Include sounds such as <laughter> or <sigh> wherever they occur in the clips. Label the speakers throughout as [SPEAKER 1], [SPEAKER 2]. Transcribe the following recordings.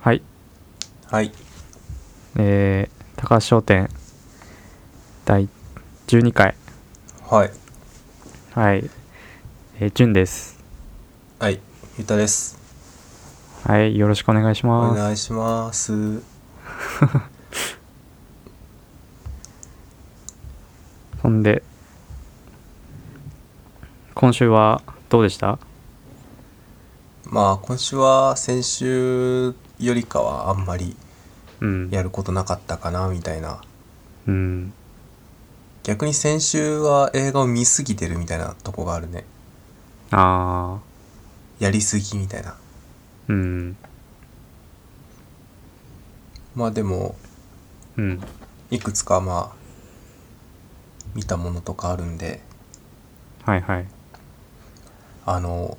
[SPEAKER 1] はい、
[SPEAKER 2] はい
[SPEAKER 1] えー、高橋商店第12回
[SPEAKER 2] はい
[SPEAKER 1] はい、えー、じゅんです
[SPEAKER 2] はいゆたです
[SPEAKER 1] はいよろしくお願いし
[SPEAKER 2] お
[SPEAKER 1] ます
[SPEAKER 2] 願いします
[SPEAKER 1] そんで今週はどうでした
[SPEAKER 2] まあ今週は先週よりかはあんまり
[SPEAKER 1] うん
[SPEAKER 2] やることなかったかなみたいな
[SPEAKER 1] うん
[SPEAKER 2] 逆に先週は映画を見すぎてるみたいなとこがあるね
[SPEAKER 1] ああ
[SPEAKER 2] やりすぎみたいな
[SPEAKER 1] うん
[SPEAKER 2] まあでも
[SPEAKER 1] うん
[SPEAKER 2] いくつかまあ見たものとかあるんで
[SPEAKER 1] はいはい
[SPEAKER 2] あの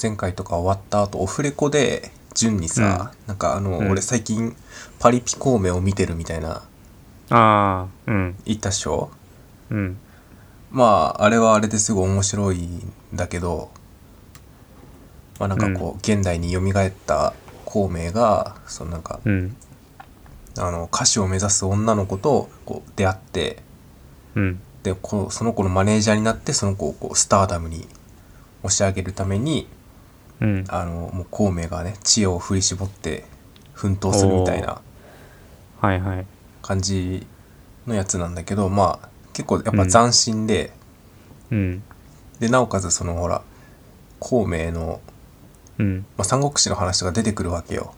[SPEAKER 2] 前回とか終わった後オフレコで順にさ、なんかあの、
[SPEAKER 1] うん
[SPEAKER 2] 俺最近パリピ孔明を見てるみたいな
[SPEAKER 1] ああうん
[SPEAKER 2] 言ったっしょ
[SPEAKER 1] うん
[SPEAKER 2] まああれはあれですごい面白いんだけどまあなんかこう、現代に蘇った孔明がそのなんか、
[SPEAKER 1] うん
[SPEAKER 2] あの歌手を目指す女の子とこう出会って
[SPEAKER 1] うん
[SPEAKER 2] でこうその子のマネージャーになってその子をこうスターダムに押し上げるために
[SPEAKER 1] うん
[SPEAKER 2] あのもう孔明がね知恵を振り絞って奮闘するみたいな
[SPEAKER 1] はいはい
[SPEAKER 2] 感じのやつなんだけどまあ結構やっ
[SPEAKER 1] う
[SPEAKER 2] ぱ
[SPEAKER 1] ん
[SPEAKER 2] 斬新で、
[SPEAKER 1] うん
[SPEAKER 2] でなおかつそのほら孔明の、
[SPEAKER 1] うん
[SPEAKER 2] まあ、三国志の話とか出てくるわけよ。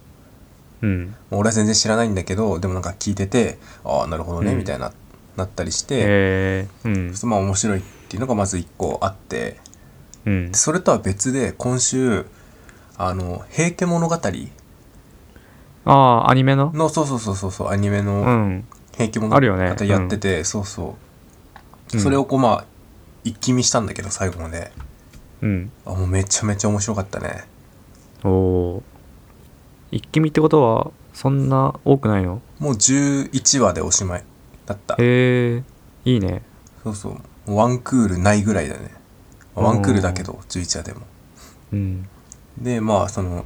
[SPEAKER 1] うん
[SPEAKER 2] もう俺は全然知らないんだけどでもなんか聞いててああなるほどね、
[SPEAKER 1] うん
[SPEAKER 2] みたいななったりして、
[SPEAKER 1] えー、うん
[SPEAKER 2] まあ面白いっていうのがまず一個あって
[SPEAKER 1] うん
[SPEAKER 2] でそれとは別で今週あの「平家物語」
[SPEAKER 1] ああアニメの
[SPEAKER 2] のそうそうそうそうそうアニメの、
[SPEAKER 1] うん
[SPEAKER 2] 平気物
[SPEAKER 1] あるよね
[SPEAKER 2] 語やってて、そうそうう、
[SPEAKER 1] ん
[SPEAKER 2] それをこうまあ一気見したんだけど最後まで
[SPEAKER 1] うん
[SPEAKER 2] あもうめちゃめちゃ面白かったね
[SPEAKER 1] おお一気見ってことはそんな多くないの
[SPEAKER 2] もう11話でおしまいだった
[SPEAKER 1] へえいいね
[SPEAKER 2] そうそうもうワンクールないぐらいだねまあワンクールだけど11話でも
[SPEAKER 1] うん
[SPEAKER 2] でまあその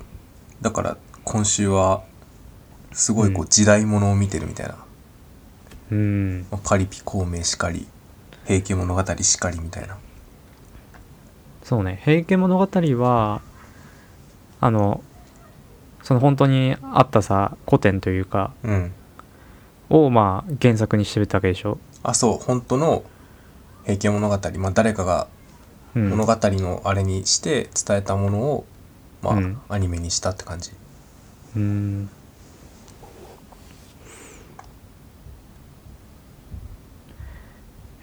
[SPEAKER 2] だから今週はすごいこ
[SPEAKER 1] う
[SPEAKER 2] う時代物を見てるみたいな、
[SPEAKER 1] うん
[SPEAKER 2] まあパリピ孔明しかり平家物語しかりみたいな
[SPEAKER 1] そうね「平家物語は」あのその本当にあったさ古典というか
[SPEAKER 2] うん
[SPEAKER 1] をまあ原作にしてるってわけでしょ、
[SPEAKER 2] あそう本当の平家物語まあ誰かが
[SPEAKER 1] うん、
[SPEAKER 2] 物語のあれにして伝えたものを、まあ
[SPEAKER 1] うん
[SPEAKER 2] アニメにしたって感じ
[SPEAKER 1] うん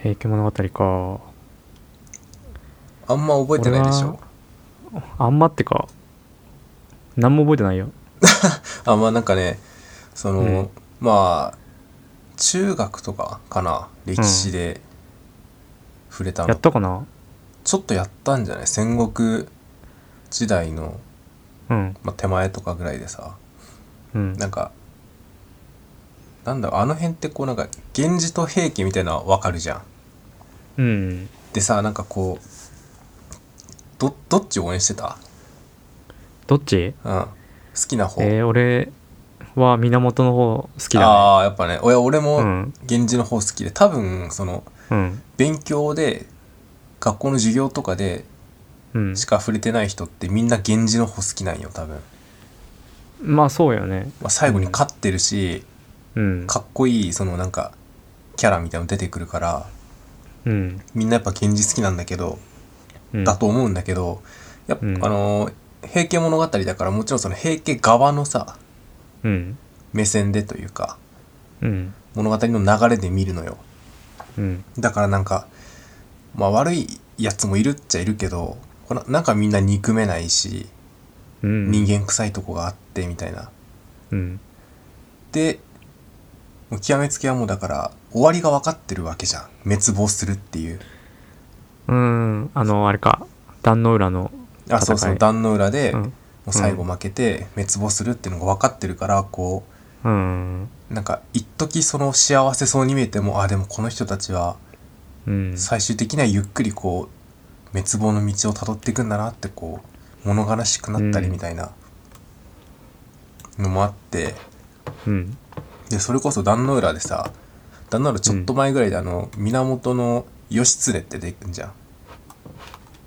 [SPEAKER 1] 平家物語か
[SPEAKER 2] あんま覚えてないでし
[SPEAKER 1] 俺
[SPEAKER 2] ょ
[SPEAKER 1] あんまってか何も覚えてないよ
[SPEAKER 2] あまあなんかねその、
[SPEAKER 1] うん
[SPEAKER 2] まあ中学とかかな歴史で触れたの、
[SPEAKER 1] やったかな
[SPEAKER 2] ちょっとやったんじゃない戦国時代の、
[SPEAKER 1] うん
[SPEAKER 2] まあ、手前とかぐらいでさ
[SPEAKER 1] うん
[SPEAKER 2] なんかなんだろうあの辺ってこうなんか源氏と平家みたいなのはわかるじゃん
[SPEAKER 1] うん
[SPEAKER 2] でさなんかこうどどっち応援してた、
[SPEAKER 1] どっち
[SPEAKER 2] うん、好きな方、
[SPEAKER 1] えー俺は源の方好きだ
[SPEAKER 2] ああやっぱねいや俺
[SPEAKER 1] ねう
[SPEAKER 2] も
[SPEAKER 1] ん
[SPEAKER 2] 源氏の方好きで多分その
[SPEAKER 1] うん
[SPEAKER 2] 勉強で学校の授業とかで
[SPEAKER 1] うん
[SPEAKER 2] しか触れてない人ってみんな源氏の方好きなんよ多分、
[SPEAKER 1] まあそうよね
[SPEAKER 2] まあ、最後に勝ってるし
[SPEAKER 1] うん
[SPEAKER 2] かっこいいそのなんかキャラみたいなの出てくるから
[SPEAKER 1] うん
[SPEAKER 2] みんなやっぱ源氏好きなんだけど
[SPEAKER 1] うん
[SPEAKER 2] だと思うんだけどやっぱ、
[SPEAKER 1] うん
[SPEAKER 2] あのー平家物語だからもちろんその平家側のさ
[SPEAKER 1] うん
[SPEAKER 2] 目線でというか
[SPEAKER 1] うん
[SPEAKER 2] 物語の流れで見るのよ
[SPEAKER 1] うん
[SPEAKER 2] だからなんか、まあ悪いやつもいるっちゃいるけど、このなんかみんな憎めないし、
[SPEAKER 1] うん
[SPEAKER 2] 人間臭いとこがあってみたいな。
[SPEAKER 1] うん
[SPEAKER 2] で、もう極めつけはもうだから、終わりが分かってるわけじゃん。滅亡するっていう。
[SPEAKER 1] うんあのあれか壇の浦の
[SPEAKER 2] あ、そうそ
[SPEAKER 1] 戦
[SPEAKER 2] う、
[SPEAKER 1] い
[SPEAKER 2] 壇の裏で、
[SPEAKER 1] う
[SPEAKER 2] も
[SPEAKER 1] ん
[SPEAKER 2] う最後負けて滅亡するっていうのが分かってるから、こ
[SPEAKER 1] うん
[SPEAKER 2] う、なんか、一時その幸せそうに見えても、あ、でもこの人たちは、
[SPEAKER 1] うん
[SPEAKER 2] 最終的にはゆっくりこう、滅亡の道をたどっていくんだなって、こう、物悲しくなったりみたいな。のもあって
[SPEAKER 1] うん
[SPEAKER 2] でそれこそ壇ノ浦でさ壇ノ浦ちょっと前ぐらいであの、源の義経って出てくんじゃん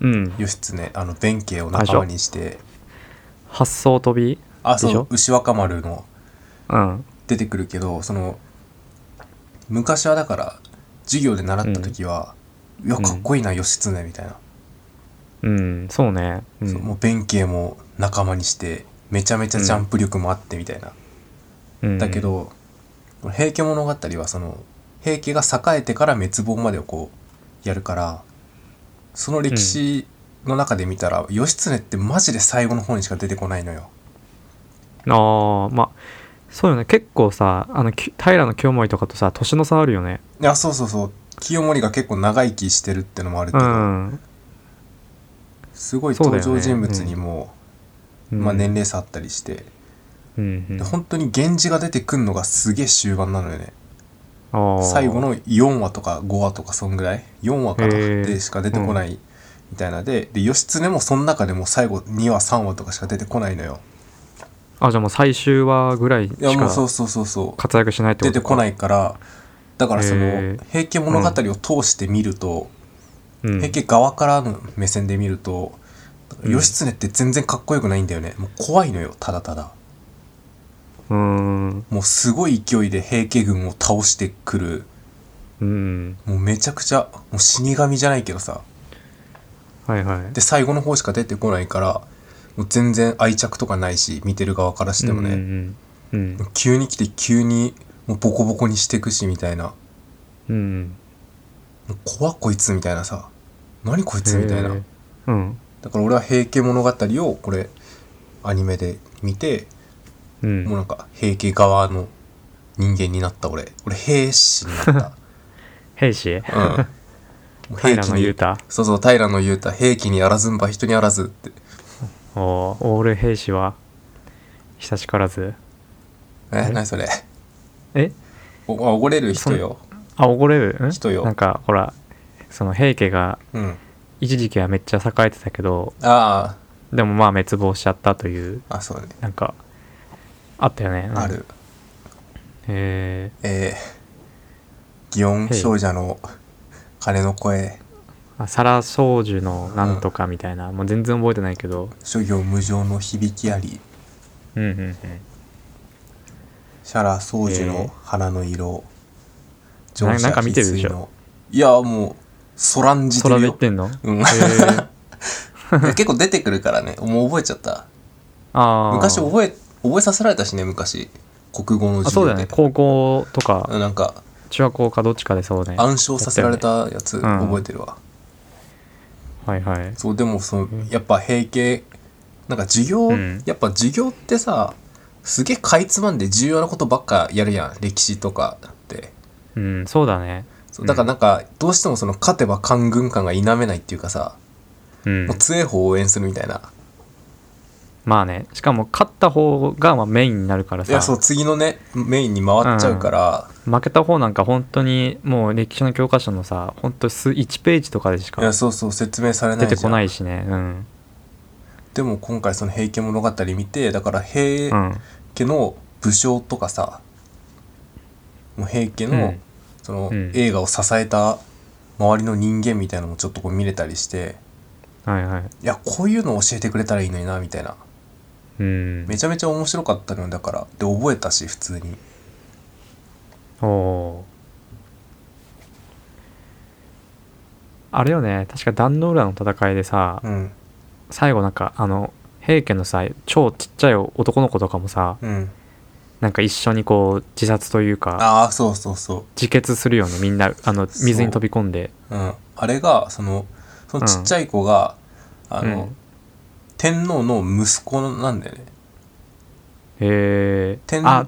[SPEAKER 1] うん
[SPEAKER 2] 義経あの弁慶を仲間にして
[SPEAKER 1] 発想飛び
[SPEAKER 2] あ
[SPEAKER 1] でし
[SPEAKER 2] そう
[SPEAKER 1] ょ
[SPEAKER 2] 牛若丸の
[SPEAKER 1] うん
[SPEAKER 2] 出てくるけどその昔はだから授業で習った時は、いやかっこいいな義経みたいな、
[SPEAKER 1] うんそうねう
[SPEAKER 2] そうも
[SPEAKER 1] ん
[SPEAKER 2] う弁慶も仲間にしてめちゃめちゃジャンプ力もあってみたいな、
[SPEAKER 1] うん
[SPEAKER 2] だけどこの平家物語はその平家が栄えてから滅亡までをこうやるからその歴史の中で見たら、義経ってマジで最後の方にしか出てこないのよ。
[SPEAKER 1] ああまあそうよね結構さあのき平清盛とかとさ年の差あるよね
[SPEAKER 2] いやそうそうそう清盛が結構長生きしてるってのもあるけ
[SPEAKER 1] う
[SPEAKER 2] ど、
[SPEAKER 1] ん、
[SPEAKER 2] すごい
[SPEAKER 1] そうだ
[SPEAKER 2] 登
[SPEAKER 1] よね
[SPEAKER 2] 場人物にも、
[SPEAKER 1] うん
[SPEAKER 2] まあ、年齢差あったりして、
[SPEAKER 1] うんうん
[SPEAKER 2] で本当に源氏が出てくんのがすげえ終盤なのよね。
[SPEAKER 1] あー
[SPEAKER 2] 最後の4話とか5話とかそんぐらい4話かな
[SPEAKER 1] へー
[SPEAKER 2] でしか出てこないみたいなで,、で義経もその中でも最後2話3話とかしか出てこないのよ
[SPEAKER 1] あじゃあもう最終話ぐらいし
[SPEAKER 2] いやもうそう
[SPEAKER 1] か
[SPEAKER 2] そうそうそう
[SPEAKER 1] 活躍しないってこ
[SPEAKER 2] 出
[SPEAKER 1] と、
[SPEAKER 2] てこないいからだからそ
[SPEAKER 1] へ
[SPEAKER 2] の
[SPEAKER 1] ー
[SPEAKER 2] 「平家物語」を通して見ると、
[SPEAKER 1] うん、
[SPEAKER 2] 平家側からの目線で見ると、
[SPEAKER 1] うん
[SPEAKER 2] 義経って全然かっこよくないんだよねもう怖いのよただただ
[SPEAKER 1] うーん
[SPEAKER 2] もうすごい勢いで平家軍を倒してくる
[SPEAKER 1] うん
[SPEAKER 2] もうめちゃくちゃもう死神じゃないけどさ
[SPEAKER 1] はいはい
[SPEAKER 2] で最後の方しか出てこないからもう全然愛着とかないし見てる側からしても
[SPEAKER 1] う
[SPEAKER 2] ね、
[SPEAKER 1] んうん
[SPEAKER 2] 急に来て急にもうボコボコにしてくしみたいな
[SPEAKER 1] うんうん
[SPEAKER 2] 「もう怖っこいつ」みたいなさ「何こいつ」みたいな
[SPEAKER 1] へーうん
[SPEAKER 2] だから俺は「平家物語」をこれアニメで見て、
[SPEAKER 1] うん
[SPEAKER 2] もうなんか平家側の人間になった俺俺兵
[SPEAKER 1] <laughs>
[SPEAKER 2] 士になっ
[SPEAKER 1] 兵士
[SPEAKER 2] たうんもう
[SPEAKER 1] 平野
[SPEAKER 2] に
[SPEAKER 1] 雄太
[SPEAKER 2] そうそう平野雄太兵器にあらずんば人にあらずって
[SPEAKER 1] おーオール兵士は久しからず
[SPEAKER 2] え
[SPEAKER 1] え
[SPEAKER 2] 何それ
[SPEAKER 1] え
[SPEAKER 2] おあおごれる人よ
[SPEAKER 1] あおごれるん
[SPEAKER 2] 人よ
[SPEAKER 1] なんかほらその平家が
[SPEAKER 2] うん
[SPEAKER 1] 一時期はめっちゃ栄えてたけど
[SPEAKER 2] あ
[SPEAKER 1] でもまあ滅亡しちゃったという
[SPEAKER 2] ああそうね、
[SPEAKER 1] なんかあったよね、うん
[SPEAKER 2] ある
[SPEAKER 1] へ
[SPEAKER 2] えー、祇園
[SPEAKER 1] へい
[SPEAKER 2] 少女の鐘の声
[SPEAKER 1] ーあサラ少女のなんとかみたいな、もう全然覚えてないけど
[SPEAKER 2] 諸行無常の響きあり
[SPEAKER 1] うんうんうん
[SPEAKER 2] シャラ宗樹
[SPEAKER 1] へ
[SPEAKER 2] の
[SPEAKER 1] い
[SPEAKER 2] 花の色
[SPEAKER 1] ななんか見てるでしょ
[SPEAKER 2] 翡翠のいやもうそらんじて
[SPEAKER 1] 空
[SPEAKER 2] る
[SPEAKER 1] で言っ
[SPEAKER 2] よ、
[SPEAKER 1] てんの、
[SPEAKER 2] うん、
[SPEAKER 1] ー
[SPEAKER 2] <laughs> 結構出てくるからねもう覚えちゃった
[SPEAKER 1] ああ
[SPEAKER 2] 昔覚え覚えさせられたしね昔国語の
[SPEAKER 1] あそ
[SPEAKER 2] 授
[SPEAKER 1] う
[SPEAKER 2] 業
[SPEAKER 1] だよ
[SPEAKER 2] で
[SPEAKER 1] ね高校とか
[SPEAKER 2] なんか
[SPEAKER 1] 中学校かどっちかでそうね
[SPEAKER 2] 暗唱させられたやつ
[SPEAKER 1] だよねうん
[SPEAKER 2] 覚えてるわ、
[SPEAKER 1] はいはい
[SPEAKER 2] そうでもそのやっぱ平家なんか授業、
[SPEAKER 1] うん
[SPEAKER 2] やっぱ授業ってさすげえかいつまんで重要なことばっかやるやん歴史とかって
[SPEAKER 1] うんそうだね
[SPEAKER 2] そうだからなんかどうしてもその勝てば官軍感が否めないっていうかさ、
[SPEAKER 1] うん
[SPEAKER 2] もう強い方を応援するみたいな
[SPEAKER 1] まあねしかも勝った方がまあメインになるから
[SPEAKER 2] い
[SPEAKER 1] さ
[SPEAKER 2] やそう次のねメインに回っちゃうから、
[SPEAKER 1] 負けた方なんか本当にもう歴史の教科書のさ本当数1ページとかでしか
[SPEAKER 2] いやそうそう説明されない
[SPEAKER 1] 出
[SPEAKER 2] じゃ
[SPEAKER 1] て
[SPEAKER 2] ん
[SPEAKER 1] こないしねうん
[SPEAKER 2] でも今回その平家物語見てだから
[SPEAKER 1] う
[SPEAKER 2] 平
[SPEAKER 1] ん
[SPEAKER 2] 家の武将とかさ、もう平家
[SPEAKER 1] う
[SPEAKER 2] の、
[SPEAKER 1] ん
[SPEAKER 2] その
[SPEAKER 1] うん
[SPEAKER 2] 映画を支えた周りの人間みたいなのもちょっとこう見れたりして
[SPEAKER 1] はいはい
[SPEAKER 2] いやこういうのを教えてくれたらいいのになみたいな
[SPEAKER 1] うん
[SPEAKER 2] めちゃめちゃ面白かったのよだからで覚えたし普通に
[SPEAKER 1] おおーあれよね確か壇ノ浦の戦いでさ
[SPEAKER 2] うん
[SPEAKER 1] 最後なんかあの平家のさ超ちっちゃい男の子とかもさ
[SPEAKER 2] うん
[SPEAKER 1] なんか一緒にこう自殺というか
[SPEAKER 2] ああそうそうそ
[SPEAKER 1] 自決するよねみんなあの水に飛び込んで
[SPEAKER 2] ううんあれがそのそのちっちゃい子が、あの、
[SPEAKER 1] うん
[SPEAKER 2] 天皇の息子なんだよね
[SPEAKER 1] へえ
[SPEAKER 2] 天
[SPEAKER 1] あ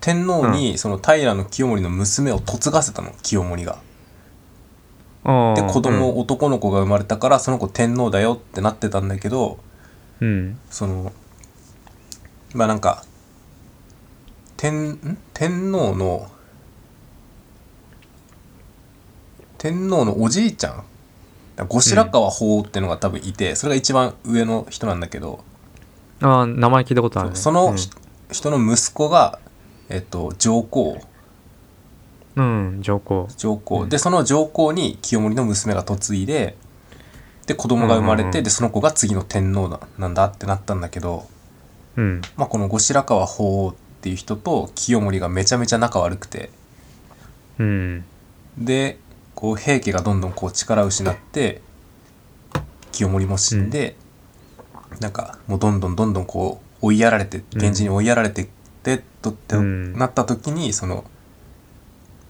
[SPEAKER 2] 天皇にその平清盛の娘を嫁がせたの清盛が
[SPEAKER 1] あ
[SPEAKER 2] で
[SPEAKER 1] ー
[SPEAKER 2] 子供、男の子が生まれたからその子天皇だよってなってたんだけど
[SPEAKER 1] うんうん
[SPEAKER 2] そのまあなんか天ん天皇の天皇のおじいちゃんだ後白河法皇ってのが多分いて、それが一番上の人なんだけど、
[SPEAKER 1] ああ名前聞いたことある、ね、
[SPEAKER 2] その
[SPEAKER 1] うん
[SPEAKER 2] ひ、人の息子が、えっと、上皇
[SPEAKER 1] うん上皇
[SPEAKER 2] 上皇、
[SPEAKER 1] うん
[SPEAKER 2] でその上皇に清盛の娘が嫁いでで子供が生まれて、
[SPEAKER 1] うんうんうん
[SPEAKER 2] でその子が次の天皇だなんだってなったんだけど、
[SPEAKER 1] うん
[SPEAKER 2] まあ、この後白河法皇っていう人と清盛がめちゃめちゃ仲悪くて
[SPEAKER 1] うん
[SPEAKER 2] でこう平家がどんどんこう力を失って清盛も死んで、なんかもうどんどんどんどんこう追いやられて源氏に追いやられてって、とって
[SPEAKER 1] うん
[SPEAKER 2] なった時にその、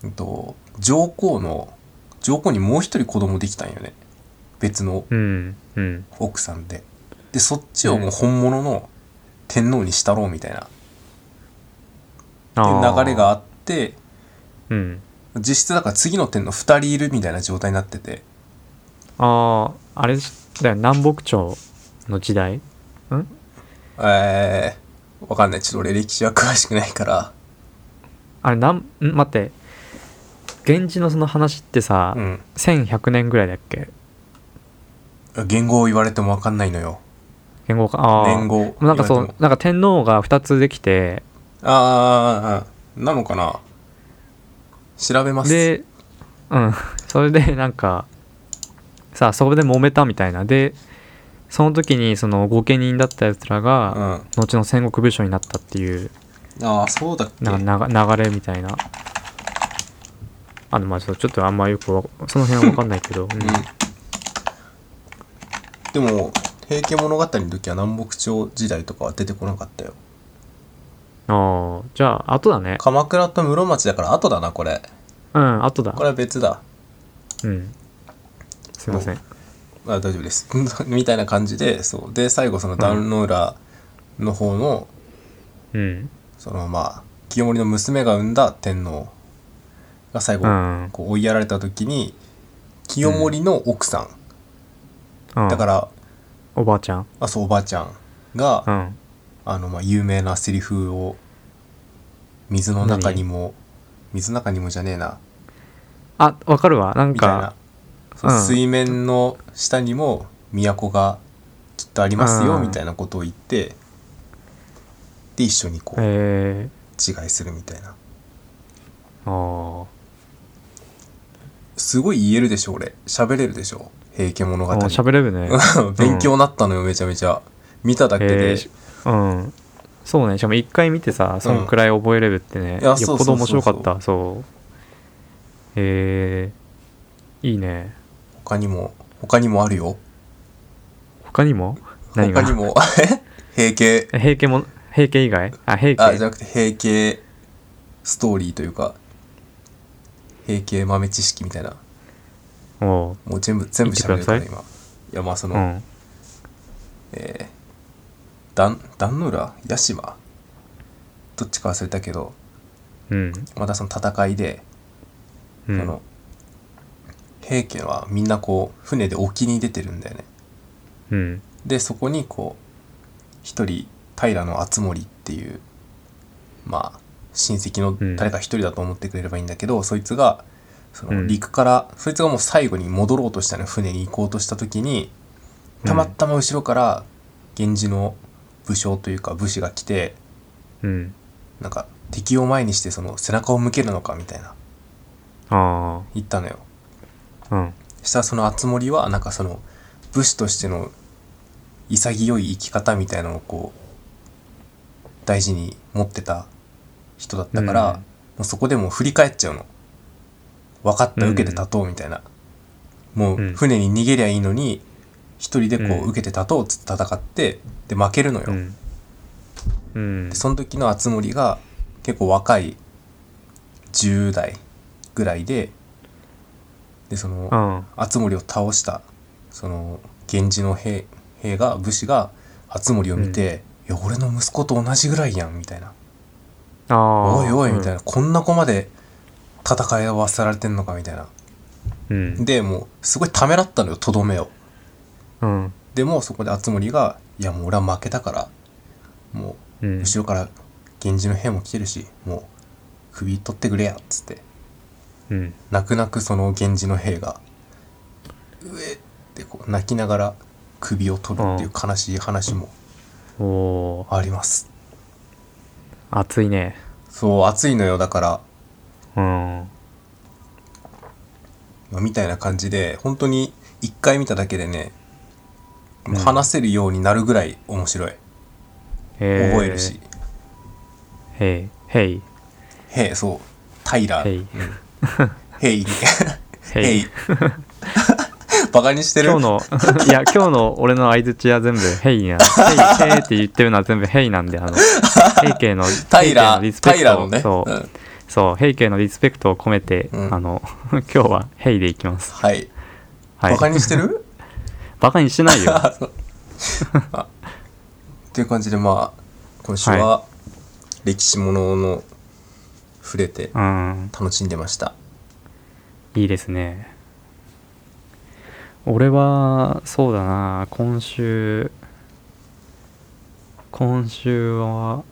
[SPEAKER 2] うんと、上皇の上皇にもう一人子供できたんよね別の
[SPEAKER 1] うんうん
[SPEAKER 2] 奥さんで。でそっちをもう本物の天皇にしたろうみたいな、っていう流れがあ
[SPEAKER 1] っ
[SPEAKER 2] って
[SPEAKER 1] てうん
[SPEAKER 2] 実質だから次の天皇2人いるみたいな状態になってて。
[SPEAKER 1] あああれだよ南北朝の時代
[SPEAKER 2] えー、わかんない。ちょっと俺歴史は詳しくないから。
[SPEAKER 1] あれなんん待って源氏のその話ってさ、
[SPEAKER 2] うん。
[SPEAKER 1] 1100年ぐらいだっけ
[SPEAKER 2] 言語を言われてもわかんないのよ。
[SPEAKER 1] 元号かああ
[SPEAKER 2] 年号。
[SPEAKER 1] なんかそ
[SPEAKER 2] 言
[SPEAKER 1] う
[SPEAKER 2] われても
[SPEAKER 1] なんか天皇が2つできて
[SPEAKER 2] あーあー、あーなのかな調べます。
[SPEAKER 1] でうん <laughs> それでなんかさあそこで揉めたみたいなでその時にその御家人だったやつら
[SPEAKER 2] うん。
[SPEAKER 1] が、
[SPEAKER 2] あ
[SPEAKER 1] 後の戦国武将になったっていう
[SPEAKER 2] あ、そうだっけ
[SPEAKER 1] なんかなが流れみたいなあのまあちょっとちょっとあんまよくわその辺は分かんないけど、うん
[SPEAKER 2] うん。でも、平家物語の時は南北朝時代とかは出てこなかったよ。
[SPEAKER 1] ああじゃあ後だね
[SPEAKER 2] 鎌倉と室町だから後だな、これ。
[SPEAKER 1] うん後だ
[SPEAKER 2] これは別だ。
[SPEAKER 1] うんすいません
[SPEAKER 2] あ大丈夫です <laughs> みたいな感じでそうで最後その壇ノ浦の方の、
[SPEAKER 1] うん
[SPEAKER 2] そのまあ清盛の娘が産んだ天皇が最後、
[SPEAKER 1] うん
[SPEAKER 2] こう追いやられた時に清盛の奥さん、
[SPEAKER 1] うん
[SPEAKER 2] だから
[SPEAKER 1] おばあちゃん
[SPEAKER 2] あそうおばあちゃんが、
[SPEAKER 1] うん
[SPEAKER 2] あのまあ有名なセリフを水の中にも水の中にもじゃねえな
[SPEAKER 1] あわかるわなん
[SPEAKER 2] みたいな
[SPEAKER 1] か、
[SPEAKER 2] そう
[SPEAKER 1] うん
[SPEAKER 2] 水面の下にも都がきっとありますよ、
[SPEAKER 1] うん
[SPEAKER 2] みたいなことを言ってで一緒にこう
[SPEAKER 1] え
[SPEAKER 2] 違いするみたいな
[SPEAKER 1] ー、あ
[SPEAKER 2] すごい言えるでしょ俺喋れるでしょ平家物
[SPEAKER 1] ー
[SPEAKER 2] 語
[SPEAKER 1] あー喋れるね
[SPEAKER 2] <laughs> 勉強になったのよめちゃめちゃ見ただけ
[SPEAKER 1] え
[SPEAKER 2] で、
[SPEAKER 1] ーしうんそうねしかも一回見てさそのくらい覚えれるってね、
[SPEAKER 2] いや
[SPEAKER 1] よ
[SPEAKER 2] そ
[SPEAKER 1] っぽ
[SPEAKER 2] うそうそ
[SPEAKER 1] ど
[SPEAKER 2] うそう
[SPEAKER 1] 面白かったそうえー、いいね
[SPEAKER 2] 他にも他にもあるよ
[SPEAKER 1] 他にも何が
[SPEAKER 2] 他にも <laughs> え平家
[SPEAKER 1] え平家も平家以外あ平
[SPEAKER 2] あじゃ
[SPEAKER 1] 家
[SPEAKER 2] なくて平家ストーリーというか平家豆知識みたいな
[SPEAKER 1] おう
[SPEAKER 2] もう全部全部喋れるから
[SPEAKER 1] 言って
[SPEAKER 2] 今いやまあそうの、
[SPEAKER 1] ん
[SPEAKER 2] えー、壇壇ノ浦屋島どっちか忘れたけど
[SPEAKER 1] うん
[SPEAKER 2] またその戦いで
[SPEAKER 1] う
[SPEAKER 2] そ
[SPEAKER 1] ん
[SPEAKER 2] の平家はみんなこう船で沖に出てるんだよね
[SPEAKER 1] うん
[SPEAKER 2] でそこにこう一人平の敦盛っていうまあ親戚の
[SPEAKER 1] うん
[SPEAKER 2] 誰か一人だと思ってくれればいいんだけど、そいつがそうの
[SPEAKER 1] ん
[SPEAKER 2] 陸から、そいつがもう最後に戻ろうとしたの船に行こうとした時にたまたま後ろから源氏の武将というか武士が来て
[SPEAKER 1] うん
[SPEAKER 2] なんか敵を前にしてその背中を向けるのかみたいな
[SPEAKER 1] あ
[SPEAKER 2] 言ったのよ。
[SPEAKER 1] あうん
[SPEAKER 2] したらその熱盛はなんかその武士としての潔い生き方みたいなのをこう大事に持ってた人だったから、
[SPEAKER 1] うん
[SPEAKER 2] もうそこでもう振り返っちゃうの分かった
[SPEAKER 1] うん
[SPEAKER 2] 受けて立とうみたいな、もううん船に逃げりゃいいのに一人でこ
[SPEAKER 1] う
[SPEAKER 2] うん受けて立とうっつって戦ってで負けるのよ、
[SPEAKER 1] うんうん
[SPEAKER 2] でその時の熱盛が結構若い10代ぐらいででその
[SPEAKER 1] うん
[SPEAKER 2] 敦盛を倒したその源氏の兵兵が武士が敦盛を見て、いや俺の息子と同じぐらいやん」みたいな
[SPEAKER 1] あ
[SPEAKER 2] 「
[SPEAKER 1] あ
[SPEAKER 2] おいおい」みたい
[SPEAKER 1] な
[SPEAKER 2] な、こんな子まで戦い合わせられてんのか」みたいな
[SPEAKER 1] うん
[SPEAKER 2] でもうすごいためらったのよとどめを
[SPEAKER 1] うん
[SPEAKER 2] でもそこで敦盛が「いやもう俺は負けたからも
[SPEAKER 1] う
[SPEAKER 2] うん後ろから源氏の兵も来てるしもう首取ってくれや」っつって
[SPEAKER 1] うん
[SPEAKER 2] 泣く泣くその源氏の兵が「うえ」ってこう泣きながら首を取るっていう悲しい話も
[SPEAKER 1] おお
[SPEAKER 2] あります。
[SPEAKER 1] 熱いね
[SPEAKER 2] そう暑いのよだから、
[SPEAKER 1] うん
[SPEAKER 2] まあみたいな感じで本当に一回見ただけでね
[SPEAKER 1] うん
[SPEAKER 2] 話せるようになるぐらい面白い
[SPEAKER 1] へ
[SPEAKER 2] 覚えるし、
[SPEAKER 1] へいへい
[SPEAKER 2] へえそうタイ
[SPEAKER 1] へ
[SPEAKER 2] ラー
[SPEAKER 1] い
[SPEAKER 2] へいに
[SPEAKER 1] へ
[SPEAKER 2] へ
[SPEAKER 1] <laughs> い
[SPEAKER 2] いバカにしてる
[SPEAKER 1] 今日の <laughs> いや今日の俺の相槌は全部「へい」や「へい」「へい」って言ってるのは全部「へい」なんであの平家の
[SPEAKER 2] <laughs> タイ
[SPEAKER 1] 平家
[SPEAKER 2] ラ
[SPEAKER 1] のリ
[SPEAKER 2] ー
[SPEAKER 1] スペ
[SPEAKER 2] タ
[SPEAKER 1] ク
[SPEAKER 2] イ
[SPEAKER 1] ト
[SPEAKER 2] ラー
[SPEAKER 1] を
[SPEAKER 2] のね
[SPEAKER 1] そううんそう平家のリスペクトを込めて、
[SPEAKER 2] うん
[SPEAKER 1] あの <laughs> 今日は「へい」でいきます
[SPEAKER 2] はい
[SPEAKER 1] はい
[SPEAKER 2] バカにしてる
[SPEAKER 1] バカにして
[SPEAKER 2] <laughs>
[SPEAKER 1] ないよ
[SPEAKER 2] っていう感じでまあ今週は歴史ものの触れて
[SPEAKER 1] うん
[SPEAKER 2] 楽しんでました、
[SPEAKER 1] いいですね俺はそうだな今週今週は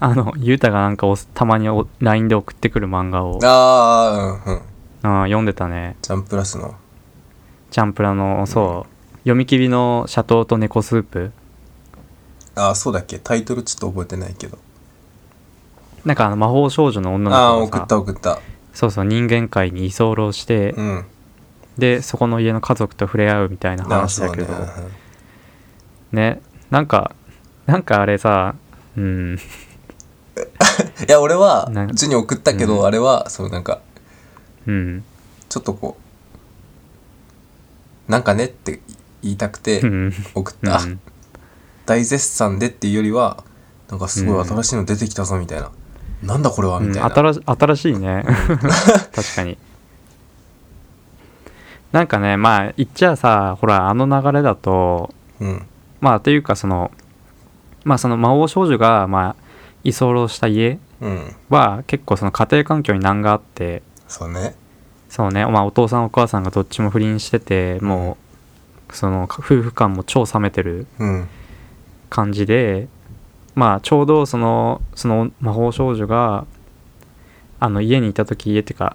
[SPEAKER 1] あのゆうたがなんかおたまにお LINE で送ってくる漫画を
[SPEAKER 2] ああうんうん
[SPEAKER 1] あー読んでたね
[SPEAKER 2] ジャンプラスの
[SPEAKER 1] チャンプラのそう読み切りの「シャトーと猫スープ
[SPEAKER 2] ああそうだっけタイトルちょっと覚えてないけど」
[SPEAKER 1] なんかあの魔法少女の女
[SPEAKER 2] ああ
[SPEAKER 1] の子
[SPEAKER 2] 送
[SPEAKER 1] が
[SPEAKER 2] っ
[SPEAKER 1] さ
[SPEAKER 2] た送った
[SPEAKER 1] そうそう人間界に居候して、
[SPEAKER 2] うん
[SPEAKER 1] でそこの家の家族と触れ合うみたいな
[SPEAKER 2] ああ
[SPEAKER 1] 話
[SPEAKER 2] そ
[SPEAKER 1] だ
[SPEAKER 2] うだ
[SPEAKER 1] け
[SPEAKER 2] ね
[SPEAKER 1] どねなんかなんかあれさうん
[SPEAKER 2] うんいや俺は
[SPEAKER 1] な
[SPEAKER 2] ジュに送ったけど、
[SPEAKER 1] うん
[SPEAKER 2] あれはそのなんか
[SPEAKER 1] うん
[SPEAKER 2] ちょっとこうなんかねって言いたくて
[SPEAKER 1] うん
[SPEAKER 2] 送っ
[SPEAKER 1] う
[SPEAKER 2] た、
[SPEAKER 1] ん
[SPEAKER 2] 大絶賛でっていうよりはなんかすごい新しいの出てきたぞみたいな、なんだこれは
[SPEAKER 1] う
[SPEAKER 2] み
[SPEAKER 1] ん
[SPEAKER 2] たいな、
[SPEAKER 1] 新し新しいね <laughs> 確かになんかねまあ言っちゃあさほらあの流れだと
[SPEAKER 2] うん
[SPEAKER 1] まあというかそのまあその魔王少女がまあ居候した家
[SPEAKER 2] うん
[SPEAKER 1] は結構その家庭環境に難があって
[SPEAKER 2] そうね
[SPEAKER 1] そうねまあお父さんお母さんがどっちも不倫しててもうその夫婦間も超冷めてる
[SPEAKER 2] うん
[SPEAKER 1] 感じでまあちょうどそのその魔法少女があの家にいた時家っていうか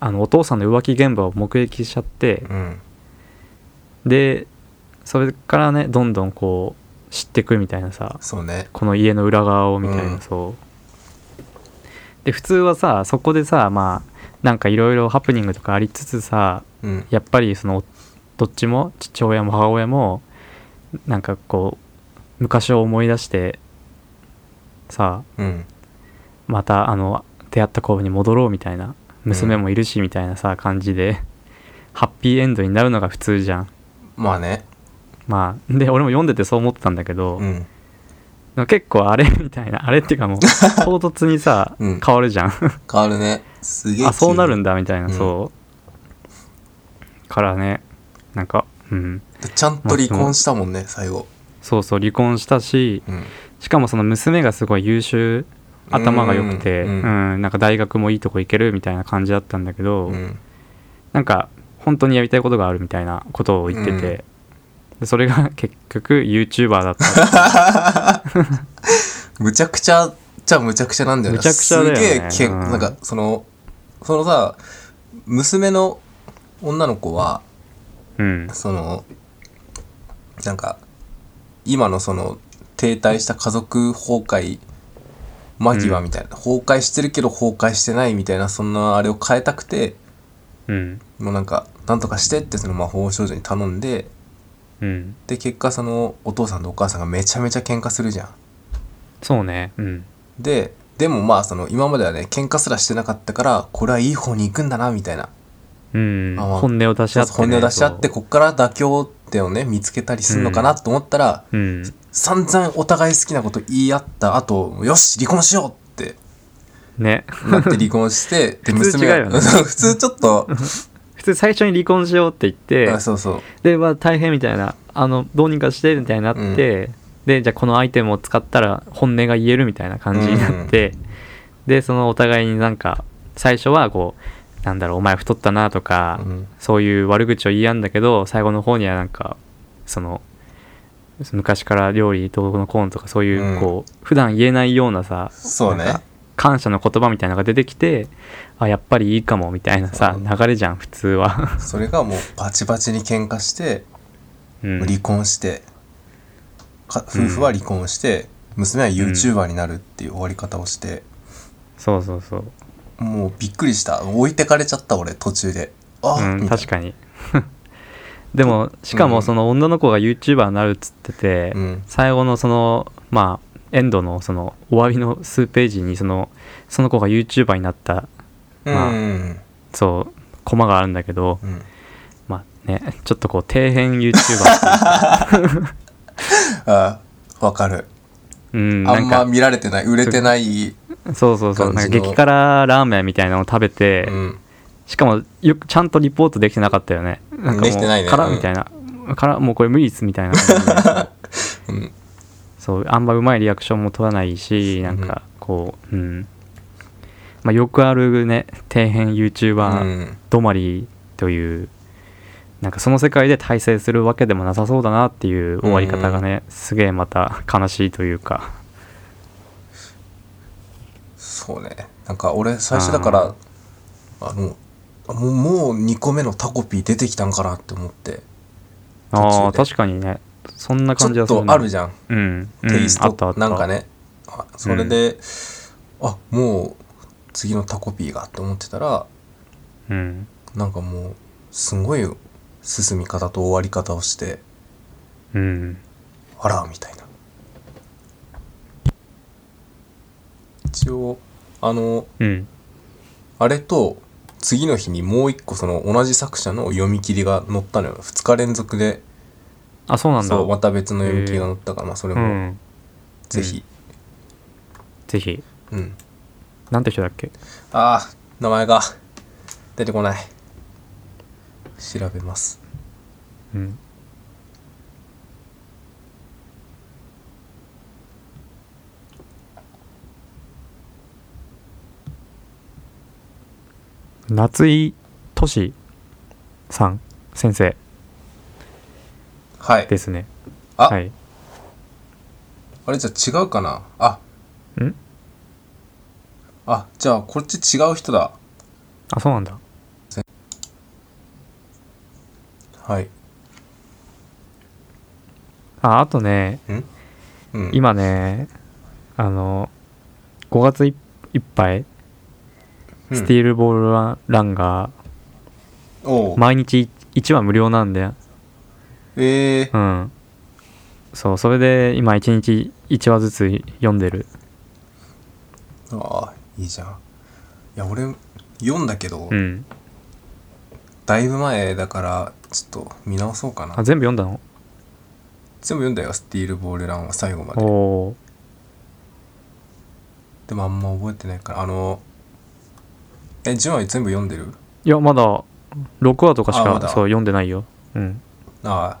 [SPEAKER 1] あのお父さんの浮気現場を目撃しちゃって
[SPEAKER 2] うん
[SPEAKER 1] でそれからねどんどんこう知ってくみたいなさ
[SPEAKER 2] そうね
[SPEAKER 1] この家の裏側をみたいな、
[SPEAKER 2] うん
[SPEAKER 1] そうで普通はさそこでさまあなんかいろいろハプニングとかありつつさ
[SPEAKER 2] うん
[SPEAKER 1] やっぱりそのどっちも父親も母親もなんかこう昔を思い出してさ
[SPEAKER 2] うん
[SPEAKER 1] またあの出会った頃に戻ろうみたいな娘もいるしみたいなさ感じでハッピーエンドになるのが普通じゃん
[SPEAKER 2] まあね
[SPEAKER 1] まあで俺も読んでてそう思ってたんだけど、
[SPEAKER 2] うん
[SPEAKER 1] でも結構あれみたいなあ <laughs> れっていうかも
[SPEAKER 2] <laughs>
[SPEAKER 1] う唐突にさ、
[SPEAKER 2] うん
[SPEAKER 1] 変わるじゃん
[SPEAKER 2] 変わるねすげえ
[SPEAKER 1] あそうなるん
[SPEAKER 2] だ
[SPEAKER 1] だみたいな、
[SPEAKER 2] うん
[SPEAKER 1] そうからねなんかうん
[SPEAKER 2] ちゃんと離婚したもんね最後
[SPEAKER 1] そうそう離婚したし
[SPEAKER 2] うん
[SPEAKER 1] しかもその娘がすごい優秀頭が良くて
[SPEAKER 2] う
[SPEAKER 1] うんん、なんか大学もいいとこ行けるみたいな感じだったんだけど、
[SPEAKER 2] うん
[SPEAKER 1] なんか本当にやりたいことがあるみたいなことを言ってて、でそれが <laughs> 結局 YouTuber だった
[SPEAKER 2] <laughs> むちゃくちゃじゃむちゃくちゃなんだよね
[SPEAKER 1] むちゃくちゃだよね
[SPEAKER 2] すげえけ、
[SPEAKER 1] うん
[SPEAKER 2] なんかそのそのさ娘の女の子は
[SPEAKER 1] うん
[SPEAKER 2] そのなんか今のその停滞した家族崩壊間際みたいな、崩壊してるけど崩壊してないみたいなそんなあれを変えたくて
[SPEAKER 1] うん
[SPEAKER 2] もうなんかなんとかしてってその魔法少女に頼んで
[SPEAKER 1] うん
[SPEAKER 2] で結果そのお父さんとお母さんがめちゃめちゃ喧嘩するじゃん。
[SPEAKER 1] そうねうん
[SPEAKER 2] ででもまあその今まではね喧嘩すらしてなかったからこれはいい方に行くんだなみたいな、
[SPEAKER 1] うん、
[SPEAKER 2] あまあ
[SPEAKER 1] 本音を出し合って、ね、
[SPEAKER 2] 本音を出し合ってこっから妥協点をね見つけたりするのかなと思ったら、
[SPEAKER 1] そううん
[SPEAKER 2] 散々お互い好きなこと言い合った後よし離婚しようって
[SPEAKER 1] ね
[SPEAKER 2] なって離婚して
[SPEAKER 1] <laughs>
[SPEAKER 2] で
[SPEAKER 1] 普通違うよね
[SPEAKER 2] <laughs> 普通ちょ
[SPEAKER 1] <laughs>
[SPEAKER 2] っと
[SPEAKER 1] 普通最初に離婚しようって言って
[SPEAKER 2] あそうそう
[SPEAKER 1] では大変みたいなあのどうにかしてみたいになって、でじゃあこのアイテムを使ったら本音が言えるみたいな感じになって、でそのお互いになんか最初はこうなんだろうお前太ったなとか、
[SPEAKER 2] うん
[SPEAKER 1] そういう悪口を言い合うんだけど最後の方にはなんかそのその昔から料理どうのコーンとかそういう、
[SPEAKER 2] うん
[SPEAKER 1] こう普段言えないようなさ
[SPEAKER 2] そうね
[SPEAKER 1] なんか感謝の言葉みたいなのが出てきてあやっぱりいいかもみたいなさ
[SPEAKER 2] そう
[SPEAKER 1] 流れじゃん普通は、
[SPEAKER 2] それがもうバチバチに喧嘩して
[SPEAKER 1] うん、
[SPEAKER 2] 離婚して、か夫婦は離婚して、娘は YouTuber になるっていう終わり方をして、
[SPEAKER 1] そうそうそう、
[SPEAKER 2] もうびっくりした置いてかれちゃった俺途中でああ、
[SPEAKER 1] うん、
[SPEAKER 2] みたいな
[SPEAKER 1] 確かに <laughs> でもしかもその女の子が YouTuber になるっつってて、
[SPEAKER 2] うん
[SPEAKER 1] 最後のそのまあエンドのその終わりの数ページにそのその子が YouTuber になったまあ
[SPEAKER 2] うん
[SPEAKER 1] そうコマがあるんだけど
[SPEAKER 2] うん
[SPEAKER 1] まあねちょっとこう底辺 YouTuber
[SPEAKER 2] <laughs> あーわかる
[SPEAKER 1] うん
[SPEAKER 2] あ
[SPEAKER 1] なんん
[SPEAKER 2] ま
[SPEAKER 1] か
[SPEAKER 2] 見られてない売れてない、
[SPEAKER 1] そうそうそうなんか
[SPEAKER 2] 感じの
[SPEAKER 1] 激辛ラーメンみたいなのを食べて、
[SPEAKER 2] うん、
[SPEAKER 1] しかもよくちゃんとリポートできてなかったよねなんか
[SPEAKER 2] で
[SPEAKER 1] も
[SPEAKER 2] きてないね
[SPEAKER 1] う辛
[SPEAKER 2] うん
[SPEAKER 1] みたいな、辛もうこれ無理っすみたいな感じで、
[SPEAKER 2] <laughs> うん
[SPEAKER 1] そうあんまうまいリアクションも取らないしなんかこううん、まあ、よくあるね底辺
[SPEAKER 2] う
[SPEAKER 1] YouTuber
[SPEAKER 2] ん
[SPEAKER 1] 止まりという、なんかその世界で大成するわけでもなさそうだなっていう終わり方がね、すげえまた悲しいというか
[SPEAKER 2] そうねなんか俺最初だからあのもうもう2個目のタコピー出てきたんかなって思って
[SPEAKER 1] あ
[SPEAKER 2] 途中
[SPEAKER 1] あ
[SPEAKER 2] で
[SPEAKER 1] 確かにねそんな
[SPEAKER 2] ち
[SPEAKER 1] 感じ
[SPEAKER 2] ょ
[SPEAKER 1] は
[SPEAKER 2] っ
[SPEAKER 1] する
[SPEAKER 2] と
[SPEAKER 1] な
[SPEAKER 2] あるじゃん
[SPEAKER 1] うん、うん、
[SPEAKER 2] テイス
[SPEAKER 1] あったあ
[SPEAKER 2] ト
[SPEAKER 1] った
[SPEAKER 2] なんかねあそれで、あもう次のタコピーがって思ってたら
[SPEAKER 1] うん
[SPEAKER 2] なんかもうすごい進み方と終わり方をして
[SPEAKER 1] うん
[SPEAKER 2] あらみたいな一応あの
[SPEAKER 1] うん
[SPEAKER 2] あれと次の日にもう一個その同じ作者の読み切りが載ったのよ2日連続で
[SPEAKER 1] あそうなんだ
[SPEAKER 2] そうまた別の読み切りが載ったから、まあ、それ
[SPEAKER 1] う
[SPEAKER 2] も
[SPEAKER 1] ん、
[SPEAKER 2] ぜひ、
[SPEAKER 1] ぜひ
[SPEAKER 2] うん
[SPEAKER 1] なんて人だっけ
[SPEAKER 2] ああ名前が出てこない調べます
[SPEAKER 1] うん夏井俊さん先生
[SPEAKER 2] はい
[SPEAKER 1] ですね
[SPEAKER 2] あ、
[SPEAKER 1] はい
[SPEAKER 2] あれじゃあ違うかなあ
[SPEAKER 1] ん
[SPEAKER 2] あじゃあこっち違う人だ
[SPEAKER 1] あそうなんだ
[SPEAKER 2] はい
[SPEAKER 1] ああとね
[SPEAKER 2] うん
[SPEAKER 1] 今ねあの5月いいっぱい
[SPEAKER 2] うん
[SPEAKER 1] スティールボールランランが
[SPEAKER 2] おう
[SPEAKER 1] 毎日1話無料なんで
[SPEAKER 2] えー
[SPEAKER 1] うん。そう、それで今一日一話ずつ読んでる。
[SPEAKER 2] ああいいじゃんいや俺読んだけど、
[SPEAKER 1] うん。
[SPEAKER 2] だいぶ前だからちょっと見直そうかな
[SPEAKER 1] あ、全部読んだの
[SPEAKER 2] 全部読んだよスティールボールランは最後まで
[SPEAKER 1] おー。
[SPEAKER 2] でもあんま覚えてないからあのえジュンは全部読んでる
[SPEAKER 1] いや、まだ6話とかし
[SPEAKER 2] あ
[SPEAKER 1] か、
[SPEAKER 2] まだ
[SPEAKER 1] そう、読んでないよ。うん。
[SPEAKER 2] ああ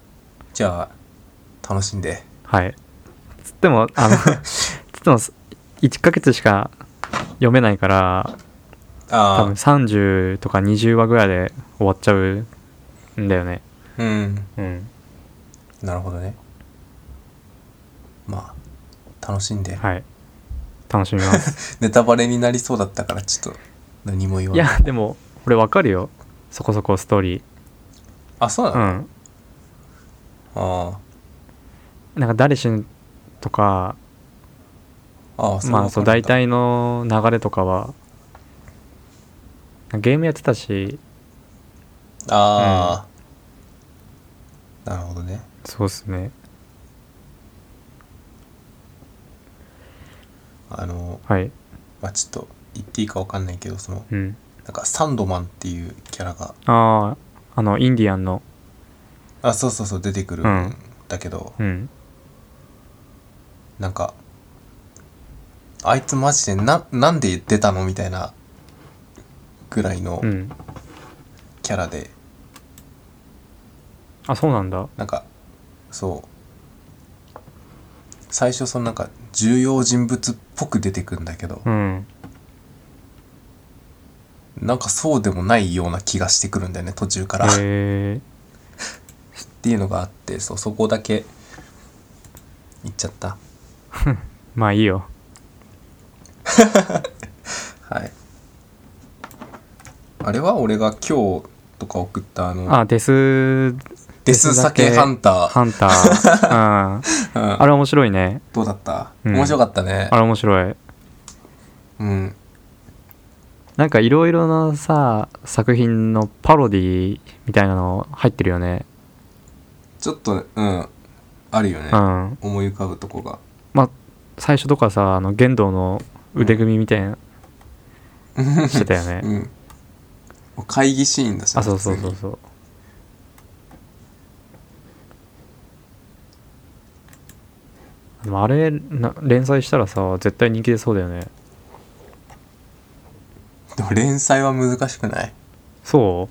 [SPEAKER 2] じゃあ楽しんで
[SPEAKER 1] はい。つっても、
[SPEAKER 2] <laughs>
[SPEAKER 1] あの、つっても1ヶ月しか読めないから、多
[SPEAKER 2] あ
[SPEAKER 1] 分30とか20話ぐらいで終わっちゃうんだよね。
[SPEAKER 2] あうん
[SPEAKER 1] うん。
[SPEAKER 2] なるほどねまあ楽しんで、
[SPEAKER 1] はい。楽しみ
[SPEAKER 2] <laughs>
[SPEAKER 1] ます。
[SPEAKER 2] ネタバレになりそうだったからちょっと何も言わ
[SPEAKER 1] い
[SPEAKER 2] ない
[SPEAKER 1] や、でも、これわかるよ。そこそこストーリー。
[SPEAKER 2] あそう
[SPEAKER 1] う
[SPEAKER 2] なの、
[SPEAKER 1] ん。
[SPEAKER 2] あ
[SPEAKER 1] なんか誰しんとか、
[SPEAKER 2] あああれ
[SPEAKER 1] まあそう
[SPEAKER 2] わか
[SPEAKER 1] 大
[SPEAKER 2] るんだ
[SPEAKER 1] 体の流れとかはゲームやってたし
[SPEAKER 2] ああ、なるほどね
[SPEAKER 1] そうっすね
[SPEAKER 2] あの
[SPEAKER 1] はい
[SPEAKER 2] まあちょっと言っていいかわかんないけどその
[SPEAKER 1] うん
[SPEAKER 2] なんかサンドマンっていうキャラが
[SPEAKER 1] あああのインディアンの
[SPEAKER 2] あそうそうそう出てくる
[SPEAKER 1] うん
[SPEAKER 2] んだけど、
[SPEAKER 1] うん
[SPEAKER 2] なんかあいつマジでななんで出たのみたいなぐらいの
[SPEAKER 1] うん
[SPEAKER 2] キャラで、
[SPEAKER 1] あそうなんだ
[SPEAKER 2] なんかそう最初そのなんか重要人物っぽく出てくんだけど
[SPEAKER 1] う、ん
[SPEAKER 2] なんかそうでもないような気がしてくるんだよね途中から、っ
[SPEAKER 1] へえ
[SPEAKER 2] ていうのがあってそうそこだけ言っちゃった
[SPEAKER 1] まあいいよ
[SPEAKER 2] はいあれは俺が今日とか送ったあの
[SPEAKER 1] あデス
[SPEAKER 2] デス酒ハンタ
[SPEAKER 1] ハンタ <laughs> ー。うん。
[SPEAKER 2] ー、うん
[SPEAKER 1] あれ面白いね。
[SPEAKER 2] どうだった、
[SPEAKER 1] うん
[SPEAKER 2] 面白かったね
[SPEAKER 1] あれ面白い。
[SPEAKER 2] うん
[SPEAKER 1] なんかいろいろなさ、作品のパロディみたいなの入ってるよね。
[SPEAKER 2] ちょっとうんあるよね、
[SPEAKER 1] うん。
[SPEAKER 2] 思い浮かぶとこが
[SPEAKER 1] 最初とかさ、あの、剣道の腕組みみたいな、してたよね。
[SPEAKER 2] うん会議シーンだしな
[SPEAKER 1] あ、そうそうそう
[SPEAKER 2] 普通に
[SPEAKER 1] そう。でもあれな連載したらさ絶対人気出そうだよね
[SPEAKER 2] でも連載は難しくないだ
[SPEAKER 1] そ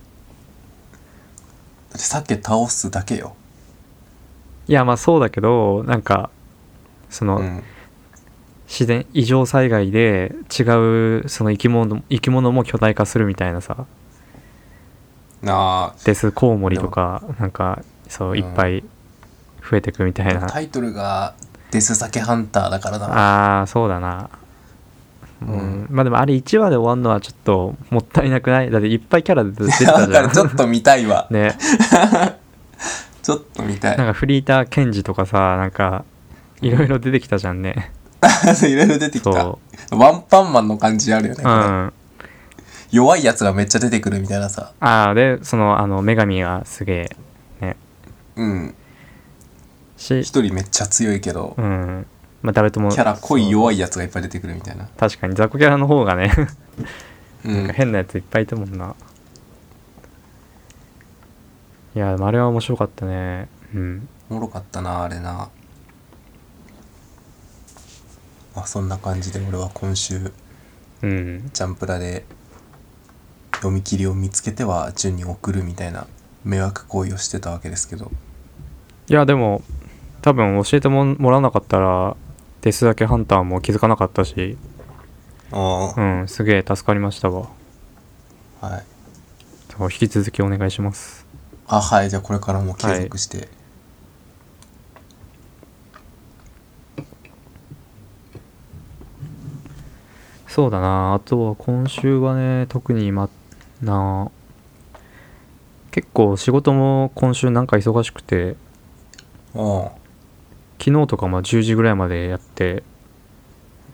[SPEAKER 1] う
[SPEAKER 2] って酒倒すだけよ、
[SPEAKER 1] いやまあそうだけどなんかその、
[SPEAKER 2] うん、
[SPEAKER 1] 自然異常災害で違うその生き物生き物も巨大化するみたいなさ
[SPEAKER 2] あ
[SPEAKER 1] デスコウモリとかなんかそううんいっぱい増えてくみたいな、
[SPEAKER 2] ータイトルが「デス酒ハンター」だからな
[SPEAKER 1] ああそうだなうん、
[SPEAKER 2] うん
[SPEAKER 1] まあでもあれ1話で終わるのはちょっともったいなくないだっていっぱいキャラ出てたじ
[SPEAKER 2] <laughs> だか
[SPEAKER 1] ゃん
[SPEAKER 2] らちょっと見たいわ
[SPEAKER 1] ね
[SPEAKER 2] ちょっと見た
[SPEAKER 1] なん
[SPEAKER 2] い
[SPEAKER 1] かフリーターケンジとかさなんかいろいろ出てきたじゃんね
[SPEAKER 2] <laughs> いろいろ出てきた
[SPEAKER 1] そ
[SPEAKER 2] ワンパンマンの感じあるよね、
[SPEAKER 1] うう
[SPEAKER 2] これ
[SPEAKER 1] ん
[SPEAKER 2] 弱いやつがめっちゃ出てくるみたいなさ
[SPEAKER 1] ああでそのあの女神がすげえね
[SPEAKER 2] うん
[SPEAKER 1] し
[SPEAKER 2] 一人めっちゃ強いけど、
[SPEAKER 1] うんまあ誰とも
[SPEAKER 2] キャラ濃
[SPEAKER 1] そう
[SPEAKER 2] い弱いやつがいっぱい出てくるみたいな
[SPEAKER 1] 確かに雑魚キャラの方がね
[SPEAKER 2] うん
[SPEAKER 1] 変なやついっぱいいたもんないやでもあれは面白かったねうん
[SPEAKER 2] おもろかったなあれなまあそんな感じで俺は今週
[SPEAKER 1] うん
[SPEAKER 2] ジャンプラで読み切りを見つけては順に送るみたいな迷惑行為をしてたわけですけど
[SPEAKER 1] いやでも多分教えてももらわなかったらデスだけハンターも気づかなかったし
[SPEAKER 2] あ
[SPEAKER 1] う
[SPEAKER 2] あ、
[SPEAKER 1] んすげえ助かりましたわ
[SPEAKER 2] はい
[SPEAKER 1] そう引き続きお願いします
[SPEAKER 2] あはいじゃあこれからも継続して、
[SPEAKER 1] そうだなあとは今週はね特にまな結構仕事も今週なんか忙しくて
[SPEAKER 2] あ
[SPEAKER 1] 昨日とかまあ10時ぐらいまでやって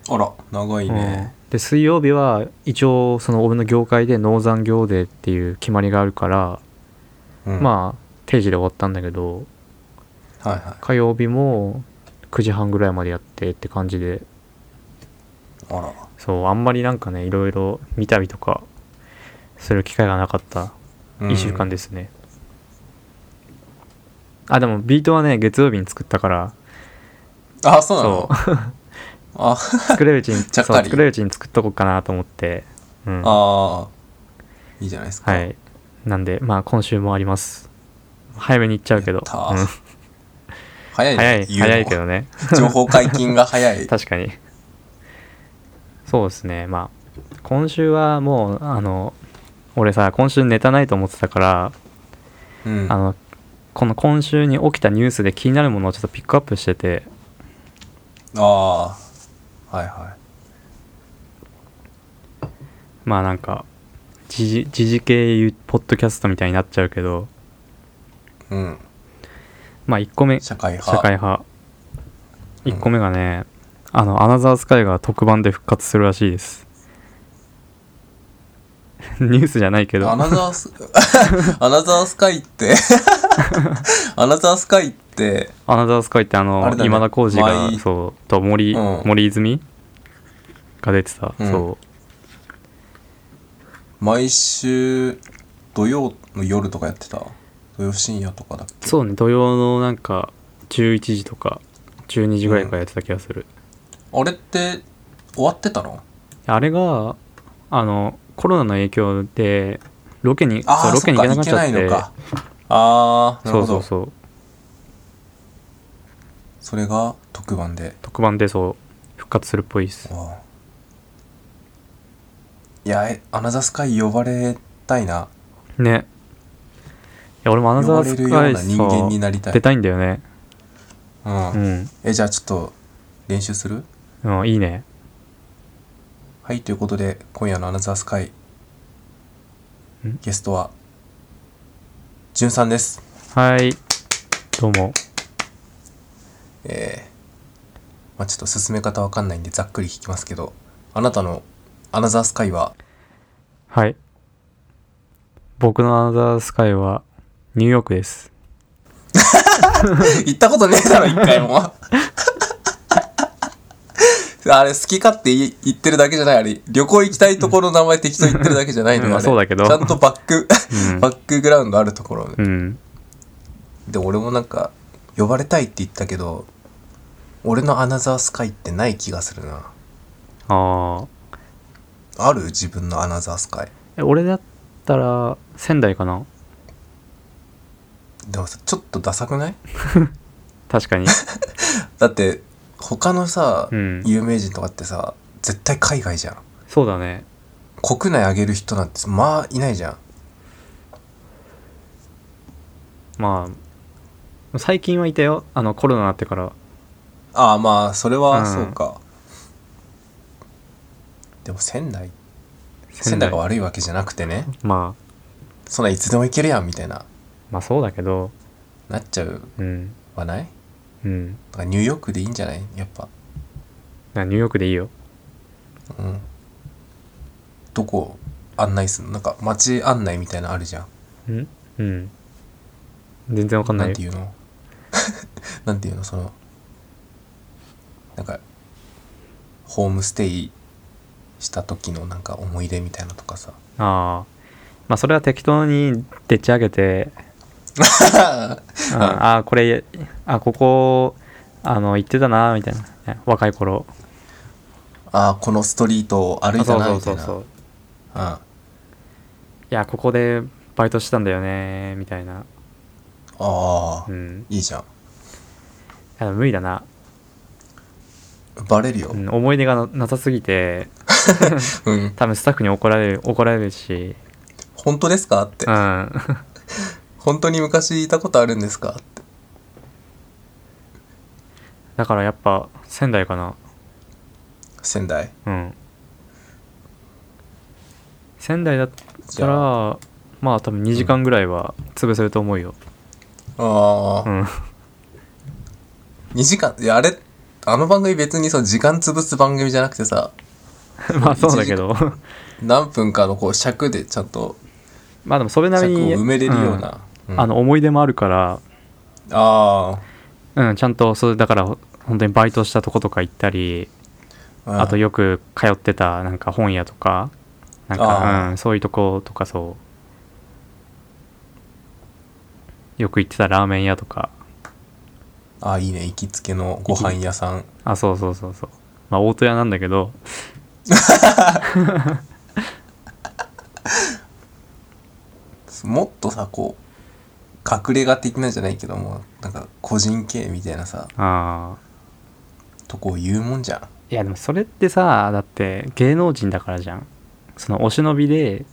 [SPEAKER 2] ああら長いね
[SPEAKER 1] うんで水曜日は一応その俺の業界で農産業デーっていう決まりがあるから、
[SPEAKER 2] あ
[SPEAKER 1] まあ定時で終わったんだけど
[SPEAKER 2] はいは
[SPEAKER 1] 火曜日も9時半ぐらいまでやってって感じで
[SPEAKER 2] いあら
[SPEAKER 1] そうあんまりなんかねいろいろ見たりとかする機会がなかった
[SPEAKER 2] うん
[SPEAKER 1] 1週間ですね、あでもビートはね月曜日に作ったから
[SPEAKER 2] あそうな
[SPEAKER 1] そ
[SPEAKER 2] のあ
[SPEAKER 1] 作れるうちに
[SPEAKER 2] <laughs> ちゃっ
[SPEAKER 1] そう
[SPEAKER 2] かり
[SPEAKER 1] 作れるうちに作っとこうかなと思って、うん、
[SPEAKER 2] ああいいじゃないですか
[SPEAKER 1] は、い。なんで、まあ今週もあります。早めに行っちゃうけど。
[SPEAKER 2] やった
[SPEAKER 1] うん
[SPEAKER 2] ー早い
[SPEAKER 1] 早い、
[SPEAKER 2] ね言うの
[SPEAKER 1] 早いけどね。
[SPEAKER 2] 情報解禁が早
[SPEAKER 1] <laughs>
[SPEAKER 2] い
[SPEAKER 1] 確かに。そうですね。まあ、今週はもう、あの、俺さ、今週ネタないと思ってたから、
[SPEAKER 2] うん
[SPEAKER 1] あの、この今週に起きたニュースで気になるものをちょっとピックアップしてて、
[SPEAKER 2] ああはいは
[SPEAKER 1] まあなんか、時事時事系ゆポッドキャストみたいになっちゃうけど、
[SPEAKER 2] いうん
[SPEAKER 1] まあ1個目、
[SPEAKER 2] 社会派
[SPEAKER 1] 社会派。
[SPEAKER 2] うん
[SPEAKER 1] 1個目がね、あの、アナザースカイが特番で復活するらしいです。 <laughs> ニュースじゃないけど、
[SPEAKER 2] アナザース <laughs> アナザースカイって
[SPEAKER 1] <laughs>
[SPEAKER 2] アナザースカイって
[SPEAKER 1] アナザースカイってあの、
[SPEAKER 2] あれだね
[SPEAKER 1] 今田耕司が、
[SPEAKER 2] 前
[SPEAKER 1] そう、と森、
[SPEAKER 2] うん
[SPEAKER 1] 森泉が出てた、
[SPEAKER 2] うん
[SPEAKER 1] そ
[SPEAKER 2] 毎週土曜の夜とかやってた土曜深夜とかだっ
[SPEAKER 1] う。
[SPEAKER 2] け
[SPEAKER 1] そうね、土曜のなんか、11時とか、12時ぐらいからやってた気がする。
[SPEAKER 2] あれって終わってたの
[SPEAKER 1] あれが、あの、コロナの影響で、ロケに、
[SPEAKER 2] あ
[SPEAKER 1] そう
[SPEAKER 2] あ
[SPEAKER 1] ロ
[SPEAKER 2] そ
[SPEAKER 1] ケ
[SPEAKER 2] っ
[SPEAKER 1] に行
[SPEAKER 2] か
[SPEAKER 1] けなく
[SPEAKER 2] 行
[SPEAKER 1] なっちゃ
[SPEAKER 2] けな
[SPEAKER 1] っ
[SPEAKER 2] いの
[SPEAKER 1] て、
[SPEAKER 2] かああな
[SPEAKER 1] そ
[SPEAKER 2] る
[SPEAKER 1] う
[SPEAKER 2] ほ
[SPEAKER 1] そう
[SPEAKER 2] ど
[SPEAKER 1] そう、
[SPEAKER 2] それが特番で
[SPEAKER 1] 特番でそう、復活するっぽいです。
[SPEAKER 2] わあいやえアナザースカイ呼ばれたいな
[SPEAKER 1] ねいや俺もアナ
[SPEAKER 2] 呼
[SPEAKER 1] ザ
[SPEAKER 2] ば
[SPEAKER 1] ー
[SPEAKER 2] れ
[SPEAKER 1] ス
[SPEAKER 2] るよ
[SPEAKER 1] カ
[SPEAKER 2] う
[SPEAKER 1] イ
[SPEAKER 2] な人間に
[SPEAKER 1] さ
[SPEAKER 2] なりたい
[SPEAKER 1] 出たいんだよね
[SPEAKER 2] う、
[SPEAKER 1] うんん、
[SPEAKER 2] えじゃあちょっと練習する
[SPEAKER 1] うん、いいね
[SPEAKER 2] はいということで今夜の「アナザースカイ」ゲストはじゅんさんです
[SPEAKER 1] はいと思う
[SPEAKER 2] えーまあ、ちょっと進め方わかんないんでざっくり聞きますけどあなたのアナザースカイは
[SPEAKER 1] はい僕のアナザースカイはニューヨークです
[SPEAKER 2] 行ったことねえだろ一回も <laughs> あれ好き勝手言言ってるだけじゃないあれ旅行行きたいところの名前適当言ってるだけじゃないの
[SPEAKER 1] うん
[SPEAKER 2] よあれ
[SPEAKER 1] そうだけど
[SPEAKER 2] ちゃんとバック、 <laughs>
[SPEAKER 1] うん
[SPEAKER 2] バックグラウンドあるところ、
[SPEAKER 1] うん
[SPEAKER 2] で俺もなんか呼ばれたいって言ったけど俺のアナザースカイってない気がするな
[SPEAKER 1] ああ
[SPEAKER 2] ある自分のアナザースカイ
[SPEAKER 1] え俺だったら仙台かな
[SPEAKER 2] でもさちょっとダサくない
[SPEAKER 1] 確かに
[SPEAKER 2] だって他のさ、
[SPEAKER 1] うん
[SPEAKER 2] 有名人とかってさ絶対海外じゃん
[SPEAKER 1] そうだね
[SPEAKER 2] 国内上げる人なんてまあいないじゃん
[SPEAKER 1] まあ最近はいたよあのコロナになってから
[SPEAKER 2] ああまあそれ
[SPEAKER 1] う
[SPEAKER 2] は
[SPEAKER 1] ん
[SPEAKER 2] そうか、でも仙台仙台が悪いわけじゃなくてね
[SPEAKER 1] まあ
[SPEAKER 2] そんないつでも行けるやんみたいな
[SPEAKER 1] まあそうだけど
[SPEAKER 2] なっちゃう
[SPEAKER 1] うん
[SPEAKER 2] はない
[SPEAKER 1] うん
[SPEAKER 2] だからニューヨークでいいんじゃないやっぱ
[SPEAKER 1] なニューヨークでいいよ
[SPEAKER 2] うんどこ案内すんのなんか街案内みたいなのあるじゃん
[SPEAKER 1] うんうん全然わかんな
[SPEAKER 2] ないん
[SPEAKER 1] よ
[SPEAKER 2] ていうの <laughs> なんていうのそのなんかホームステイした時のなんか思い出みたいなとかさ <laughs>
[SPEAKER 1] ああまあそれは適当にでっち上げてうんああこれあここあの行ってたなみたいなね若い頃
[SPEAKER 2] ああこのストリートを歩いた
[SPEAKER 1] そう
[SPEAKER 2] な
[SPEAKER 1] そ
[SPEAKER 2] み
[SPEAKER 1] う
[SPEAKER 2] た
[SPEAKER 1] そ
[SPEAKER 2] いうな
[SPEAKER 1] そう
[SPEAKER 2] うん
[SPEAKER 1] いやここでバイトしてたんだよねみたいな
[SPEAKER 2] ああ、
[SPEAKER 1] うん
[SPEAKER 2] いいじゃん
[SPEAKER 1] あ無理だな、
[SPEAKER 2] バレるよ
[SPEAKER 1] うん、思い出がななさすぎて
[SPEAKER 2] うん、
[SPEAKER 1] 多分スタッフに怒られる怒られるし
[SPEAKER 2] 本当ですかって
[SPEAKER 1] うん <laughs>
[SPEAKER 2] 本当に昔いたことあるんですかって
[SPEAKER 1] だからやっぱ仙台かな
[SPEAKER 2] 仙台
[SPEAKER 1] うん仙台だっ
[SPEAKER 2] じ
[SPEAKER 1] た
[SPEAKER 2] ゃああ
[SPEAKER 1] らまあ多分2時間ぐらいは潰せると思うよ
[SPEAKER 2] あ、
[SPEAKER 1] うん
[SPEAKER 2] 2時間いやあれあの番組別にそう時間潰す番組じゃなくてさ
[SPEAKER 1] <laughs> まあそうだけど
[SPEAKER 2] 何分かのこう尺でちゃんと
[SPEAKER 1] <laughs> まあでもそれなり
[SPEAKER 2] 尺を
[SPEAKER 1] に
[SPEAKER 2] 埋めれるような、
[SPEAKER 1] う
[SPEAKER 2] うんん
[SPEAKER 1] あの思い出もあるから、
[SPEAKER 2] あ
[SPEAKER 1] うん、ちゃんとそれだから本当にバイトしたとことか行ったり
[SPEAKER 2] あ、うん
[SPEAKER 1] あとよく通ってたなんか本屋とかなん
[SPEAKER 2] あ
[SPEAKER 1] か、
[SPEAKER 2] ー
[SPEAKER 1] うん、そういうとことかそうよく行ってたラーメン屋とか
[SPEAKER 2] ああいいね行きつけのご飯屋さん
[SPEAKER 1] あそうそうそうそうまあ大戸屋なんだけど
[SPEAKER 2] もっとさこう隠れ家的なんじゃないけどもなんか個人系みたいなさ
[SPEAKER 1] あー
[SPEAKER 2] とこを言うもんじゃん
[SPEAKER 1] いやでもそれってさだって芸能人だからじゃんそのお忍びで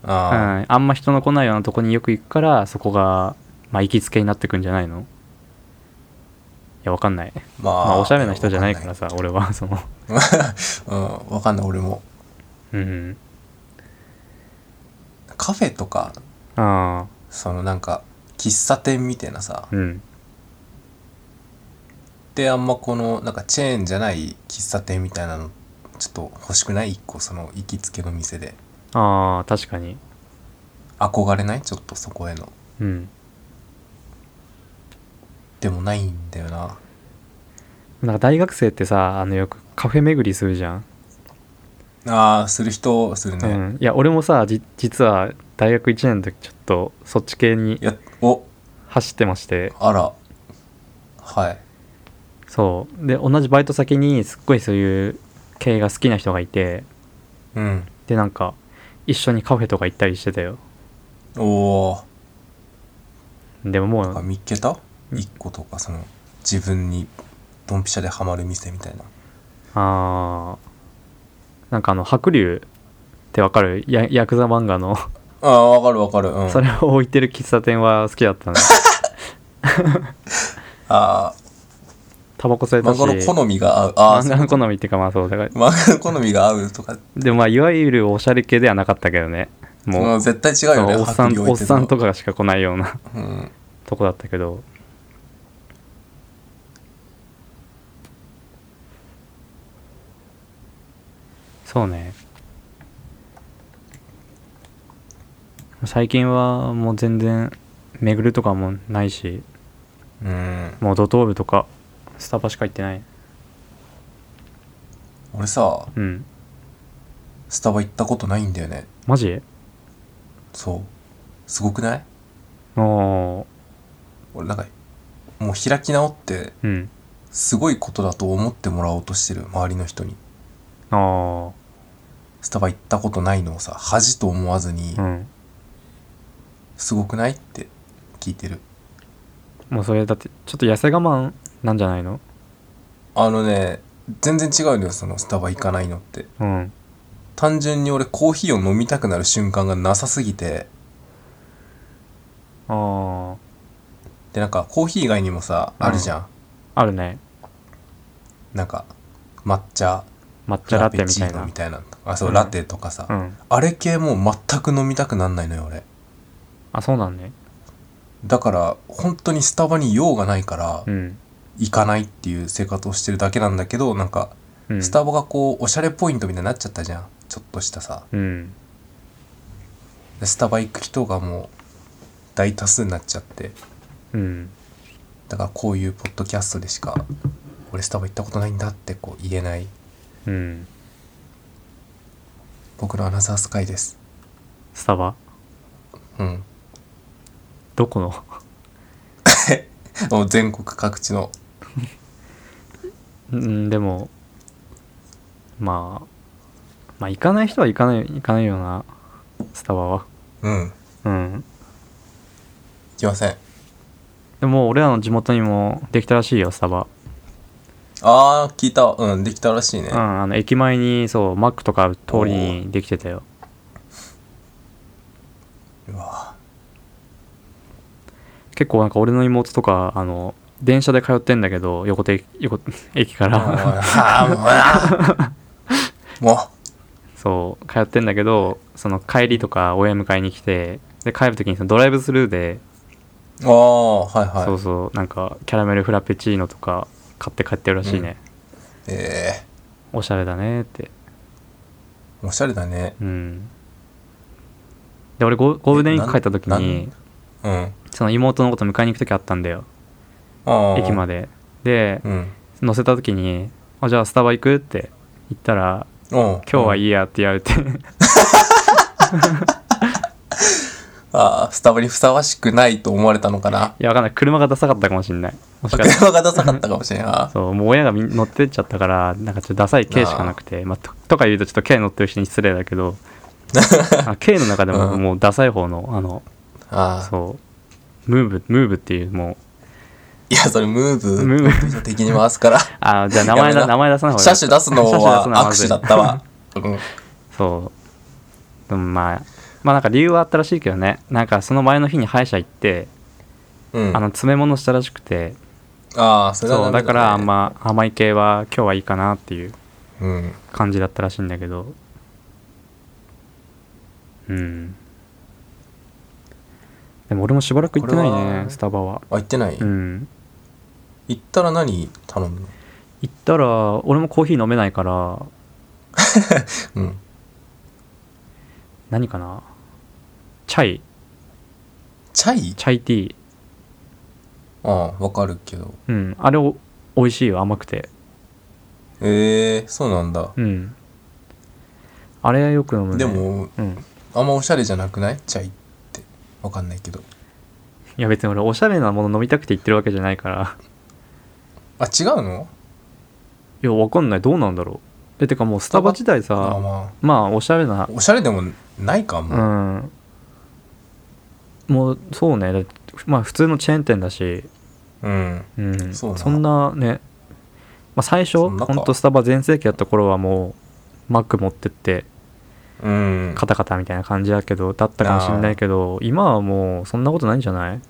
[SPEAKER 1] うん、
[SPEAKER 2] ああ、
[SPEAKER 1] あんま人の来ないようなとこによく行くからそこが、まあ、行きつけになってくんじゃないのいやわかんない
[SPEAKER 2] まあ、
[SPEAKER 1] まあおしゃれな人じゃないからさ俺はその
[SPEAKER 2] わかんないうんわかんない俺も
[SPEAKER 1] うん
[SPEAKER 2] カフェとか
[SPEAKER 1] あ
[SPEAKER 2] そのなんか喫茶店みたいなさ
[SPEAKER 1] あうん
[SPEAKER 2] であんまこのなんかチェーンじゃない喫茶店みたいなのちょっと欲しくない一個その行きつけの店で
[SPEAKER 1] ああ確かに
[SPEAKER 2] 憧れないちょっとそこへの
[SPEAKER 1] うん
[SPEAKER 2] でもないんだよな
[SPEAKER 1] なんか大学生ってさあのよくカフェ巡りするじゃん、
[SPEAKER 2] あーする人する
[SPEAKER 1] う
[SPEAKER 2] ね、
[SPEAKER 1] ん、いや俺もさじ実は大学1年の時ちょっとそっち系に
[SPEAKER 2] いやお
[SPEAKER 1] 走ってまして
[SPEAKER 2] あらはい
[SPEAKER 1] そうで同じバイト先にすっごいそういう系が好きな人がいて
[SPEAKER 2] うん
[SPEAKER 1] でなんか一緒にカフェとか行ったりしてたよ
[SPEAKER 2] おお
[SPEAKER 1] でもも
[SPEAKER 2] あ
[SPEAKER 1] う
[SPEAKER 2] 見っけた一個とかその自分にドンピシャでハマる店みたいな
[SPEAKER 1] あーなんかあの白龍ってわかるやヤクザ漫画の
[SPEAKER 2] ああわかるわかるうん
[SPEAKER 1] それを置いてる喫茶店は好きだった
[SPEAKER 2] <laughs>
[SPEAKER 1] ね
[SPEAKER 2] あ
[SPEAKER 1] タバコ吸
[SPEAKER 2] あ
[SPEAKER 1] えた
[SPEAKER 2] 漫
[SPEAKER 1] し
[SPEAKER 2] 画の好みが合うああ
[SPEAKER 1] 漫画の好みっていうかまあそうだから
[SPEAKER 2] 漫画の好みが合うとか
[SPEAKER 1] でもまあいわゆるおしゃれ系ではなかったけどねも
[SPEAKER 2] う
[SPEAKER 1] うん
[SPEAKER 2] 絶対違う
[SPEAKER 1] そ
[SPEAKER 2] よ
[SPEAKER 1] の
[SPEAKER 2] ね
[SPEAKER 1] おっさんおっさんと
[SPEAKER 2] か
[SPEAKER 1] かがしか来ないような
[SPEAKER 2] うん
[SPEAKER 1] とこだったけどそうね最近はもう全然巡るとかもないし
[SPEAKER 2] うん
[SPEAKER 1] もうドトールとかスタバしか行ってない
[SPEAKER 2] 俺さ
[SPEAKER 1] うん
[SPEAKER 2] スタバ行ったことないんだよね
[SPEAKER 1] マジ
[SPEAKER 2] そうすごくない
[SPEAKER 1] ああ
[SPEAKER 2] 俺なんかもう開き直って
[SPEAKER 1] うん
[SPEAKER 2] すごいことだと思ってもらおうとしてる周りの人に
[SPEAKER 1] あ
[SPEAKER 2] スタバ行ったことないのをさ恥と思わずに
[SPEAKER 1] あうん
[SPEAKER 2] すごくないって聞いてる
[SPEAKER 1] もうそれだってちょっと痩せ我慢なんじゃないの
[SPEAKER 2] あのね全然違うのよそのスタバ行かないのって
[SPEAKER 1] うん
[SPEAKER 2] 単純に俺コーヒーを飲みたくなる瞬間がなさすぎて
[SPEAKER 1] あ
[SPEAKER 2] でなんかコーヒー以外にもさ
[SPEAKER 1] うん
[SPEAKER 2] あるじゃん、
[SPEAKER 1] ああるね
[SPEAKER 2] なんか抹茶
[SPEAKER 1] 抹
[SPEAKER 2] フ
[SPEAKER 1] 茶
[SPEAKER 2] ラ
[SPEAKER 1] ラテ
[SPEAKER 2] ペ
[SPEAKER 1] み
[SPEAKER 2] チ
[SPEAKER 1] たい
[SPEAKER 2] ーノ
[SPEAKER 1] な
[SPEAKER 2] みたいなあそう、
[SPEAKER 1] うん
[SPEAKER 2] ラテとかさ、
[SPEAKER 1] うん
[SPEAKER 2] あれ系もう全く飲みたくなんないのよ俺
[SPEAKER 1] あそうなんね
[SPEAKER 2] だから本当にスタバに用がないから
[SPEAKER 1] うん、
[SPEAKER 2] 行かないっていう生活をしてるだけなんだけどなんか
[SPEAKER 1] うん、
[SPEAKER 2] スタバがこうおしゃれポイントみたいになっちゃったじゃんちょっとしたさ
[SPEAKER 1] うん
[SPEAKER 2] でスタバ行く人がもう大多数になっちゃって
[SPEAKER 1] うん
[SPEAKER 2] だからこういうポッドキャストでしか俺スタバ行ったことないんだってこう言えない
[SPEAKER 1] うん
[SPEAKER 2] 僕のアナザースカイです
[SPEAKER 1] スタバ
[SPEAKER 2] うん
[SPEAKER 1] どこの
[SPEAKER 2] もう全国各地の
[SPEAKER 1] うんでもまあまあ行かない人は行かない行かないよなスタバは
[SPEAKER 2] うん
[SPEAKER 1] うん
[SPEAKER 2] 行きません
[SPEAKER 1] でも俺らの地元にもできたらしいよスタバ
[SPEAKER 2] あー聞いたうんできたらしいね
[SPEAKER 1] うんあの駅前にそうマックとかある通りにできてたよ
[SPEAKER 2] うわ
[SPEAKER 1] 結構なんか俺の妹とかあの電車で通ってんだけど横手横駅か
[SPEAKER 2] あ
[SPEAKER 1] ら
[SPEAKER 2] あ <laughs> ーもうあーもうあ
[SPEAKER 1] そう通ってんだけどその帰りとか親迎えに来てで帰る時にそのドライブスルーで、
[SPEAKER 2] ーもうあーはい
[SPEAKER 1] そ
[SPEAKER 2] は
[SPEAKER 1] う
[SPEAKER 2] い
[SPEAKER 1] そうなんかキャラメルフラペチーノとか買って帰ってるらしいね、
[SPEAKER 2] え
[SPEAKER 1] おしゃれだねって
[SPEAKER 2] ー、おしゃれだね
[SPEAKER 1] うんで俺ゴゴールデンウィーク帰った時
[SPEAKER 2] えなん
[SPEAKER 1] に
[SPEAKER 2] うんあ
[SPEAKER 1] その妹のこと迎えに行く時あったんだよ
[SPEAKER 2] あ
[SPEAKER 1] 駅ま
[SPEAKER 2] で
[SPEAKER 1] でで
[SPEAKER 2] うん
[SPEAKER 1] 乗せた時に「あじゃあスタバ行く?」って言ったら
[SPEAKER 2] 今
[SPEAKER 1] 「今日はい
[SPEAKER 2] い
[SPEAKER 1] いや」って言われて <laughs>
[SPEAKER 2] あースタバにふさわしくないと思われたのかない
[SPEAKER 1] やわかんない車がダサかったかもしんないもしかしたら
[SPEAKER 2] 車がダサかったかもしれんな
[SPEAKER 1] そう、もう親がみん乗ってっちゃったから、なんかちょっとダサい軽しかなくて、まあ、ととか言うとちょっと軽乗ってる人に失礼だけ
[SPEAKER 2] <laughs>
[SPEAKER 1] ど、あ軽の中でも
[SPEAKER 2] うん
[SPEAKER 1] もうダサい方の、あの、
[SPEAKER 2] ああ
[SPEAKER 1] そう、ムーブ、ムーブっていう、も
[SPEAKER 2] いやそれムー
[SPEAKER 1] う、
[SPEAKER 2] ブ
[SPEAKER 1] ムーブ、
[SPEAKER 2] 敵に回
[SPEAKER 1] <laughs>
[SPEAKER 2] すから
[SPEAKER 1] あーじゃあ名前
[SPEAKER 2] やめ
[SPEAKER 1] だ、
[SPEAKER 2] な
[SPEAKER 1] 名前出さない方が
[SPEAKER 2] 車
[SPEAKER 1] いい。
[SPEAKER 2] 種出すのは握手だったわうん
[SPEAKER 1] そう。でもまあ、まあなんか理由はあったらしいけどね、なんかその前の日に歯医者行って、
[SPEAKER 2] うん
[SPEAKER 1] あの、詰め物したらしくて、
[SPEAKER 2] ああそれは
[SPEAKER 1] そう、だ
[SPEAKER 2] ダメ
[SPEAKER 1] からあ
[SPEAKER 2] ね
[SPEAKER 1] んま甘い系は今日はいいかなっていう。
[SPEAKER 2] うん
[SPEAKER 1] 感じだったらしいんだけどうんでも俺もしばらく行ってない
[SPEAKER 2] これ
[SPEAKER 1] ね
[SPEAKER 2] は
[SPEAKER 1] スタバは
[SPEAKER 2] あ行ってない、
[SPEAKER 1] うん
[SPEAKER 2] 行ったら何頼むの
[SPEAKER 1] 行ったら俺もコーヒー飲めないから
[SPEAKER 2] うん
[SPEAKER 1] 何かなチャイ
[SPEAKER 2] チャイ
[SPEAKER 1] チャイティー
[SPEAKER 2] ああわかるけど
[SPEAKER 1] うんあれお美味しいよ甘くて
[SPEAKER 2] ええそうなんだ
[SPEAKER 1] うんあれはよく飲むね
[SPEAKER 2] でも
[SPEAKER 1] うん
[SPEAKER 2] あんまおしゃれじゃなくないチャイってわかんないけど
[SPEAKER 1] いや別に俺おしゃれなもの飲みたくて言ってるわけじゃないから
[SPEAKER 2] あ違うの
[SPEAKER 1] いやわかんないどうなんだろうえてかもうスタバ自体
[SPEAKER 2] ああ
[SPEAKER 1] さ
[SPEAKER 2] ま
[SPEAKER 1] まあおしゃれな
[SPEAKER 2] あおしゃれでもないか
[SPEAKER 1] う
[SPEAKER 2] も、
[SPEAKER 1] んもうそうねだまあ普通のチェーン店だし、
[SPEAKER 2] うん、
[SPEAKER 1] うん、
[SPEAKER 2] そうな
[SPEAKER 1] そんなね、まあ、最初
[SPEAKER 2] そ
[SPEAKER 1] ほ
[SPEAKER 2] んなか
[SPEAKER 1] んとスタバ全盛期だった頃はもうマック持ってって
[SPEAKER 2] うん
[SPEAKER 1] カタカタみたいな感じだけどだったかもしれないけど今はもうそんなことないんじゃない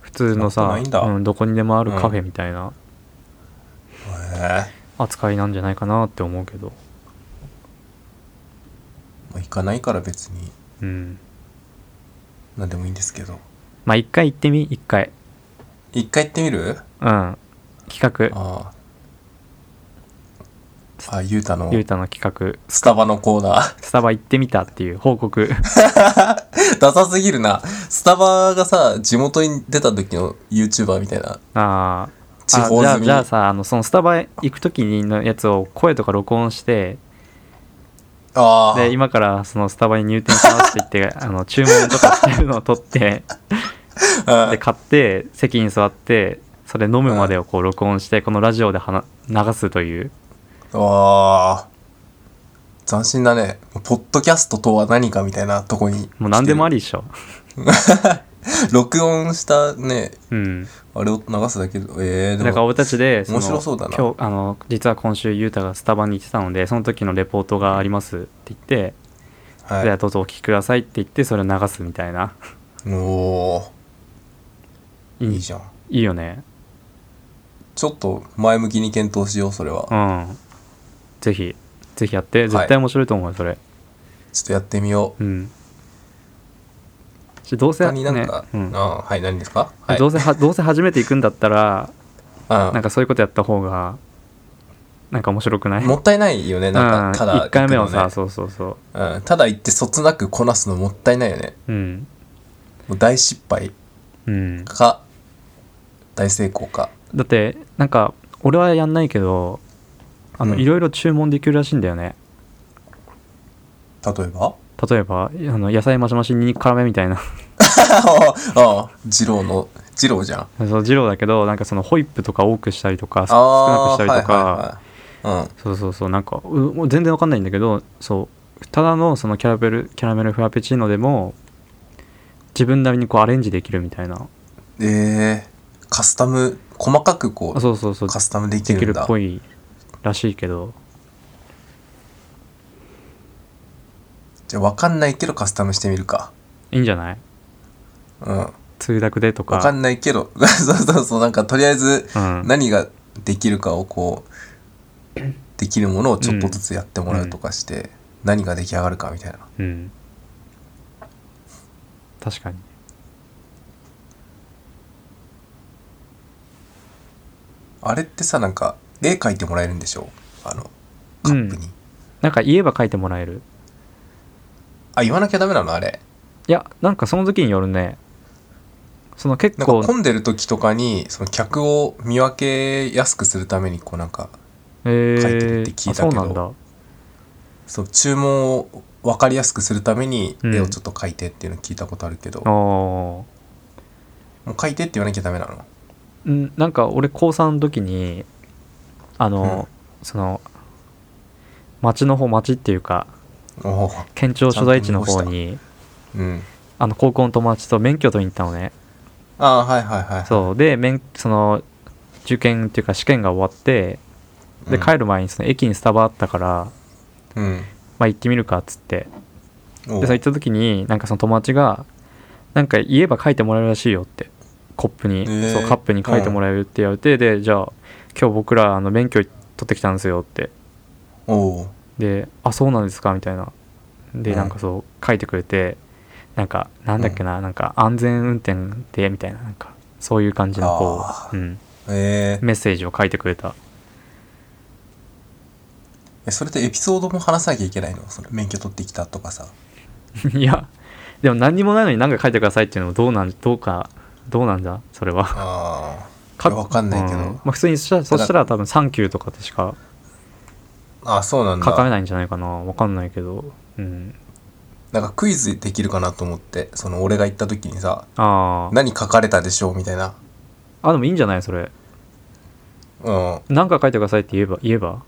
[SPEAKER 1] 普通の
[SPEAKER 2] そ
[SPEAKER 1] さ
[SPEAKER 2] んなことないんだ
[SPEAKER 1] うん、どこにでもあるカフェみたいな
[SPEAKER 2] へえ
[SPEAKER 1] 扱いなんじゃないかなって思うけど、
[SPEAKER 2] まあ行かないから別に
[SPEAKER 1] うん、
[SPEAKER 2] 何でもいいんですけど
[SPEAKER 1] まあ一回行ってみ一回
[SPEAKER 2] 一回行ってみる
[SPEAKER 1] うん企画
[SPEAKER 2] あああゆうたの
[SPEAKER 1] ゆうたの企画
[SPEAKER 2] スタバのコーナー <laughs>
[SPEAKER 1] スタバ行ってみたっていう報告
[SPEAKER 2] ダサすぎるなスタバがさ地元に出た時の YouTuber みたいな
[SPEAKER 1] あー
[SPEAKER 2] 地
[SPEAKER 1] あ
[SPEAKER 2] 方
[SPEAKER 1] じゃ
[SPEAKER 2] 住
[SPEAKER 1] あ
[SPEAKER 2] み
[SPEAKER 1] じゃあさあのそのスタバ行く時のやつを声とか録音して
[SPEAKER 2] あ
[SPEAKER 1] で
[SPEAKER 2] ー
[SPEAKER 1] 今からそのスタバに入店しますって言って <laughs> あの注文とかしてるのを取
[SPEAKER 2] <laughs>
[SPEAKER 1] って
[SPEAKER 2] あ
[SPEAKER 1] で買って席に座ってそれ飲むまでをこう録音してこのラジオで話流すという
[SPEAKER 2] あー斬新だねポッドキャストとは何かみたいなとこに
[SPEAKER 1] もう何でもあ
[SPEAKER 2] り
[SPEAKER 1] りでしょ、
[SPEAKER 2] 録音したね
[SPEAKER 1] うん、
[SPEAKER 2] あれを流すだけどえー、で
[SPEAKER 1] だから
[SPEAKER 2] も
[SPEAKER 1] 俺たちでその
[SPEAKER 2] 面白そうだな
[SPEAKER 1] 今日あの実は今週ゆうたがスタバに行ってたのでその時のレポートがありますって言って、
[SPEAKER 2] は
[SPEAKER 1] ではどうぞお聞きくださいって言ってそれを流すみたいな
[SPEAKER 2] いおー
[SPEAKER 1] いい
[SPEAKER 2] いいじゃん
[SPEAKER 1] いいよね
[SPEAKER 2] ちょっと前向きに検討しようそれは
[SPEAKER 1] うんぜひぜひやって絶対面白いと思うよそれ
[SPEAKER 2] ちょっとやってみよう
[SPEAKER 1] うんしどうせ
[SPEAKER 2] 他になんか、
[SPEAKER 1] ねうん
[SPEAKER 2] あーはい何ですかはい
[SPEAKER 1] どうせは <laughs> どうせ初めて行くんだったら
[SPEAKER 2] うん
[SPEAKER 1] なんかそういうことやった方がなんか面白くない
[SPEAKER 2] もったいないよねなんかただ
[SPEAKER 1] うん、1回目はさ、
[SPEAKER 2] 行く
[SPEAKER 1] そうそうそ
[SPEAKER 2] のねうん、ただ行ってそつなくこなすのもったいないよね
[SPEAKER 1] ううん
[SPEAKER 2] もう大失敗
[SPEAKER 1] うん
[SPEAKER 2] か大成功か
[SPEAKER 1] だってなんか俺はやんないけどあの、
[SPEAKER 2] うん
[SPEAKER 1] いろいろ注文できるらしいんだよね
[SPEAKER 2] 例えば <laughs>
[SPEAKER 1] 例えばあの野菜増し増しにんにく辛めみたいな <laughs>
[SPEAKER 2] ああ二郎の二郎じゃん
[SPEAKER 1] そう二郎だけどなんかそのホイップとか多くしたりとか少
[SPEAKER 2] あ
[SPEAKER 1] な
[SPEAKER 2] あ
[SPEAKER 1] くしたりとか、
[SPEAKER 2] はいはいはい、
[SPEAKER 1] そうそうそうなんかうもう全然わかんないんだけどそうただのそのキャラメルキャラメルフラペチーノでも自分なりにこうアレンジできるみたいな
[SPEAKER 2] うんえー、カスタム細かくこ
[SPEAKER 1] あ
[SPEAKER 2] う
[SPEAKER 1] そうそうそう
[SPEAKER 2] カスタムでき
[SPEAKER 1] でき
[SPEAKER 2] るん
[SPEAKER 1] る
[SPEAKER 2] だ
[SPEAKER 1] っぽいらしいけど
[SPEAKER 2] じゃあ分かんないけどカスタムしてみるか
[SPEAKER 1] いいんじゃない
[SPEAKER 2] うん
[SPEAKER 1] 通学でとか
[SPEAKER 2] 分かんないけど <laughs> そうそうそうなんかとりあえず
[SPEAKER 1] うん、
[SPEAKER 2] 何ができるかをこうできるものをちょっとずつやってもらうとかして、何が出来上がるかみたいな
[SPEAKER 1] うん、確かに
[SPEAKER 2] あれってさなんか絵描いてもらえるんでしょあのカップに、
[SPEAKER 1] なんか言えば書いてもらえる
[SPEAKER 2] あ言わなきゃダメなのあれ
[SPEAKER 1] いやなんかその時によるねその結
[SPEAKER 2] なん
[SPEAKER 1] 構
[SPEAKER 2] か混んでる時とかにその客を見分けやすくするためにこうなんか
[SPEAKER 1] え
[SPEAKER 2] 書いてるって
[SPEAKER 1] ー、
[SPEAKER 2] 聞
[SPEAKER 1] あ
[SPEAKER 2] いた
[SPEAKER 1] そう
[SPEAKER 2] けど
[SPEAKER 1] なんだ
[SPEAKER 2] そう注文を分かりやすくするために
[SPEAKER 1] うん
[SPEAKER 2] 絵をちょっと描いてっていうの聞いたことあるけど、
[SPEAKER 1] あー
[SPEAKER 2] もう描いてって言わなきゃダメなの
[SPEAKER 1] うんなんか俺高3の時にあの、その町の方町っていうか
[SPEAKER 2] おー
[SPEAKER 1] 県庁所在地の方に
[SPEAKER 2] うん
[SPEAKER 1] あの高校の友達と免許取りに行ったのね
[SPEAKER 2] ああはいはいはい
[SPEAKER 1] そうで免その受験っていうか試験が終わってで
[SPEAKER 2] うん
[SPEAKER 1] 帰る前にその駅にスタバあったから、
[SPEAKER 2] うん
[SPEAKER 1] まあ行ってみるかっつって
[SPEAKER 2] お
[SPEAKER 1] でそれ行った時になんかその友達がなんか言えば書いてもらえるらしいよってコップに、
[SPEAKER 2] へー
[SPEAKER 1] そうカップに書いてもらえるって言われて、でじゃあ今日僕らあの免許取ってきたんですよって
[SPEAKER 2] おー
[SPEAKER 1] で「あそうなんですか」みたいなで
[SPEAKER 2] うん
[SPEAKER 1] なんかそう書いてくれてなんかなんだっけな、なんか安全運転でみたいななんかそういう感じのこ
[SPEAKER 2] あ
[SPEAKER 1] う、うん、
[SPEAKER 2] えー
[SPEAKER 1] メッセージを書いてくれた <laughs>
[SPEAKER 2] えそれってエピソードも話さなきゃいけないのそれ免許取ってきたとかさ
[SPEAKER 1] いや、でも何にもないのに何か書いてくださいっていうのもどうなん、どうか、どうなんだそれは。
[SPEAKER 2] ああわかん <laughs> ないけど、
[SPEAKER 1] うんまあ普通にそしたら、そしたら多分サンキューとかでしか
[SPEAKER 2] ああそうなん
[SPEAKER 1] 書かれ
[SPEAKER 2] だ
[SPEAKER 1] ないんじゃないかなわかんないけど。うん。
[SPEAKER 2] なんかクイズできるかなと思ってその俺が行った時にさ
[SPEAKER 1] ああ。
[SPEAKER 2] 何書かれたでしょうみたいな
[SPEAKER 1] あ、でもいいんじゃないそれ。
[SPEAKER 2] うん
[SPEAKER 1] 何か書いてくださいって言えば、言えば。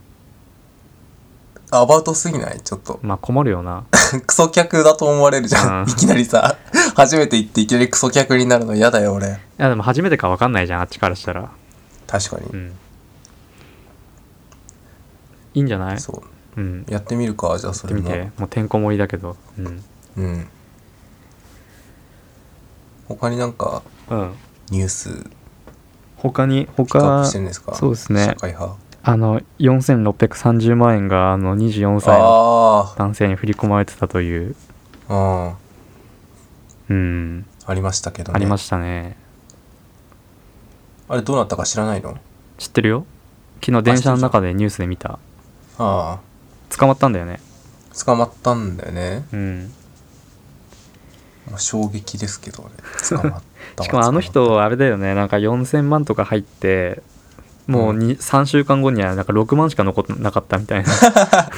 [SPEAKER 2] アバウトすぎないちょっと
[SPEAKER 1] まあ困るよな。
[SPEAKER 2] クソ客だと思われるじゃ
[SPEAKER 1] うん
[SPEAKER 2] んいきなりさ <laughs> 初めて行っていきなりクソ客になるの嫌だよ俺
[SPEAKER 1] いやでも初めてかわかんないじゃん、あっちからしたら。
[SPEAKER 2] 確かに、
[SPEAKER 1] うん。いいんじゃない
[SPEAKER 2] そ
[SPEAKER 1] うん。
[SPEAKER 2] うやってみるかじゃあそ
[SPEAKER 1] やって
[SPEAKER 2] れ
[SPEAKER 1] み
[SPEAKER 2] も
[SPEAKER 1] て。もうてんこ盛りだけど。うん。
[SPEAKER 2] うん他になんか
[SPEAKER 1] うん。
[SPEAKER 2] ニュース
[SPEAKER 1] 他に、
[SPEAKER 2] ピックアッ
[SPEAKER 1] 他
[SPEAKER 2] プし、てるんですか
[SPEAKER 1] そうですね
[SPEAKER 2] 社会派
[SPEAKER 1] あの4630万円があの24歳の
[SPEAKER 2] あ
[SPEAKER 1] 男性に振り込まれてたという
[SPEAKER 2] あうん
[SPEAKER 1] うん
[SPEAKER 2] ありましたけどね
[SPEAKER 1] ありましたね
[SPEAKER 2] あれどうなったか知らないの
[SPEAKER 1] 知ってるよ昨日電車の中でニュースで見た
[SPEAKER 2] あ
[SPEAKER 1] 捕まったんだよね
[SPEAKER 2] あ捕まったんだよね、
[SPEAKER 1] うん
[SPEAKER 2] まあ、衝撃ですけどね捕まった
[SPEAKER 1] <laughs>
[SPEAKER 2] わ
[SPEAKER 1] しかもあの人あれだよねなんか4000万とか入ってもうに、3週間後にはなんか6万しか残ってなかったみたいな
[SPEAKER 2] あ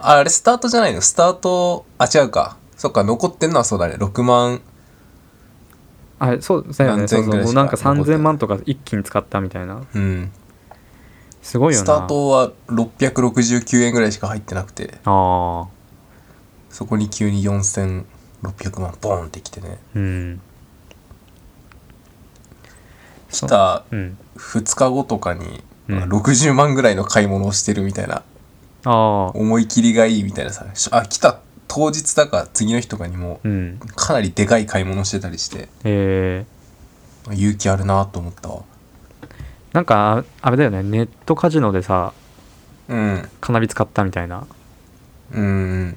[SPEAKER 2] あれスタートじゃないのスタートあ違うかそっか残ってんのはそうだね6万
[SPEAKER 1] あれそうだよね
[SPEAKER 2] 何
[SPEAKER 1] そう
[SPEAKER 2] 千
[SPEAKER 1] そ
[SPEAKER 2] ぐら
[SPEAKER 1] う
[SPEAKER 2] い
[SPEAKER 1] もう
[SPEAKER 2] し
[SPEAKER 1] な
[SPEAKER 2] か
[SPEAKER 1] んか3000万とか一気に使ったみたいな
[SPEAKER 2] うん
[SPEAKER 1] すごいよ
[SPEAKER 2] ス
[SPEAKER 1] な
[SPEAKER 2] タートは669円ぐらいしか入ってなくて
[SPEAKER 1] ああ
[SPEAKER 2] そこに急に4600万ボーンってきてね
[SPEAKER 1] うん
[SPEAKER 2] 来た
[SPEAKER 1] うん
[SPEAKER 2] 2日後とかに
[SPEAKER 1] うん
[SPEAKER 2] 60万ぐらいの買い物をしてるみたいな、
[SPEAKER 1] ああ
[SPEAKER 2] 思い切りがいいみたいなさしあ来た当日だか次の日とかにも
[SPEAKER 1] うん
[SPEAKER 2] かなりでかい買い物してたりして
[SPEAKER 1] えー、
[SPEAKER 2] 勇気あるなと思ったわ
[SPEAKER 1] なんかああれだよねネットカジノでさ
[SPEAKER 2] うん
[SPEAKER 1] かなり使ったみたいな
[SPEAKER 2] うん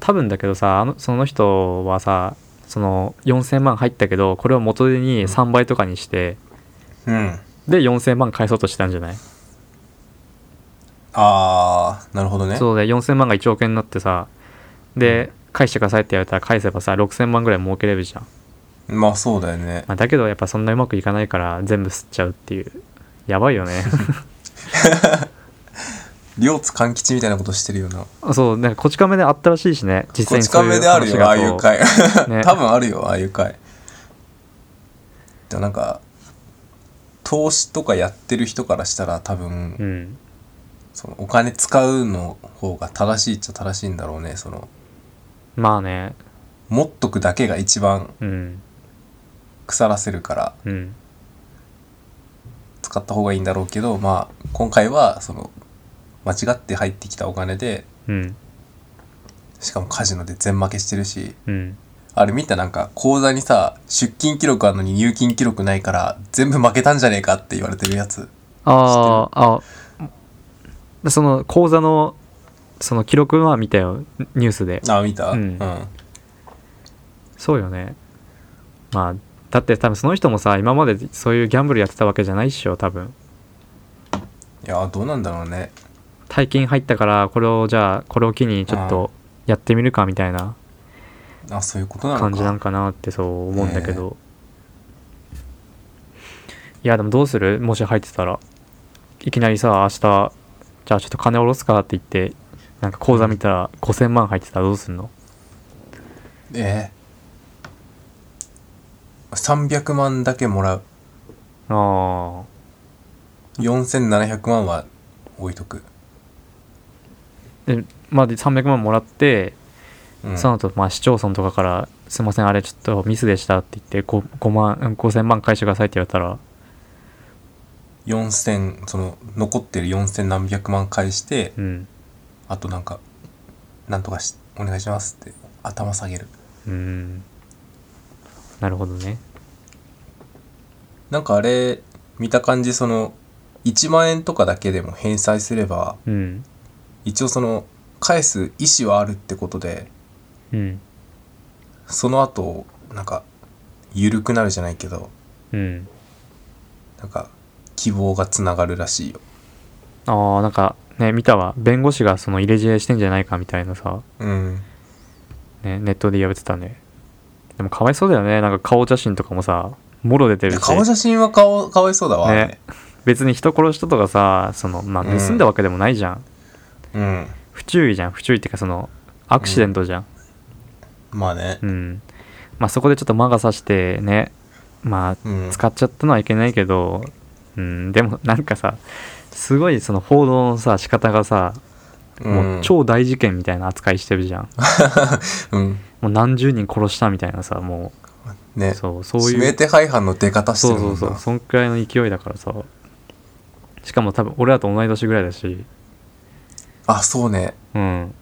[SPEAKER 1] 多分だけどさあのその人はさその4000万入ったけどこれを元手に3倍とかにして
[SPEAKER 2] うん
[SPEAKER 1] で4000万返そうとしたんじゃない
[SPEAKER 2] あーなるほどね
[SPEAKER 1] そうで4000万が1億円になってさで返してくださいって言われたら返せばさ6000万ぐらい儲けれるじゃん、
[SPEAKER 2] まあそうだよね
[SPEAKER 1] まあ、だけどやっぱそんなうまくいかないから全部吸っちゃうっていうやばいよ <laughs> ね
[SPEAKER 2] 両津勘吉みたいなことしてるよな
[SPEAKER 1] あそうなんかこち亀であったらしいしね実
[SPEAKER 2] こ
[SPEAKER 1] 際に
[SPEAKER 2] ち
[SPEAKER 1] そういう
[SPEAKER 2] 亀であるよああい
[SPEAKER 1] 話が
[SPEAKER 2] う回
[SPEAKER 1] そうね
[SPEAKER 2] <laughs> 多分あるよああいう回でもなんか投資とかやってる人からしたら多分、
[SPEAKER 1] うん
[SPEAKER 2] そのお金使うの方が正しいっちゃ正しいんだろうねその
[SPEAKER 1] まあね
[SPEAKER 2] 持っとくだけが一番
[SPEAKER 1] うん
[SPEAKER 2] 腐らせるから
[SPEAKER 1] うん
[SPEAKER 2] 使った方がいいんだろうけどまあ今回はその間違って入ってきたお金で
[SPEAKER 1] うん
[SPEAKER 2] しかもカジノで全負けしてるし
[SPEAKER 1] うん
[SPEAKER 2] あれ見たなんか口座にさ出金記録あるのに入金記録ないから全部負けたんじゃねえかって言われてるやつ
[SPEAKER 1] あああその講座のその記録は見たよニュースで
[SPEAKER 2] あ見た
[SPEAKER 1] うんそうよねまあだって多分その人もさ今までそういうギャンブルやってたわけじゃないっしょ多分
[SPEAKER 2] いやどうなんだろうね
[SPEAKER 1] 大金入ったからこれをじゃあこれを機にちょっとやってみるかみたいな
[SPEAKER 2] あそういうことなのか
[SPEAKER 1] 感じなんかなってそう思うんだけど、いやでもどうするもし入ってたらいきなりさ明日じゃあちょっと金下ろすかって言ってなんか口座見たら5,000万入ってたらどうすんの
[SPEAKER 2] ええ300万だけもらう
[SPEAKER 1] あ
[SPEAKER 2] 4700万は置いとく、
[SPEAKER 1] あでまあで300万もらって、
[SPEAKER 2] うん、
[SPEAKER 1] その後まあ市町村とかから「すいませんあれちょっとミスでした」って言って 5, 5万うん5,000万返してくださいって言われたら
[SPEAKER 2] 4000その残ってる4000何百万返して
[SPEAKER 1] うん
[SPEAKER 2] あとなんかなんとかしお願いしますって頭下げる
[SPEAKER 1] うんなるほどね
[SPEAKER 2] なんかあれ見た感じその1万円とかだけでも返済すれば
[SPEAKER 1] うん
[SPEAKER 2] 一応その返す意思はあるってことで
[SPEAKER 1] うん
[SPEAKER 2] その後なんか緩くなるじゃないけど
[SPEAKER 1] うん
[SPEAKER 2] なんか希望がつながるらしいよ
[SPEAKER 1] ああなんかね見たわ弁護士がその入れ知恵してんじゃないかみたいなさ、
[SPEAKER 2] うん
[SPEAKER 1] ね、ネットで言われてたねでもかわいそうだよねなんか顔写真とかもさもろ出てるし
[SPEAKER 2] 顔写真は顔かわいそうだわ、
[SPEAKER 1] ね
[SPEAKER 2] あれ
[SPEAKER 1] 別に人殺したとかさそのまあ
[SPEAKER 2] うん
[SPEAKER 1] 盗んだわけでもないじゃん、
[SPEAKER 2] うん
[SPEAKER 1] 不注意じゃん不注意っていうかそのアクシデントじゃん
[SPEAKER 2] まあね
[SPEAKER 1] うん、まあそこでちょっと魔が差してねまあ
[SPEAKER 2] うん
[SPEAKER 1] 使っちゃったのはいけないけどうんでもなんかさすごいその報道のさ仕方がさもう超大事件みたいな扱いしてるじゃん
[SPEAKER 2] うん、うん、
[SPEAKER 1] もう何十人殺したみたいなさもう
[SPEAKER 2] ね
[SPEAKER 1] そうそう
[SPEAKER 2] 指
[SPEAKER 1] い
[SPEAKER 2] 名
[SPEAKER 1] う
[SPEAKER 2] 手配犯の出方して
[SPEAKER 1] そ
[SPEAKER 2] る
[SPEAKER 1] う
[SPEAKER 2] も
[SPEAKER 1] そ
[SPEAKER 2] ん
[SPEAKER 1] う
[SPEAKER 2] な
[SPEAKER 1] そうそんくらいの勢いだからさしかも多分俺らと同い年ぐらいだし
[SPEAKER 2] あそうね
[SPEAKER 1] うん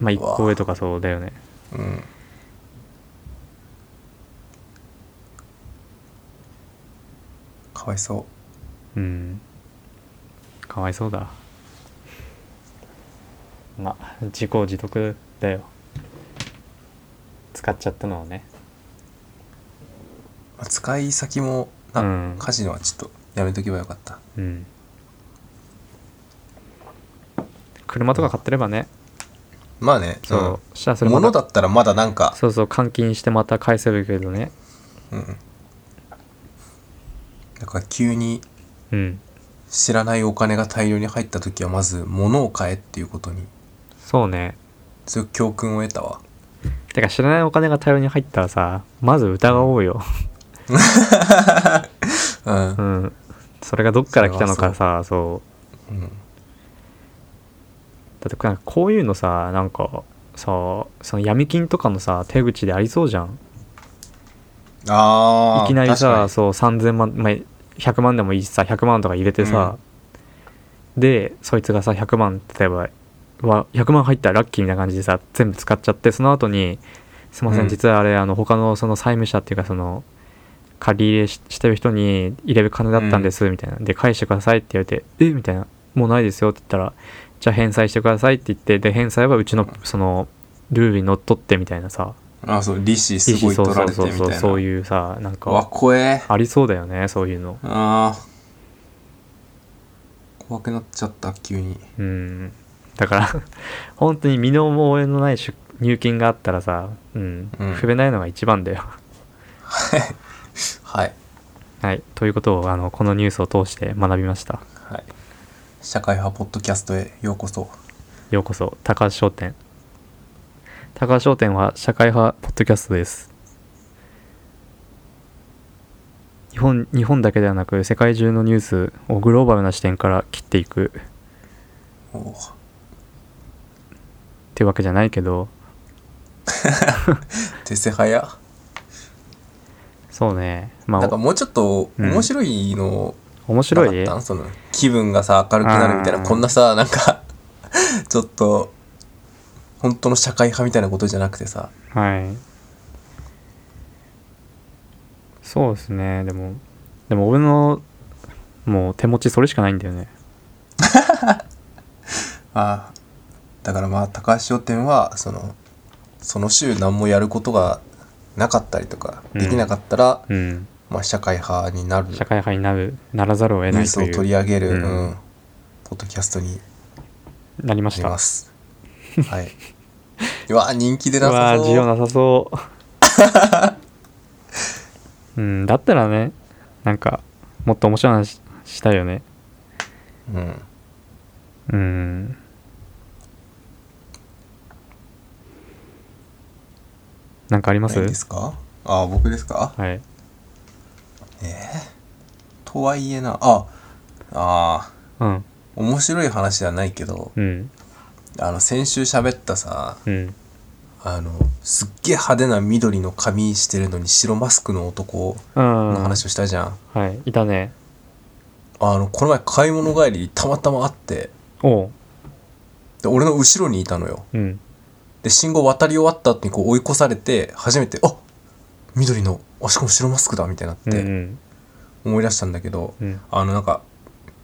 [SPEAKER 1] まあ一
[SPEAKER 2] うわ
[SPEAKER 1] 個上とかそうだよね
[SPEAKER 2] うんかわいそ
[SPEAKER 1] うんかわいそうだまあ自業自得だよ使っちゃったのはね
[SPEAKER 2] まあ使い先もな、
[SPEAKER 1] うん
[SPEAKER 2] カジノはちょっとやめとけばよかった
[SPEAKER 1] うん車とか買ってればね、
[SPEAKER 2] まあね
[SPEAKER 1] そう、したらそ
[SPEAKER 2] うん、
[SPEAKER 1] れま
[SPEAKER 2] 物だ
[SPEAKER 1] た
[SPEAKER 2] ったらまだなんか
[SPEAKER 1] そうそう換金してまた返せるけどね
[SPEAKER 2] うんなんか急に
[SPEAKER 1] うん
[SPEAKER 2] 知らないお金が大量に入った時はまず物を買えっていうことに
[SPEAKER 1] そうね
[SPEAKER 2] そういう教訓を得たわ
[SPEAKER 1] てか知らないお金が大量に入ったらさまず疑おうよ
[SPEAKER 2] うん、うん
[SPEAKER 1] うんそれがどっから来たのかさそうだってなんかこういうのさなんかさその闇金とかのさ手口でありそうじゃん
[SPEAKER 2] ああ
[SPEAKER 1] いきなりさ
[SPEAKER 2] 確
[SPEAKER 1] そう3000万、まあ、100万でもいいしさ100万とか入れてさ、でそいつがさ100万例えばは100万入ったらラッキーみたいな感じでさ全部使っちゃってその後に「すいません、
[SPEAKER 2] うん
[SPEAKER 1] 実はあれあの他のその債務者っていうかその借り入れししてる人に入れる金だったんです」みたいな「で返してください」って言われて「えみたいな「もうないですよ」って言ったら「じゃあ返済してください」って言ってで返済はうちのそのルールにのっとってみたいなさ
[SPEAKER 2] あそう利子すごい
[SPEAKER 1] そう
[SPEAKER 2] 取
[SPEAKER 1] そ
[SPEAKER 2] ら
[SPEAKER 1] う
[SPEAKER 2] れて
[SPEAKER 1] そう
[SPEAKER 2] み
[SPEAKER 1] そう
[SPEAKER 2] たい
[SPEAKER 1] そう
[SPEAKER 2] な
[SPEAKER 1] いうさなんか
[SPEAKER 2] わ怖え
[SPEAKER 1] ありそうだよねそういうの
[SPEAKER 2] あー怖くなっちゃった急に
[SPEAKER 1] うんだから <laughs> 本当に身の覚えのない出入金があったらさ、うん
[SPEAKER 2] うん
[SPEAKER 1] 触れないのが一番だよ
[SPEAKER 2] はい
[SPEAKER 1] はいということをあのこのニュースを通して学びました
[SPEAKER 2] はい社会派ポッドキャストへようこそ
[SPEAKER 1] ようこそ高橋商店高橋商店は社会派ポッドキャストです日本日本だけではなく世界中のニュースをグローバルな視点から切っていく
[SPEAKER 2] おー
[SPEAKER 1] ってわけじゃないけど
[SPEAKER 2] 手せ早
[SPEAKER 1] そうねま
[SPEAKER 2] なんか
[SPEAKER 1] あ
[SPEAKER 2] もうちょっと
[SPEAKER 1] うん
[SPEAKER 2] 面白いの
[SPEAKER 1] 面
[SPEAKER 2] な
[SPEAKER 1] 白
[SPEAKER 2] かっ
[SPEAKER 1] い
[SPEAKER 2] たんその気分がさ明るくなるみたいな
[SPEAKER 1] あー
[SPEAKER 2] こんなさなんか <laughs> ちょっと本当の社会派みたいなことじゃなくてさ
[SPEAKER 1] はい。そうですね。でも、でも俺の、もう手持ちそれしかないんだよね。
[SPEAKER 2] あーだからまあ高橋商店はそのその週何もやることがなかったりとか
[SPEAKER 1] うん
[SPEAKER 2] できなかったら、
[SPEAKER 1] うん。
[SPEAKER 2] まあ、社会派になる
[SPEAKER 1] 社会派になる、ならざるを得
[SPEAKER 2] ニュ
[SPEAKER 1] な
[SPEAKER 2] ー
[SPEAKER 1] い
[SPEAKER 2] ス
[SPEAKER 1] と
[SPEAKER 2] を
[SPEAKER 1] い
[SPEAKER 2] 取
[SPEAKER 1] う、
[SPEAKER 2] り上げる、
[SPEAKER 1] う
[SPEAKER 2] うんんポッドキャストに
[SPEAKER 1] なりま
[SPEAKER 2] な
[SPEAKER 1] し
[SPEAKER 2] り
[SPEAKER 1] た。
[SPEAKER 2] ま
[SPEAKER 1] う
[SPEAKER 2] す。はい。 <laughs> うわ人気出な
[SPEAKER 1] わ
[SPEAKER 2] さ
[SPEAKER 1] ー、需要
[SPEAKER 2] そう。
[SPEAKER 1] なさ
[SPEAKER 2] <laughs>
[SPEAKER 1] そう。うん、だったらね、なんか、もっと面白い話したいよね。
[SPEAKER 2] うん。
[SPEAKER 1] うん。なんかありま
[SPEAKER 2] ない
[SPEAKER 1] す
[SPEAKER 2] んですかああ、僕ですか
[SPEAKER 1] はい。
[SPEAKER 2] とはいえな、あ、あ
[SPEAKER 1] うん、
[SPEAKER 2] ー、面白い話じゃないけど、
[SPEAKER 1] うん、
[SPEAKER 2] あの、先週喋ったさ、
[SPEAKER 1] うん。
[SPEAKER 2] あの、すっげえ派手な緑の髪してるのに白マスクの男
[SPEAKER 1] うん。
[SPEAKER 2] の話をしたじゃん。
[SPEAKER 1] はい、いたね。
[SPEAKER 2] あの、この前買い物帰りにたまたま会って、
[SPEAKER 1] おう、
[SPEAKER 2] で俺の後ろにいたのよ。
[SPEAKER 1] うん。
[SPEAKER 2] で信号渡り終わった後にこう追い越されて初めてあ緑のあしかも白マスクだみたいになっ
[SPEAKER 1] う
[SPEAKER 2] て
[SPEAKER 1] ん
[SPEAKER 2] 思い出したんだけど、
[SPEAKER 1] うん、うん。
[SPEAKER 2] あのなんか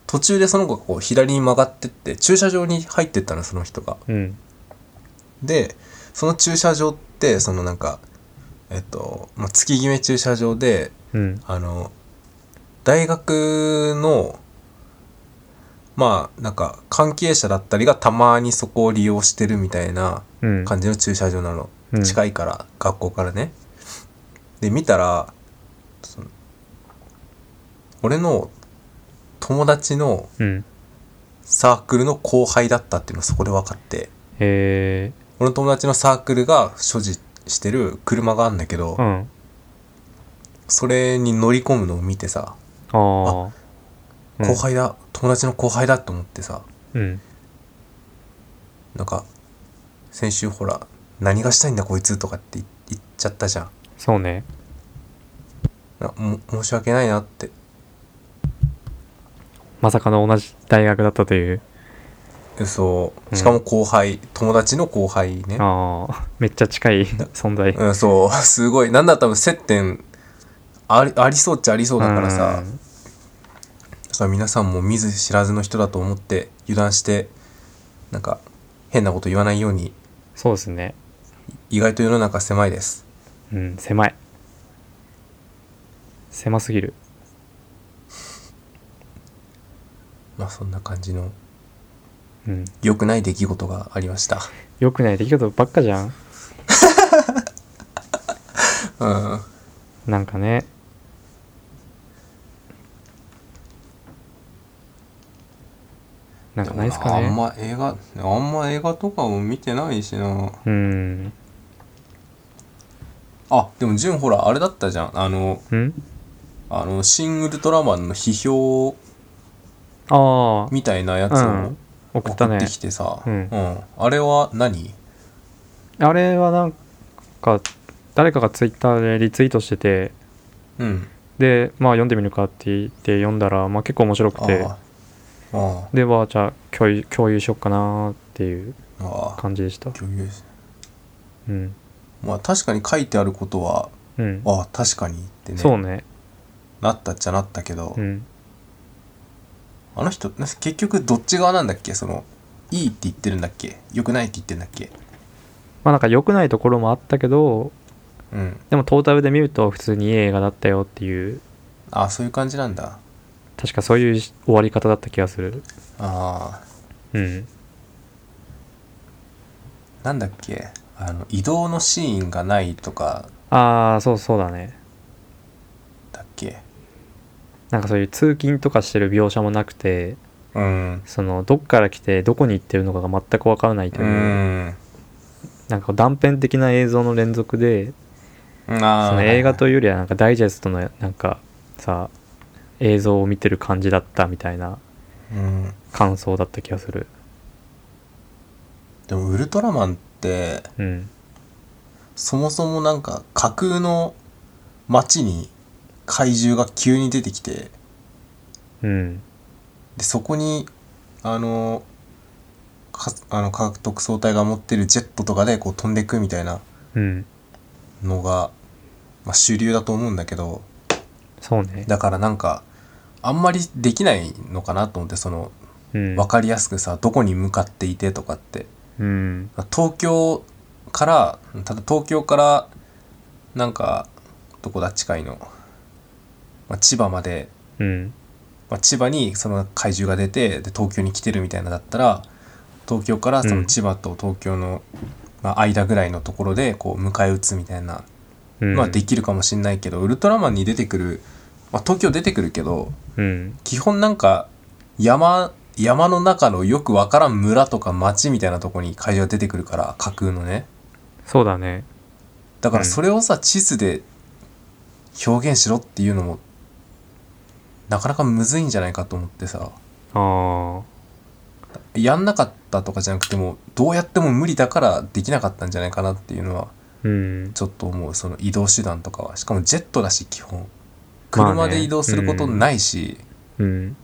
[SPEAKER 2] 途中でその子がこう左に曲がってって駐車場に入ってったのその人が。
[SPEAKER 1] うん。
[SPEAKER 2] でその駐車場ってそのなんかえっと、まあ、月決め駐車場で
[SPEAKER 1] うん。
[SPEAKER 2] あの大学のまあなんか関係者だったりがたまにそこを利用してるみたいな
[SPEAKER 1] うん。
[SPEAKER 2] 感じの駐車場なの、
[SPEAKER 1] うん
[SPEAKER 2] 近いから学校からねで見たらその俺の友達の
[SPEAKER 1] うん。
[SPEAKER 2] サークルの後輩だったっていうのはそこで分かって
[SPEAKER 1] へえ。
[SPEAKER 2] 俺の友達のサークルが所持してる車があるんだけど、
[SPEAKER 1] うん。
[SPEAKER 2] それに乗り込むのを見てさ
[SPEAKER 1] ああ。うん
[SPEAKER 2] 後。輩だ、友達の後輩だと思ってさ
[SPEAKER 1] うん。
[SPEAKER 2] なんか先週ほら「何がしたいんだこいつ」とかって言言っちゃったじゃん
[SPEAKER 1] そうね。
[SPEAKER 2] なも申し訳ないなって
[SPEAKER 1] まさかの同じ大学だったという。
[SPEAKER 2] そう
[SPEAKER 1] うん
[SPEAKER 2] しかも後輩、友達の後輩ね
[SPEAKER 1] ああ。 <laughs> めっちゃ近い存在。
[SPEAKER 2] うんそう <laughs> すごいなんだったら接点ありありそうっちゃありそうだからさ
[SPEAKER 1] うん
[SPEAKER 2] だから皆さんも見ず知らずの人だと思って油断してなんか変なこと言わないように
[SPEAKER 1] そうですね。
[SPEAKER 2] 意外と世の中狭いです
[SPEAKER 1] うん。狭い。狭すぎる
[SPEAKER 2] まあそんな感じの
[SPEAKER 1] うん
[SPEAKER 2] 良くない出来事がありました
[SPEAKER 1] よくない出来事ばっかじゃん
[SPEAKER 2] うん
[SPEAKER 1] なんかねなんかないですか
[SPEAKER 2] で
[SPEAKER 1] ね
[SPEAKER 2] もなあんま映画あんま映画とかも見てないしな
[SPEAKER 1] うん
[SPEAKER 2] あでも純ほらあれだったじゃんあの
[SPEAKER 1] うん
[SPEAKER 2] あの「シン・ウルトラマン」の批評
[SPEAKER 1] あ
[SPEAKER 2] みたいなやつ
[SPEAKER 1] あう
[SPEAKER 2] を
[SPEAKER 1] ん送った
[SPEAKER 2] 送っ
[SPEAKER 1] ね
[SPEAKER 2] てきてさ、
[SPEAKER 1] うん
[SPEAKER 2] あれは何
[SPEAKER 1] あれはなんか誰かがツイッターでリツイートしてて
[SPEAKER 2] うん
[SPEAKER 1] でまあ読んでみるかって言って読んだら、まあ、結構面白
[SPEAKER 2] あ
[SPEAKER 1] くて
[SPEAKER 2] ああ
[SPEAKER 1] ではじゃあ共有共有しよっかなーっていう
[SPEAKER 2] あああ
[SPEAKER 1] 感じでした
[SPEAKER 2] 共有し
[SPEAKER 1] うん
[SPEAKER 2] まあ確かに書いてあることは
[SPEAKER 1] うん
[SPEAKER 2] ああ確かにってね
[SPEAKER 1] そうね
[SPEAKER 2] なったっちゃなったけど、
[SPEAKER 1] うん
[SPEAKER 2] あの人な結局どっち側なんだっけそのいいって言ってるんだっけ良くないって言ってるんだっけ
[SPEAKER 1] まあなんか良くないところもあったけど
[SPEAKER 2] うん
[SPEAKER 1] でもトータルで見ると普通にいい映画だったよっていう
[SPEAKER 2] ああそういう感じなんだ
[SPEAKER 1] 確かそういうし終わり方だった気がする
[SPEAKER 2] ああ
[SPEAKER 1] うん
[SPEAKER 2] なんだっけあの移動のシーンがないとか
[SPEAKER 1] ああそうそうだね
[SPEAKER 2] だっけ
[SPEAKER 1] なんかそういう通勤とかしてる描写もなくて
[SPEAKER 2] うん
[SPEAKER 1] そのどっから来てどこに行ってるのかが全く分からないというう、
[SPEAKER 2] ん
[SPEAKER 1] なんか断片的な映像の連続で
[SPEAKER 2] ああ
[SPEAKER 1] その映画というよりはなんかダイジェストのなんかさ映像を見てる感じだったみたいな
[SPEAKER 2] うん
[SPEAKER 1] 感想だった気がする
[SPEAKER 2] でもウルトラマンって
[SPEAKER 1] うん
[SPEAKER 2] そもそもなんか架空の街に怪獣が急に出てきて
[SPEAKER 1] うん
[SPEAKER 2] でそこにあのかあの科学特捜隊が持ってるジェットとかでこう飛んでくみたいな
[SPEAKER 1] うん
[SPEAKER 2] のが、まあ、主流だと思うんだけど
[SPEAKER 1] そうね
[SPEAKER 2] だからなんかあんまりできないのかなと思ってその
[SPEAKER 1] うん
[SPEAKER 2] 分かりやすくさどこに向かっていてとかって
[SPEAKER 1] うん
[SPEAKER 2] 東京からただ東京からなんかどこだ近いの、まあ、千葉まで、
[SPEAKER 1] うん
[SPEAKER 2] まあ、千葉にその怪獣が出てで東京に来てるみたいなだったら東京からそうの
[SPEAKER 1] ん
[SPEAKER 2] 千葉と東京の、まあ、間ぐらいのところでこう迎え撃つみたいな
[SPEAKER 1] うん
[SPEAKER 2] のはできるかもしんないけど、ウルトラマンに出てくる、まあ、東京出てくるけど
[SPEAKER 1] うん
[SPEAKER 2] 基本なんか山山の中のよくわからん村とか町みたいなとこに怪獣が出てくるから架空のね。
[SPEAKER 1] そうだね
[SPEAKER 2] だか
[SPEAKER 1] う
[SPEAKER 2] ら
[SPEAKER 1] ん
[SPEAKER 2] それをさ地図で表現しろっていうのもなかなかむずいんじゃないかと思ってさ
[SPEAKER 1] ああ
[SPEAKER 2] やんなかったとかじゃなくてもどうやっても無理だからできなかったんじゃないかなっていうのは
[SPEAKER 1] うん
[SPEAKER 2] ちょっと思うその移動手段とかはしかもジェットだし基本
[SPEAKER 1] まあね
[SPEAKER 2] 車で移動することないし、
[SPEAKER 1] うん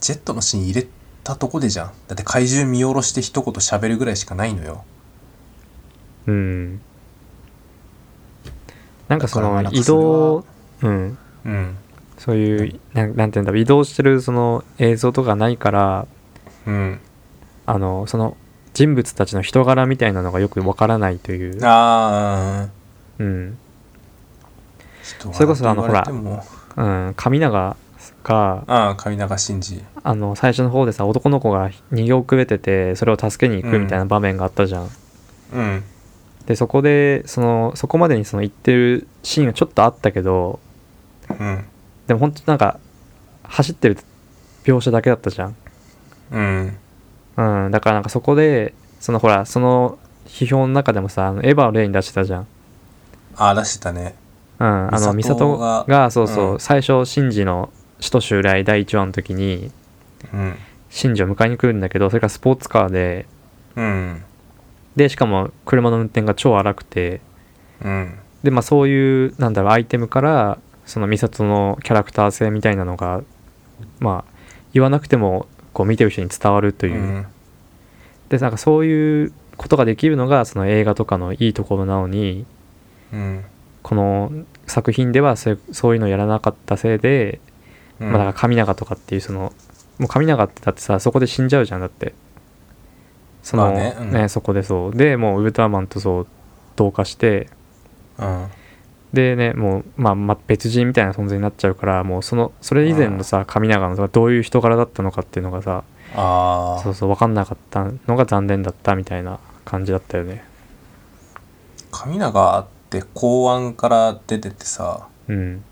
[SPEAKER 2] ジェットのシーン入れたとこでじゃんだって怪獣見下ろして一言喋るぐらいしかないのよ
[SPEAKER 1] うんなんかその
[SPEAKER 2] だからなんか
[SPEAKER 1] 移
[SPEAKER 2] それ
[SPEAKER 1] 動
[SPEAKER 2] は
[SPEAKER 1] うん
[SPEAKER 2] うん
[SPEAKER 1] そういうなんなんていうんだろう移動してるその映像とかないから
[SPEAKER 2] うん
[SPEAKER 1] あのその人物たちの人柄みたいなのがよくわからないという、
[SPEAKER 2] ああ
[SPEAKER 1] うんそれこそあのほらうん、神永が
[SPEAKER 2] ああ神長真司
[SPEAKER 1] あの最初の方でさ男の子が逃げ遅れててそれを助けに行くみたいな場面があったじゃん、
[SPEAKER 2] うん
[SPEAKER 1] でそこでそのそこまでにその行ってるシーンがちょっとあったけど
[SPEAKER 2] うん
[SPEAKER 1] でも本当なんか走ってる描写だけだったじゃん
[SPEAKER 2] うん
[SPEAKER 1] うん、だからなんかそこでそのほらその批評の中でもさあのエヴァを例に出してたじゃん、
[SPEAKER 2] ああ出してたね
[SPEAKER 1] うん、あの
[SPEAKER 2] 美
[SPEAKER 1] 美
[SPEAKER 2] 里
[SPEAKER 1] 里
[SPEAKER 2] が
[SPEAKER 1] がそうそう、
[SPEAKER 2] うん
[SPEAKER 1] 最初シンジの首都襲来第1話の時に
[SPEAKER 2] うん
[SPEAKER 1] シンジを迎えに来るんだけどそれからスポーツカーで
[SPEAKER 2] うん
[SPEAKER 1] でしかも車の運転が超荒くて
[SPEAKER 2] うん
[SPEAKER 1] でまあそういうなんだろうアイテムからその美里のキャラクター性みたいなのがまあ言わなくてもこう見てる人に伝わると
[SPEAKER 2] う
[SPEAKER 1] いう、
[SPEAKER 2] ん
[SPEAKER 1] でなんかそういうことができるのがその映画とかのいいところなのに
[SPEAKER 2] うん
[SPEAKER 1] この作品ではそうそういうのをやらなかったせいで、
[SPEAKER 2] うん
[SPEAKER 1] まあ、だから神永とかっていうそのもう神永ってだってさそこで死んじゃうじゃんだってその、
[SPEAKER 2] まあね
[SPEAKER 1] ね
[SPEAKER 2] うん
[SPEAKER 1] そこでそうでもうウルトラマンとそう同化して
[SPEAKER 2] うん
[SPEAKER 1] でねもう、まあ、まあ別人みたいな存在になっちゃうからもうそのそれ以前のさ神長のさどういう人柄だったのかっていうのがさ
[SPEAKER 2] あ
[SPEAKER 1] そ
[SPEAKER 2] あ
[SPEAKER 1] うそう分かんなかったのが残念だったみたいな感じだったよね
[SPEAKER 2] 神長って公安から出ててさ
[SPEAKER 1] うん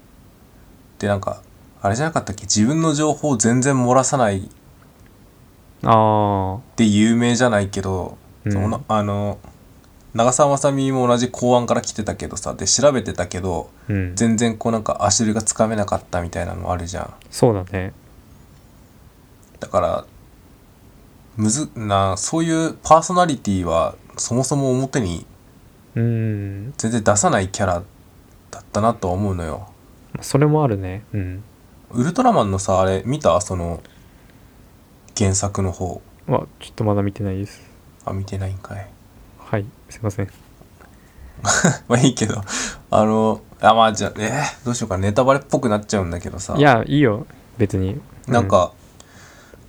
[SPEAKER 2] でなんかあれじゃなかったっけ自分の情報を全然漏らさない
[SPEAKER 1] ああ
[SPEAKER 2] で有名じゃないけど、
[SPEAKER 1] うん
[SPEAKER 2] そのあの長澤まさみも同じ公安から来てたけどさで調べてたけど
[SPEAKER 1] うん
[SPEAKER 2] 全然こうなんか足取りがつかめなかったみたいなのあるじゃん
[SPEAKER 1] そうだね
[SPEAKER 2] だからむずなそういうパーソナリティはそもそも表に
[SPEAKER 1] うん
[SPEAKER 2] 全然出さないキャラだったなとは思うのよ
[SPEAKER 1] まあそれもあるねうん
[SPEAKER 2] ウルトラマンのさあれ見たその原作の方
[SPEAKER 1] はちょっとまだ見てないです
[SPEAKER 2] あ見てないんかい <laughs>
[SPEAKER 1] はいすいません
[SPEAKER 2] まあいいけどあのあまあじゃあえーどうしようかネタバレっぽくなっちゃうんだけどさ
[SPEAKER 1] いやいいよ別に
[SPEAKER 2] なんか、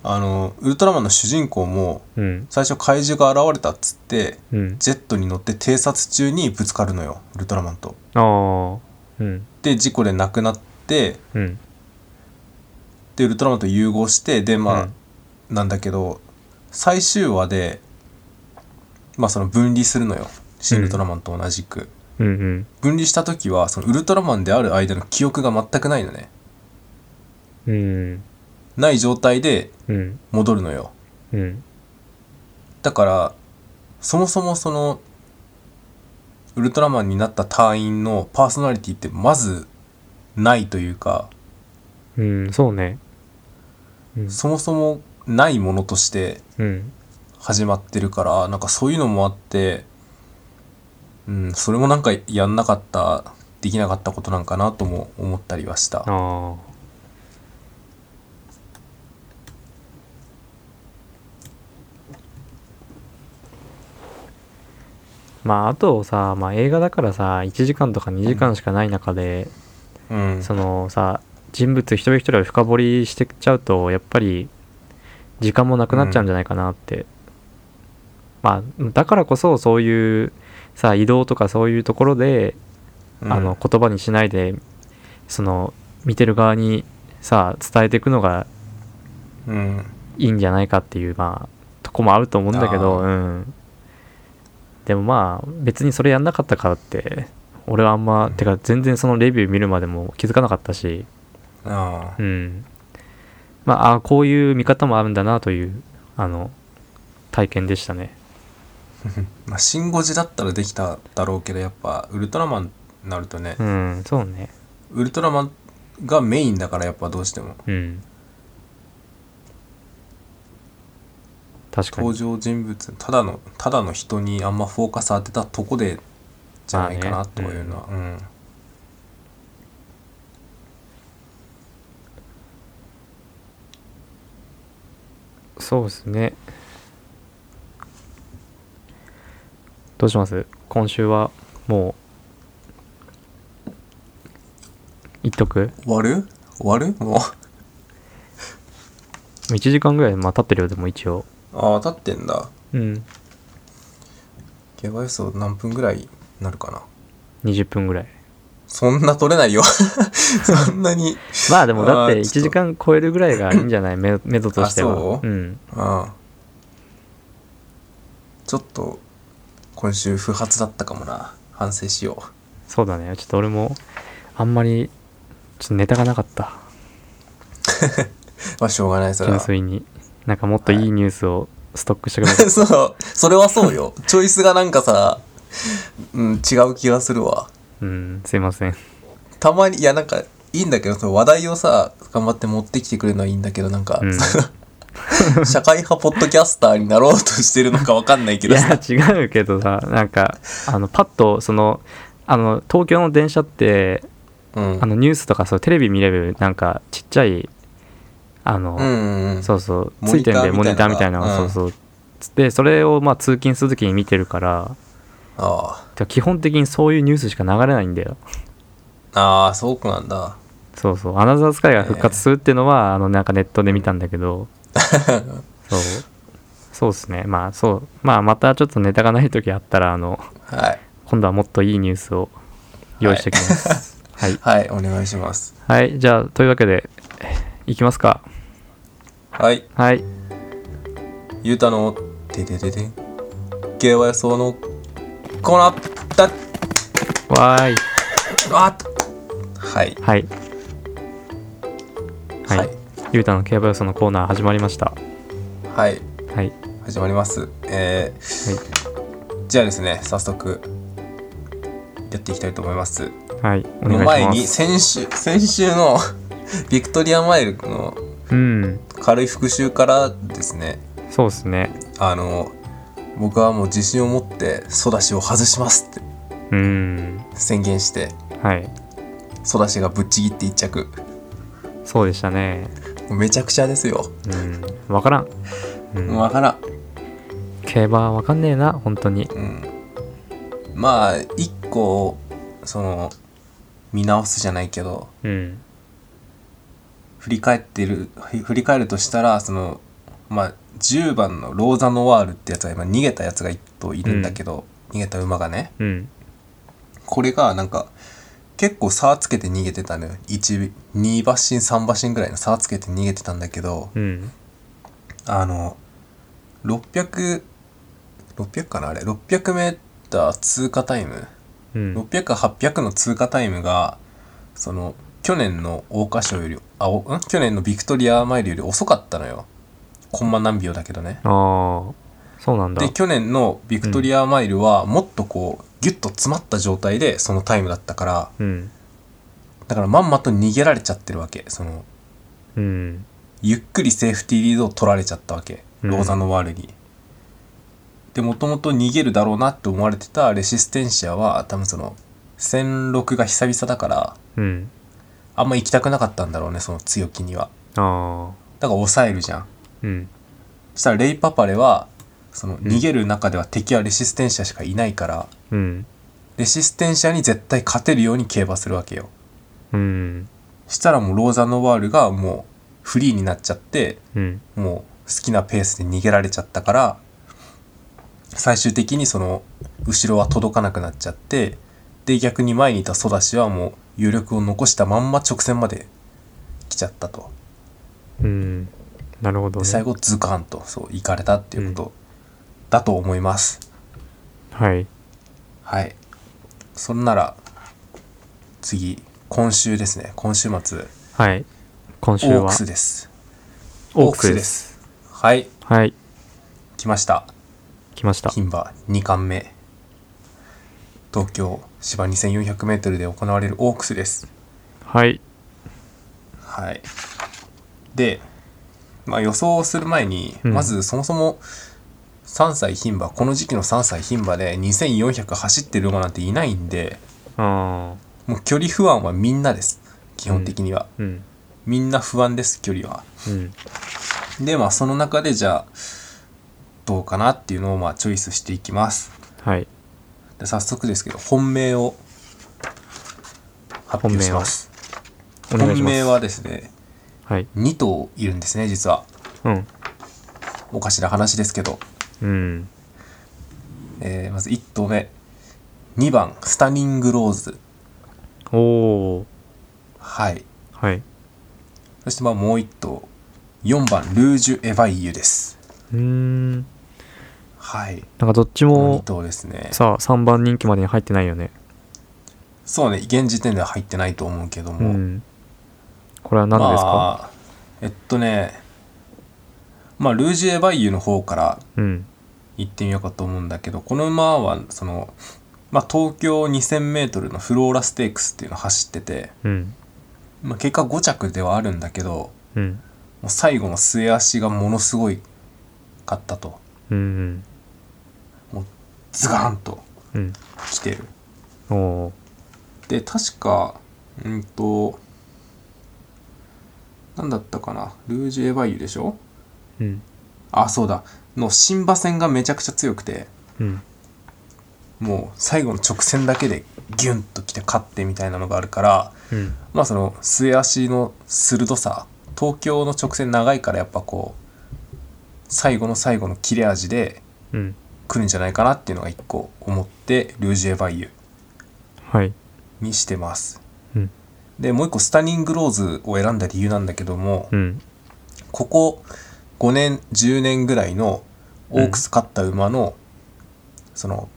[SPEAKER 2] あのウルトラマンの主人公も
[SPEAKER 1] うん
[SPEAKER 2] 最初怪獣が現れたっつって
[SPEAKER 1] うん
[SPEAKER 2] ジェットに乗って偵察中にぶつかるのよウルトラマンと。
[SPEAKER 1] ああうん
[SPEAKER 2] で事故で亡くなって
[SPEAKER 1] うん
[SPEAKER 2] でウルトラマンと融合してでまあ、なんだけど最終話でまあその分離するのよ新ウルトラマンと同じく、
[SPEAKER 1] うんうん
[SPEAKER 2] 分離した時はそのウルトラマンである間の記憶が全くないのね
[SPEAKER 1] うん
[SPEAKER 2] ない状態で
[SPEAKER 1] うん
[SPEAKER 2] 戻るのよ
[SPEAKER 1] うん
[SPEAKER 2] だからそもそもそのウルトラマンになった隊員のパーソナリティってまずないというか
[SPEAKER 1] うんそうねうん
[SPEAKER 2] そもそもないものとして
[SPEAKER 1] うん
[SPEAKER 2] 始まってるからなんかそういうのもあってうんそれもなんかやんなかったできなかったことなんかなとも思ったりはした
[SPEAKER 1] ああまああとさ、まあ、映画だからさ1時間とか2時間しかない中で、
[SPEAKER 2] うん
[SPEAKER 1] そのさ人物一人一人を深掘りしてっちゃうとやっぱり時間もなくなっちゃうんじゃないかなって、まあだからこそそういうさ移動とかそういうところで
[SPEAKER 2] うん
[SPEAKER 1] あの言葉にしないでその見てる側にさ伝えていくのが
[SPEAKER 2] うん
[SPEAKER 1] いいんじゃないかっていうまあとこもあると思うんだけど
[SPEAKER 2] あ
[SPEAKER 1] うんでもまあ別にそれやんなかったからって俺はあんま、
[SPEAKER 2] うん
[SPEAKER 1] てか全然そのレビュー見るまでも気づかなかったし
[SPEAKER 2] ああ
[SPEAKER 1] うんまああこういう見方もあるんだなというあの体験でしたね
[SPEAKER 2] まあシン・ゴジだったらできただろうけどやっぱウルトラマンになるとね
[SPEAKER 1] うんそうね
[SPEAKER 2] ウルトラマンがメインだからやっぱどうしても
[SPEAKER 1] うん確かに
[SPEAKER 2] 登場人物ただのただの人にあんまフォーカス当てたとこでじゃないか
[SPEAKER 1] まあ
[SPEAKER 2] な
[SPEAKER 1] ね
[SPEAKER 2] というのは、うん
[SPEAKER 1] そうですね。どうします今週はもう、言っとく
[SPEAKER 2] 終わる終わるもう
[SPEAKER 1] ?1 時間ぐらいまあ経ってるよ、でも一応。
[SPEAKER 2] ああ立ってんだ
[SPEAKER 1] うん。
[SPEAKER 2] 怪我予想何分ぐらいになるかな
[SPEAKER 1] 20分ぐらい。
[SPEAKER 2] そんな取れないよ <laughs> そんなに
[SPEAKER 1] まあでもだっ
[SPEAKER 2] あ
[SPEAKER 1] て
[SPEAKER 2] ー
[SPEAKER 1] 1
[SPEAKER 2] ちょっと
[SPEAKER 1] 時間超えるぐらいがいいんじゃない目目処として
[SPEAKER 2] あ
[SPEAKER 1] は。
[SPEAKER 2] そ。うんああちょっと今週不発だったかもな反省しよ
[SPEAKER 1] そうだね。ちょっと俺も、あんまり、ちょっとネタがなかった。
[SPEAKER 2] うまあしょうがないそれ
[SPEAKER 1] 純
[SPEAKER 2] は
[SPEAKER 1] 粋に。なんかもっといいニュースをストックしてくださ
[SPEAKER 2] <laughs>
[SPEAKER 1] い。
[SPEAKER 2] そうそれはそうよチョイスがなんかさ、うん、違う気がするわ
[SPEAKER 1] うん、すいません。た
[SPEAKER 2] たまにいやなんかいいんだけどその話題をさ頑張って持ってきてくれるのはいいんだけどなんか、
[SPEAKER 1] うん
[SPEAKER 2] 社会派ポッドキャスターになろうとしてるのかわかんないけ
[SPEAKER 1] い
[SPEAKER 2] どさ
[SPEAKER 1] や違うけどさなんかあのパッとそのあの東京の電車って
[SPEAKER 2] うん
[SPEAKER 1] あのニュースとかそうテレビ見れるなんかちっちゃいあの、
[SPEAKER 2] うんうんうん
[SPEAKER 1] そうそう
[SPEAKER 2] モ
[SPEAKER 1] つい
[SPEAKER 2] ニ
[SPEAKER 1] て
[SPEAKER 2] タ
[SPEAKER 1] ん
[SPEAKER 2] ー
[SPEAKER 1] でモニターみ
[SPEAKER 2] み
[SPEAKER 1] た
[SPEAKER 2] た
[SPEAKER 1] い
[SPEAKER 2] い
[SPEAKER 1] な
[SPEAKER 2] な
[SPEAKER 1] の
[SPEAKER 2] の
[SPEAKER 1] が
[SPEAKER 2] が
[SPEAKER 1] そうそうでそれをまあ通勤する時に見てるから
[SPEAKER 2] あ
[SPEAKER 1] てか基本的にそういうニュースしか流れないんだよ
[SPEAKER 2] あああそうなんだ
[SPEAKER 1] そうそうアナザースカイが復活するっていうのは、あのなんかネットで見たんだけ <laughs> どそうそうですねまあそうまあまたちょっとネタがない時あったらあの
[SPEAKER 2] はい
[SPEAKER 1] 今度はもっといいニュースを用意しておきます。はい。
[SPEAKER 2] はい、お願いします。
[SPEAKER 1] はい、じゃあ、というわけで、いきますか。
[SPEAKER 2] はい、
[SPEAKER 1] はい。
[SPEAKER 2] ゆうたの、てててて、系は予想の、コーナー、だっ、
[SPEAKER 1] わーい。
[SPEAKER 2] あっはい、
[SPEAKER 1] はい。はい。
[SPEAKER 2] はい
[SPEAKER 1] ゆうたの競馬予想のコーナー始まりました。
[SPEAKER 2] はい、
[SPEAKER 1] はい。
[SPEAKER 2] 始まります。えーじゃあですね、早速、やっていきたいと思います。
[SPEAKER 1] はい。お
[SPEAKER 2] こ
[SPEAKER 1] 願
[SPEAKER 2] の
[SPEAKER 1] い
[SPEAKER 2] 前
[SPEAKER 1] し
[SPEAKER 2] に、
[SPEAKER 1] ます。
[SPEAKER 2] 先週、先週の、 <laughs> ビクトリアマイルの
[SPEAKER 1] うん。
[SPEAKER 2] 軽い復習からですね、
[SPEAKER 1] そうですね。
[SPEAKER 2] あの、僕はもう自信を持って、ソダシを外しますって
[SPEAKER 1] うん。
[SPEAKER 2] 宣言して、
[SPEAKER 1] はい。
[SPEAKER 2] ソダシがぶっちぎって一着。
[SPEAKER 1] そうでしたね。
[SPEAKER 2] めちゃくちゃですよ。
[SPEAKER 1] うん。わからん。うん。
[SPEAKER 2] わからん。
[SPEAKER 1] 競馬はわかんねえな、本当に。
[SPEAKER 2] うん。まあ、一個、その、見直すじゃないけど、
[SPEAKER 1] うん。
[SPEAKER 2] 振り返ってる、ふ振り返るとしたら、その、まあ、10番のローザノワールってやつが今逃げたやつが一頭いるんだけど、逃げた馬がね、
[SPEAKER 1] うん。
[SPEAKER 2] これがなんか、結構差つけて逃げてたのよ。1、2馬身、3馬身ぐらいの差つけて逃げてたんだけど、
[SPEAKER 1] うん。
[SPEAKER 2] あの、600、600かなあれ、600メーター通過タイム。
[SPEAKER 1] うん。
[SPEAKER 2] 600、800の通過タイムが、その、去年の桜花賞より、あ、おん去年のビクトリアマイルより遅かったのよ。コンマ何秒だけどね。
[SPEAKER 1] ああ。そうなんだ
[SPEAKER 2] で、。去年のビクトリアマイルは、もっとこう、ギュッと詰まった状態で、そのタイムだったから、
[SPEAKER 1] うん。
[SPEAKER 2] だからまんまと逃げられちゃってるわけ。その、
[SPEAKER 1] うん。
[SPEAKER 2] ゆっくりセーフティーリードを取られちゃったわけ、
[SPEAKER 1] うん
[SPEAKER 2] ローザノワールに。でもともと逃げるだろうなって思われてたレシステンシアは多分その1006が久々だから
[SPEAKER 1] うん。
[SPEAKER 2] あんま行きたくなかったんだろうねその強気には。
[SPEAKER 1] ああ。
[SPEAKER 2] だから抑えるじゃん。
[SPEAKER 1] うん。
[SPEAKER 2] そしたらレイ・パパレはその逃げる中では敵はレシステンシアしかいないから
[SPEAKER 1] うん。
[SPEAKER 2] レシステンシアに絶対勝てるように競馬するわけよ。
[SPEAKER 1] うん。
[SPEAKER 2] したらもうローザノワールがもうフリーになっちゃって
[SPEAKER 1] うん。
[SPEAKER 2] もう好きなペースで逃げられちゃったから最終的にその後ろは届かなくなっちゃってで逆に前にいたソダシはもう余力を残したまんま直線まで来ちゃったと
[SPEAKER 1] うん。なるほど、
[SPEAKER 2] で
[SPEAKER 1] ね。
[SPEAKER 2] 最後ズカンとそう行かれたっていうことだと思います、
[SPEAKER 1] はい。
[SPEAKER 2] はいそんなら次今週ですね今週末
[SPEAKER 1] はい。今週
[SPEAKER 2] オー
[SPEAKER 1] は
[SPEAKER 2] クスです
[SPEAKER 1] オークス
[SPEAKER 2] オ
[SPEAKER 1] で。
[SPEAKER 2] ですすはい
[SPEAKER 1] はい。
[SPEAKER 2] 来ました
[SPEAKER 1] 来ました。
[SPEAKER 2] 牝馬2冠目東京芝 2400m で行われるオークスです
[SPEAKER 1] はい。
[SPEAKER 2] はいで、まあ、予想をする前に、
[SPEAKER 1] うん
[SPEAKER 2] まずそもそも3歳牝馬この時期の3歳牝馬で2400走ってる馬なんていないんで
[SPEAKER 1] ああ。
[SPEAKER 2] もう距離不安はみんなです基本的には、
[SPEAKER 1] うん。
[SPEAKER 2] みんな不安です距離は
[SPEAKER 1] うん。
[SPEAKER 2] でまあその中でじゃあどうかなっていうのをまあチョイスしていきます
[SPEAKER 1] はい。
[SPEAKER 2] で早速ですけど本命を発表します
[SPEAKER 1] お
[SPEAKER 2] 本命
[SPEAKER 1] 願いします。
[SPEAKER 2] はですね
[SPEAKER 1] はい。
[SPEAKER 2] 2頭いるんですね実は
[SPEAKER 1] うん。
[SPEAKER 2] おかしな話ですけど、
[SPEAKER 1] うん。
[SPEAKER 2] えーまず1頭目2番スタニングローズ
[SPEAKER 1] おお。
[SPEAKER 2] はい
[SPEAKER 1] はい。
[SPEAKER 2] そしてまあもう1頭4番ルージュ・エヴァイユです
[SPEAKER 1] うーん。なん
[SPEAKER 2] はい
[SPEAKER 1] かどっち
[SPEAKER 2] この2
[SPEAKER 1] も
[SPEAKER 2] 頭ですね
[SPEAKER 1] さ、3番人気までに入ってないよね。
[SPEAKER 2] そうね現時点では入ってないと思うけど
[SPEAKER 1] う
[SPEAKER 2] も、
[SPEAKER 1] ん。これは何ですか
[SPEAKER 2] まあえっとねまあルージュ・エヴァイユの方から
[SPEAKER 1] うん。
[SPEAKER 2] 行ってみようかと思うんだけどこの馬はその、まあ、東京 2000m のフローラステークスっていうのを走ってて、
[SPEAKER 1] うん。
[SPEAKER 2] まあ、結果5着ではあるんだけど
[SPEAKER 1] うん。
[SPEAKER 2] もう最後の末足がものすごいかったと
[SPEAKER 1] うん。
[SPEAKER 2] もうズガーンと
[SPEAKER 1] うん。
[SPEAKER 2] 来てる
[SPEAKER 1] おお
[SPEAKER 2] で確かうんと何だったかなルージュ・エヴァイユでしょ
[SPEAKER 1] ー。うん。
[SPEAKER 2] あそうだの新馬戦がめちゃくちゃ強くて
[SPEAKER 1] うん。
[SPEAKER 2] もう最後の直線だけでギュンと来て勝ってみたいなのがあるから
[SPEAKER 1] うん。
[SPEAKER 2] まあその末足の鋭さ東京の直線長いからやっぱこう最後の最後の切れ味で
[SPEAKER 1] うん。
[SPEAKER 2] 来るんじゃないかなっていうのが一個思ってルージュ・エヴァイユ
[SPEAKER 1] はい。
[SPEAKER 2] にしてます
[SPEAKER 1] うん
[SPEAKER 2] でもう一個スタニングローズを選んだ理由なんだけども、
[SPEAKER 1] うん
[SPEAKER 2] ここ5年10年ぐらいのオークス勝った馬の、その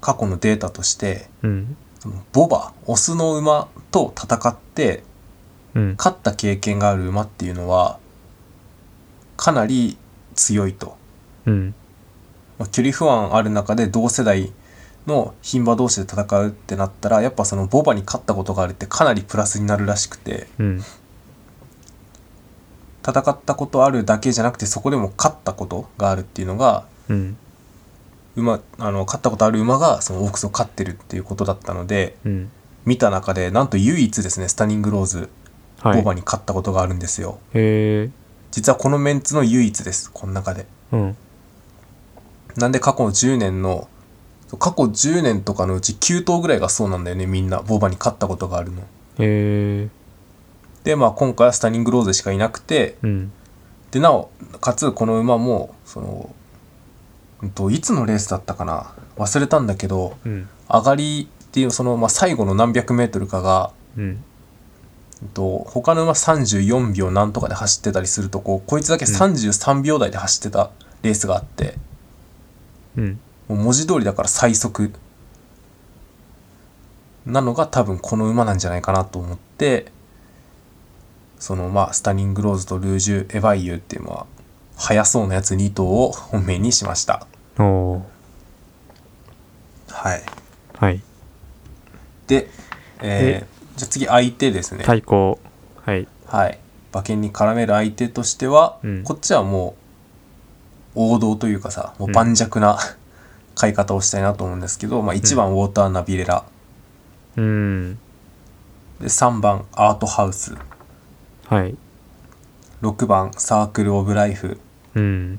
[SPEAKER 2] 過去のデータとして
[SPEAKER 1] うん
[SPEAKER 2] そのボバオスの馬と戦って
[SPEAKER 1] うん
[SPEAKER 2] 勝った経験がある馬っていうのはかなり強いと、
[SPEAKER 1] うん
[SPEAKER 2] まあ、距離不安ある中で同世代の牝馬同士で戦うってなったらやっぱそのボバに勝ったことがあるってかなりプラスになるらしくて
[SPEAKER 1] うん
[SPEAKER 2] 戦ったことあるだけじゃなくてそこでも勝ったことがあるっていうのが
[SPEAKER 1] うん
[SPEAKER 2] 馬あの勝ったことある馬がそのオークスを勝ってるっていうことだったので
[SPEAKER 1] うん
[SPEAKER 2] 見た中でなんと唯一ですねスタニングローズ、
[SPEAKER 1] はい
[SPEAKER 2] ボバに勝ったことがあるんですよ
[SPEAKER 1] へえ
[SPEAKER 2] 実はこのメンツの唯一ですこの中で
[SPEAKER 1] うん
[SPEAKER 2] なんで過去10年の過去10年とかのうち9頭ぐらいがそうなんだよねみんなボバに勝ったことがあるの
[SPEAKER 1] へえ
[SPEAKER 2] でまあ今回はスタニングローズしかいなくて
[SPEAKER 1] うん
[SPEAKER 2] でなおかつこの馬もその、うんと、いつのレースだったかな忘れたんだけど
[SPEAKER 1] うん
[SPEAKER 2] 上がりっていうその、まあ、最後の何百メートルかが、
[SPEAKER 1] うん
[SPEAKER 2] うんと、他の馬34秒なんとかで走ってたりするとここいつだけ
[SPEAKER 1] うん
[SPEAKER 2] 33秒台で走ってたレースがあって、
[SPEAKER 1] うん
[SPEAKER 2] もう文字通りだから最速なのが多分この馬なんじゃないかなと思ってそのまあスタニングローズとルージュ・エヴァイユっていうのは速そうなやつ2頭を本命にしました
[SPEAKER 1] おお
[SPEAKER 2] はい
[SPEAKER 1] ーはい
[SPEAKER 2] で、えーじゃあ次相手ですね
[SPEAKER 1] 対抗はい
[SPEAKER 2] はい馬券に絡める相手としては、
[SPEAKER 1] うん
[SPEAKER 2] こっちはもう王道というかさもう盤石な、買い方をしたいなと思うんですけど、まあ、1番ウォーター・ナビレラ、
[SPEAKER 1] うん
[SPEAKER 2] で3番アートハウス
[SPEAKER 1] はい
[SPEAKER 2] 6番サークル・オブ・ライフ
[SPEAKER 1] うん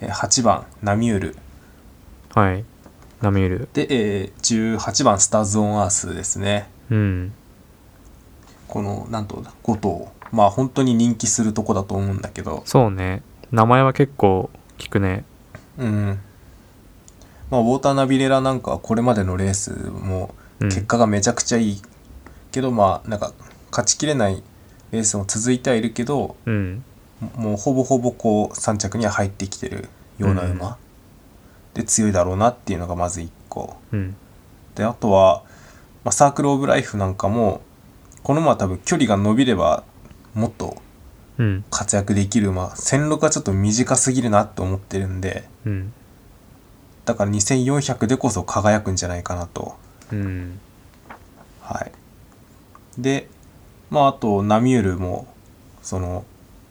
[SPEAKER 2] えー8番ナミュール
[SPEAKER 1] はいナミュール
[SPEAKER 2] で、えー18番スターズ・オン・アースですね
[SPEAKER 1] うん
[SPEAKER 2] このなんと5頭まあ本当に人気するとこだと思うんだけど
[SPEAKER 1] そうね名前は結構聞くね
[SPEAKER 2] うんまあウォーター・ナビレラなんかはこれまでのレースも
[SPEAKER 1] うん
[SPEAKER 2] 結果がめちゃくちゃいいけど、まあなんか勝ちきれないレースも続いてはいるけど
[SPEAKER 1] うん
[SPEAKER 2] もうほぼほぼこう3着には入ってきてるような馬、
[SPEAKER 1] うん
[SPEAKER 2] で強いだろうなっていうのがまず1個
[SPEAKER 1] うん
[SPEAKER 2] であとは、まあ、サークル・オブ・ライフなんかもこの馬は多分距離が伸びればもっと
[SPEAKER 1] うん
[SPEAKER 2] 活躍できる馬戦力がちょっと短すぎるなと思ってるんで
[SPEAKER 1] うん
[SPEAKER 2] だから2400でこそ輝くんじゃないかなと
[SPEAKER 1] うん
[SPEAKER 2] はいでまああとナミュールもその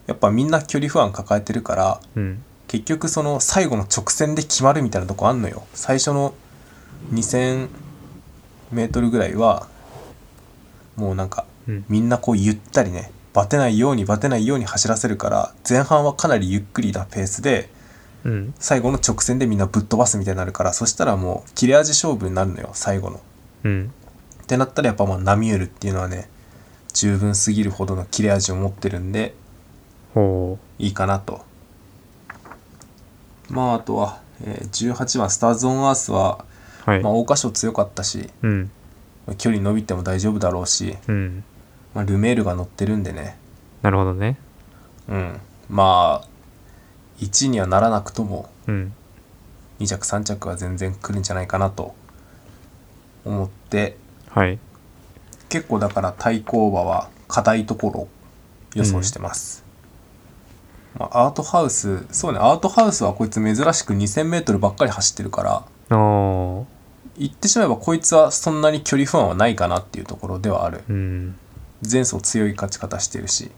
[SPEAKER 2] やっぱみんな距離不安抱えてるから
[SPEAKER 1] うん
[SPEAKER 2] 結局その最後の直線で決まるみたいなとこあんのよ最初の 2000m ぐらいはもうなんか
[SPEAKER 1] うん
[SPEAKER 2] みんなこうゆったりねバテないようにバテないように走らせるから前半はかなりゆっくりなペースで
[SPEAKER 1] うん
[SPEAKER 2] 最後の直線でみんなぶっ飛ばすみたいになるからそしたらもう切れ味勝負になるのよ最後の。
[SPEAKER 1] うん
[SPEAKER 2] ってなったらやっぱまあナミュールっていうのはね十分すぎるほどの切れ味を持ってるんで
[SPEAKER 1] ほ
[SPEAKER 2] いいかなと。まああとは、えー18番スターズ・オン・アースは、
[SPEAKER 1] うはい
[SPEAKER 2] まあ、桜花賞強かったし
[SPEAKER 1] うん
[SPEAKER 2] 距離伸びても大丈夫だろうし、
[SPEAKER 1] うん
[SPEAKER 2] まあ、ルメールが乗ってるんでね
[SPEAKER 1] なるほどね
[SPEAKER 2] うんまあ1位にはならなくとも
[SPEAKER 1] うん
[SPEAKER 2] 2着3着は全然来るんじゃないかなと思って
[SPEAKER 1] はい
[SPEAKER 2] 結構だから対抗馬は硬いところを予想してます、まあ、アートハウスそうねアートハウスはこいつ珍しく 2000m ばっかり走ってるから
[SPEAKER 1] あー
[SPEAKER 2] 言ってしまえばこいつはそんなに距離不安はないかなっていうところではある
[SPEAKER 1] うん
[SPEAKER 2] 前走強い勝ち方してるし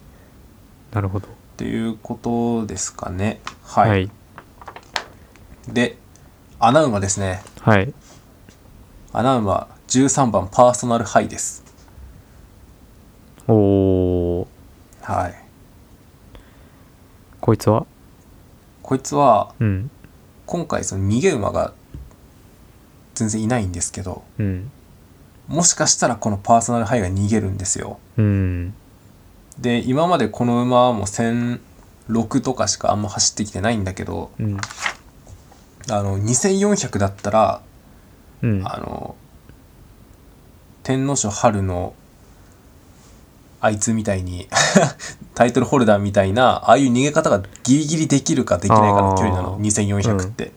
[SPEAKER 1] なるほど
[SPEAKER 2] っていうことですかねはい、
[SPEAKER 1] はい
[SPEAKER 2] で穴馬ですね
[SPEAKER 1] はい
[SPEAKER 2] 穴馬13番パーソナルハイです
[SPEAKER 1] おおー
[SPEAKER 2] はい
[SPEAKER 1] こいつは
[SPEAKER 2] こいつは
[SPEAKER 1] うん
[SPEAKER 2] 今回その逃げ馬が全然いないんですけど
[SPEAKER 1] うん
[SPEAKER 2] もしかしたらこのパーソナルハイが逃げるんですよ
[SPEAKER 1] うん
[SPEAKER 2] で今までこの馬はもう1006とかしかあんま走ってきてないんだけど
[SPEAKER 1] うん
[SPEAKER 2] あの2400だったら
[SPEAKER 1] うん
[SPEAKER 2] あの天皇賞春のあいつみたいに <laughs> タイトルホルダーみたいなああいう逃げ方がギリギリできるかできないかの距離な
[SPEAKER 1] あ
[SPEAKER 2] の
[SPEAKER 1] ー
[SPEAKER 2] 2400って、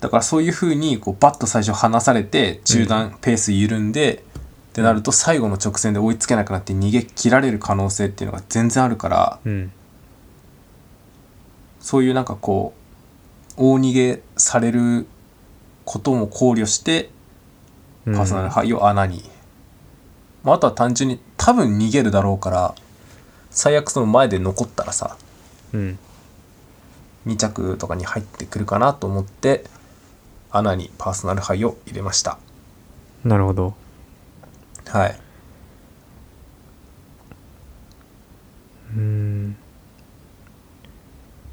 [SPEAKER 2] だからそういうふうにこうバッと最初離されて中断、ペース緩んでってなると最後の直線で追いつけなくなって逃げ切られる可能性っていうのが全然あるから
[SPEAKER 1] うん
[SPEAKER 2] そういうなんかこう大逃げされることも考慮して
[SPEAKER 1] うん
[SPEAKER 2] パーソナルハイを穴に、まあ、あとは単純に多分逃げるだろうから最悪その前で残ったらさ
[SPEAKER 1] うん
[SPEAKER 2] 2着とかに入ってくるかなと思って穴にパーソナルハイを入れました
[SPEAKER 1] なるほど
[SPEAKER 2] はい
[SPEAKER 1] うん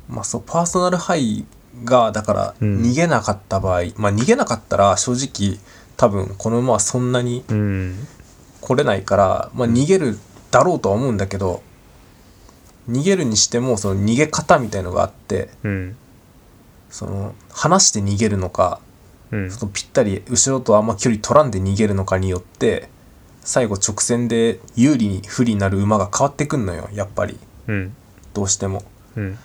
[SPEAKER 2] まあそうパーソナルハイがだから
[SPEAKER 1] うん
[SPEAKER 2] 逃げなかった場合、まあ逃げなかったら正直多分この馬はそんなに
[SPEAKER 1] うん
[SPEAKER 2] 来れないから、まあ、逃げるだろうとは思うんだけど逃げるにしてもその逃げ方みたいのがあって
[SPEAKER 1] うん
[SPEAKER 2] その離して逃げるのか
[SPEAKER 1] うん
[SPEAKER 2] そのぴったり後ろとあんま距離取らんで逃げるのかによって最後直線で有利に不利になる馬が変わってくんのよやっぱり
[SPEAKER 1] うん
[SPEAKER 2] どうしても
[SPEAKER 1] うん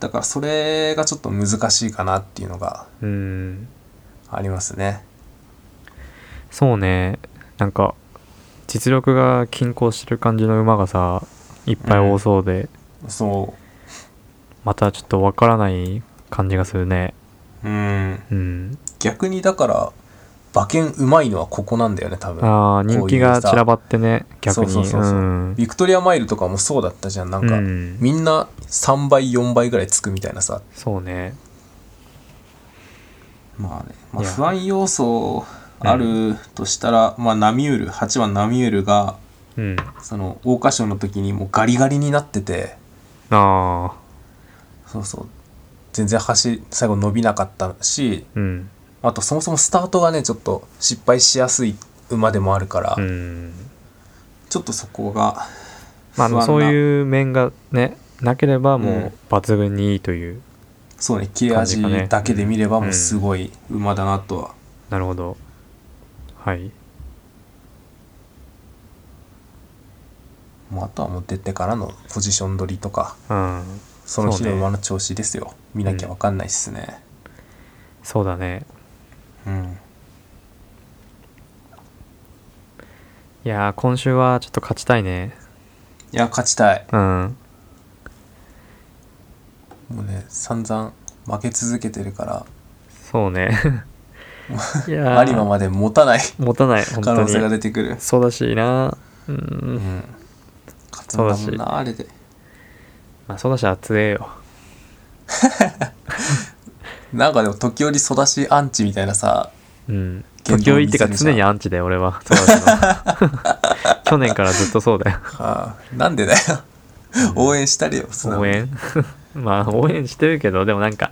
[SPEAKER 2] だからそれがちょっと難しいかなっていうのが
[SPEAKER 1] うん
[SPEAKER 2] ありますね
[SPEAKER 1] そうねなんか実力が均衡してる感じの馬がさいっぱい多そうで、
[SPEAKER 2] そ
[SPEAKER 1] またちょっとわからない感じがするね
[SPEAKER 2] ううん
[SPEAKER 1] うん
[SPEAKER 2] 逆にだから馬券うまいのはここなんだよね多分
[SPEAKER 1] ああ
[SPEAKER 2] こういう
[SPEAKER 1] 人気が
[SPEAKER 2] さ
[SPEAKER 1] 散らばってね逆に
[SPEAKER 2] そうそうそうそう
[SPEAKER 1] うん
[SPEAKER 2] ビクトリアマイルとかもそうだったじゃんなんか、
[SPEAKER 1] うん
[SPEAKER 2] みんな3倍4倍ぐらいつくみたいなさ
[SPEAKER 1] そうね
[SPEAKER 2] まあね、まあ、
[SPEAKER 1] いや
[SPEAKER 2] 不安要素あるとしたら、まあナミュール8番ナミュールが
[SPEAKER 1] うん
[SPEAKER 2] その桜花賞の時にもうガリガリになってて
[SPEAKER 1] ああ
[SPEAKER 2] そうそう全然走最後伸びなかったし
[SPEAKER 1] うん
[SPEAKER 2] あとそもそもスタートがねちょっと失敗しやすい馬でもあるから、
[SPEAKER 1] うん
[SPEAKER 2] ちょっとそこが不
[SPEAKER 1] まあで
[SPEAKER 2] 安な、
[SPEAKER 1] もそういう面がねなければも
[SPEAKER 2] うん
[SPEAKER 1] う抜群にいいという、
[SPEAKER 2] そうね切れ味
[SPEAKER 1] 感じかね
[SPEAKER 2] だけで見ればもううんすごい馬だなとは
[SPEAKER 1] なるほどはい
[SPEAKER 2] もうあとは持ってってからのポジション取りとか
[SPEAKER 1] うん
[SPEAKER 2] その日
[SPEAKER 1] そう
[SPEAKER 2] の
[SPEAKER 1] ね
[SPEAKER 2] 馬の調子ですよ、見なきゃ分かんないっすね
[SPEAKER 1] そうだね
[SPEAKER 2] うん
[SPEAKER 1] いやー今週はちょっと勝ちたいね
[SPEAKER 2] いや勝ちたい
[SPEAKER 1] うん
[SPEAKER 2] もうね散々負け続けてるか
[SPEAKER 1] そう
[SPEAKER 2] <laughs>
[SPEAKER 1] ねいや
[SPEAKER 2] ら有馬
[SPEAKER 1] ー
[SPEAKER 2] まで持たない
[SPEAKER 1] 持たない本
[SPEAKER 2] 可
[SPEAKER 1] 当
[SPEAKER 2] 能性が
[SPEAKER 1] に
[SPEAKER 2] 出てくる
[SPEAKER 1] そうだしなう
[SPEAKER 2] うんん勝つんだ
[SPEAKER 1] そ
[SPEAKER 2] もん
[SPEAKER 1] うだし
[SPEAKER 2] なあれで
[SPEAKER 1] まあそうだし熱えよ
[SPEAKER 2] なんかでも時折育ちアンチみたいなさ
[SPEAKER 1] うん
[SPEAKER 2] 言動
[SPEAKER 1] 時折ってか
[SPEAKER 2] 見せる
[SPEAKER 1] 常
[SPEAKER 2] じ
[SPEAKER 1] にアンチだよ俺はそうだ
[SPEAKER 2] <laughs>
[SPEAKER 1] けど去年からずっとそうだよ
[SPEAKER 2] あーなんでだよ応援したりよ素直
[SPEAKER 1] 応
[SPEAKER 2] に
[SPEAKER 1] 援 <laughs> まあ応援してるけどでもなんか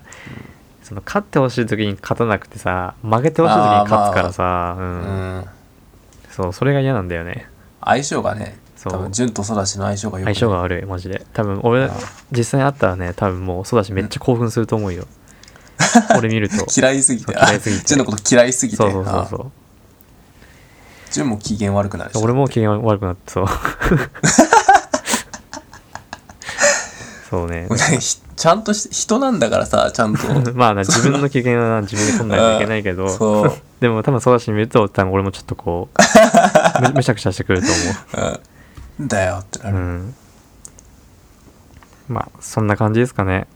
[SPEAKER 1] その勝ってほしい時に勝たなくてさ負けてほしい時に勝つからさ、
[SPEAKER 2] う
[SPEAKER 1] うん
[SPEAKER 2] ん
[SPEAKER 1] そうそれが嫌なんだよね
[SPEAKER 2] 相性がね
[SPEAKER 1] そう
[SPEAKER 2] 多分純と育ちの相性がよく
[SPEAKER 1] 相性が悪いマジで多分俺
[SPEAKER 2] あ
[SPEAKER 1] 実際に会ったらね多分もうそうだしめっちゃ興奮すると思
[SPEAKER 2] <laughs>
[SPEAKER 1] うよ俺見ると
[SPEAKER 2] 嫌いすぎて
[SPEAKER 1] そう嫌いすぎて
[SPEAKER 2] <laughs> 純のこと嫌いすぎて
[SPEAKER 1] そうそうそう
[SPEAKER 2] あ
[SPEAKER 1] そ
[SPEAKER 2] ー
[SPEAKER 1] う
[SPEAKER 2] 純も機嫌悪くなるし
[SPEAKER 1] 俺も機嫌悪くなってそう
[SPEAKER 2] <laughs>
[SPEAKER 1] そう
[SPEAKER 2] <laughs>
[SPEAKER 1] ね
[SPEAKER 2] もうねひ <laughs> ちゃんとし人なんだからさ
[SPEAKER 1] <laughs>
[SPEAKER 2] ちゃんと
[SPEAKER 1] まあな自分の機嫌はな自分で取んないといけないけど
[SPEAKER 2] <laughs> そう、
[SPEAKER 1] でも多分そうだし見ると多分俺もちょっとこ
[SPEAKER 2] <laughs>
[SPEAKER 1] うむむしゃくしゃしてくると
[SPEAKER 2] うん、だよってなる、
[SPEAKER 1] 思う、うん、まあそんな感じですかね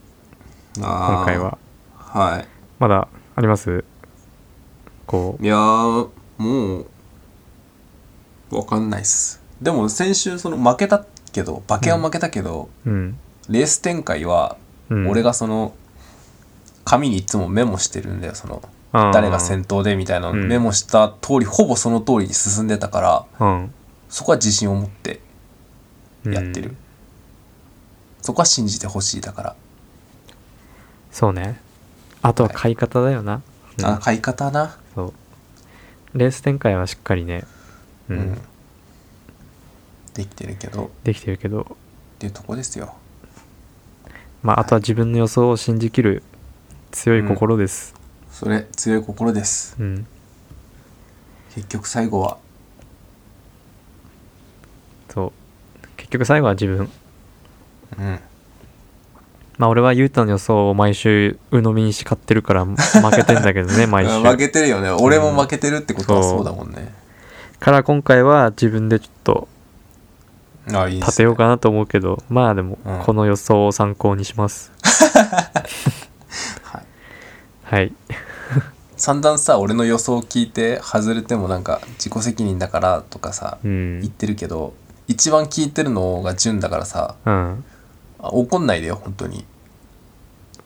[SPEAKER 2] あー
[SPEAKER 1] 今回は
[SPEAKER 2] は
[SPEAKER 1] まだありますこ
[SPEAKER 2] いいやーもうわかんないっすでも先週その負けたけど馬券は負けたけど、
[SPEAKER 1] ううん、
[SPEAKER 2] レース展開は
[SPEAKER 1] うん、
[SPEAKER 2] 俺がその紙にいつもメモしてるんだよその
[SPEAKER 1] あー
[SPEAKER 2] 誰が先頭でみたいなの
[SPEAKER 1] うん
[SPEAKER 2] メモした通り、ほぼその通りに進んでたから
[SPEAKER 1] うん
[SPEAKER 2] そこは自信を持ってやってる、
[SPEAKER 1] うん
[SPEAKER 2] そこは信じてほしいだから
[SPEAKER 1] そうねあとは買い方だよな、うん
[SPEAKER 2] あ買い方な、
[SPEAKER 1] そうレース展開はしっかりね、う
[SPEAKER 2] うんんできてるけどっ
[SPEAKER 1] できてるけど
[SPEAKER 2] ていうとこですよ
[SPEAKER 1] まああとは自分の予想を信じきる強い心です、
[SPEAKER 2] それ強い心です
[SPEAKER 1] うん
[SPEAKER 2] 平結局最後は
[SPEAKER 1] そう結局最後は自分
[SPEAKER 2] うん
[SPEAKER 1] まあ俺は雄太の予想を毎週鵜呑みにしかってるから負けてんだけ
[SPEAKER 2] <laughs>
[SPEAKER 1] どね毎週
[SPEAKER 2] 負けてるよね俺も負けてるってことはそうだもんね、
[SPEAKER 1] から今回は自分でちょっと
[SPEAKER 2] あいいっ
[SPEAKER 1] 立
[SPEAKER 2] す
[SPEAKER 1] て
[SPEAKER 2] ね
[SPEAKER 1] ようかなと思うけどまあでも
[SPEAKER 2] うん
[SPEAKER 1] この予想を参考にします、
[SPEAKER 2] <laughs> はい
[SPEAKER 1] はい
[SPEAKER 2] 散々さ俺の予想を聞いて外れてもなんか自己責任だからとかさ
[SPEAKER 1] う
[SPEAKER 2] 言っ
[SPEAKER 1] ん
[SPEAKER 2] てるけど一番聞いてるのが純だからさ
[SPEAKER 1] うん
[SPEAKER 2] あ怒んないでよ本当に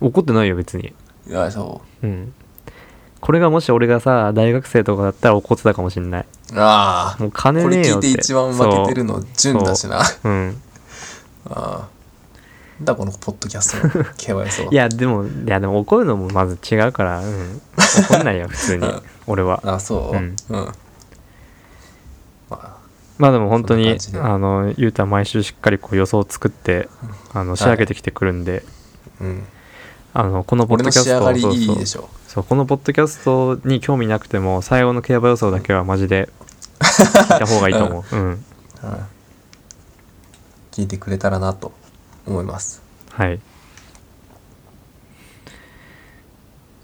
[SPEAKER 1] 怒ってないよ別に
[SPEAKER 2] いやそ
[SPEAKER 1] うんこれがもし俺がさ大学生とかだったら怒ってたかもしんないう
[SPEAKER 2] ああ
[SPEAKER 1] もう金
[SPEAKER 2] これ
[SPEAKER 1] ねえよっ
[SPEAKER 2] 聞い
[SPEAKER 1] て
[SPEAKER 2] て一番負けてるの純だしなあ
[SPEAKER 1] そううん
[SPEAKER 2] あなんだこのポッドキャストの KYS はい
[SPEAKER 1] やでもいやでも怒るのもまず違うから、うん、怒んないよ普通に
[SPEAKER 2] <laughs> うん
[SPEAKER 1] 俺は
[SPEAKER 2] あそうう
[SPEAKER 1] うんん、
[SPEAKER 2] まあ
[SPEAKER 1] まあでも本当に
[SPEAKER 2] そんな感じで
[SPEAKER 1] あのゆうた毎週しっかりこう予想を作ってあの仕上げてきてくるんで、
[SPEAKER 2] うん
[SPEAKER 1] あのこのポッ
[SPEAKER 2] 俺
[SPEAKER 1] ド
[SPEAKER 2] の
[SPEAKER 1] キャ
[SPEAKER 2] 仕
[SPEAKER 1] ス
[SPEAKER 2] 上
[SPEAKER 1] ト
[SPEAKER 2] がり
[SPEAKER 1] そう
[SPEAKER 2] い
[SPEAKER 1] そ
[SPEAKER 2] いうでしょ
[SPEAKER 1] そうこのポッドキャストに興味なくても最後の競馬予想だけはマジ
[SPEAKER 2] <laughs>
[SPEAKER 1] で聞いた方がいいと思う、うん、
[SPEAKER 2] うん聞いてくれたらなと思います
[SPEAKER 1] はい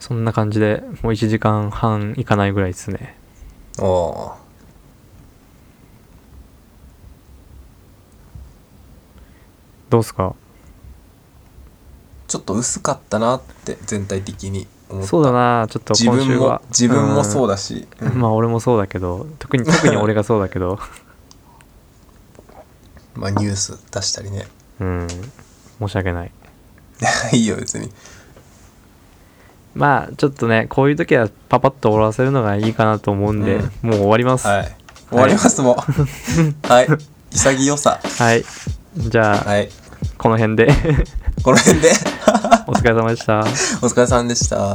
[SPEAKER 1] そんな感じでもう1時間半いかないぐらいですね
[SPEAKER 2] おお
[SPEAKER 1] どうっすか
[SPEAKER 2] ちょっと薄かったなって全体的に思った
[SPEAKER 1] そうだなちょっと
[SPEAKER 2] 自
[SPEAKER 1] 今
[SPEAKER 2] 分
[SPEAKER 1] 週
[SPEAKER 2] も
[SPEAKER 1] は
[SPEAKER 2] 自分もそう
[SPEAKER 1] だ、
[SPEAKER 2] だし、
[SPEAKER 1] うんまあ俺もそうだけど特に特に俺がそうだけ
[SPEAKER 2] <laughs>
[SPEAKER 1] ど
[SPEAKER 2] まあニュース出したりね <laughs>
[SPEAKER 1] うん申し訳ない
[SPEAKER 2] いいよ別に
[SPEAKER 1] まあちょっとねこういう時はパパッと終わらせるのがいいかなと思うんで、
[SPEAKER 2] うん
[SPEAKER 1] もう終わります
[SPEAKER 2] はい終わりますもうはい潔さ
[SPEAKER 1] はい、じゃあ、
[SPEAKER 2] はい
[SPEAKER 1] この辺で <laughs>
[SPEAKER 2] この辺で
[SPEAKER 1] お疲れ様でした
[SPEAKER 2] お疲れさんでした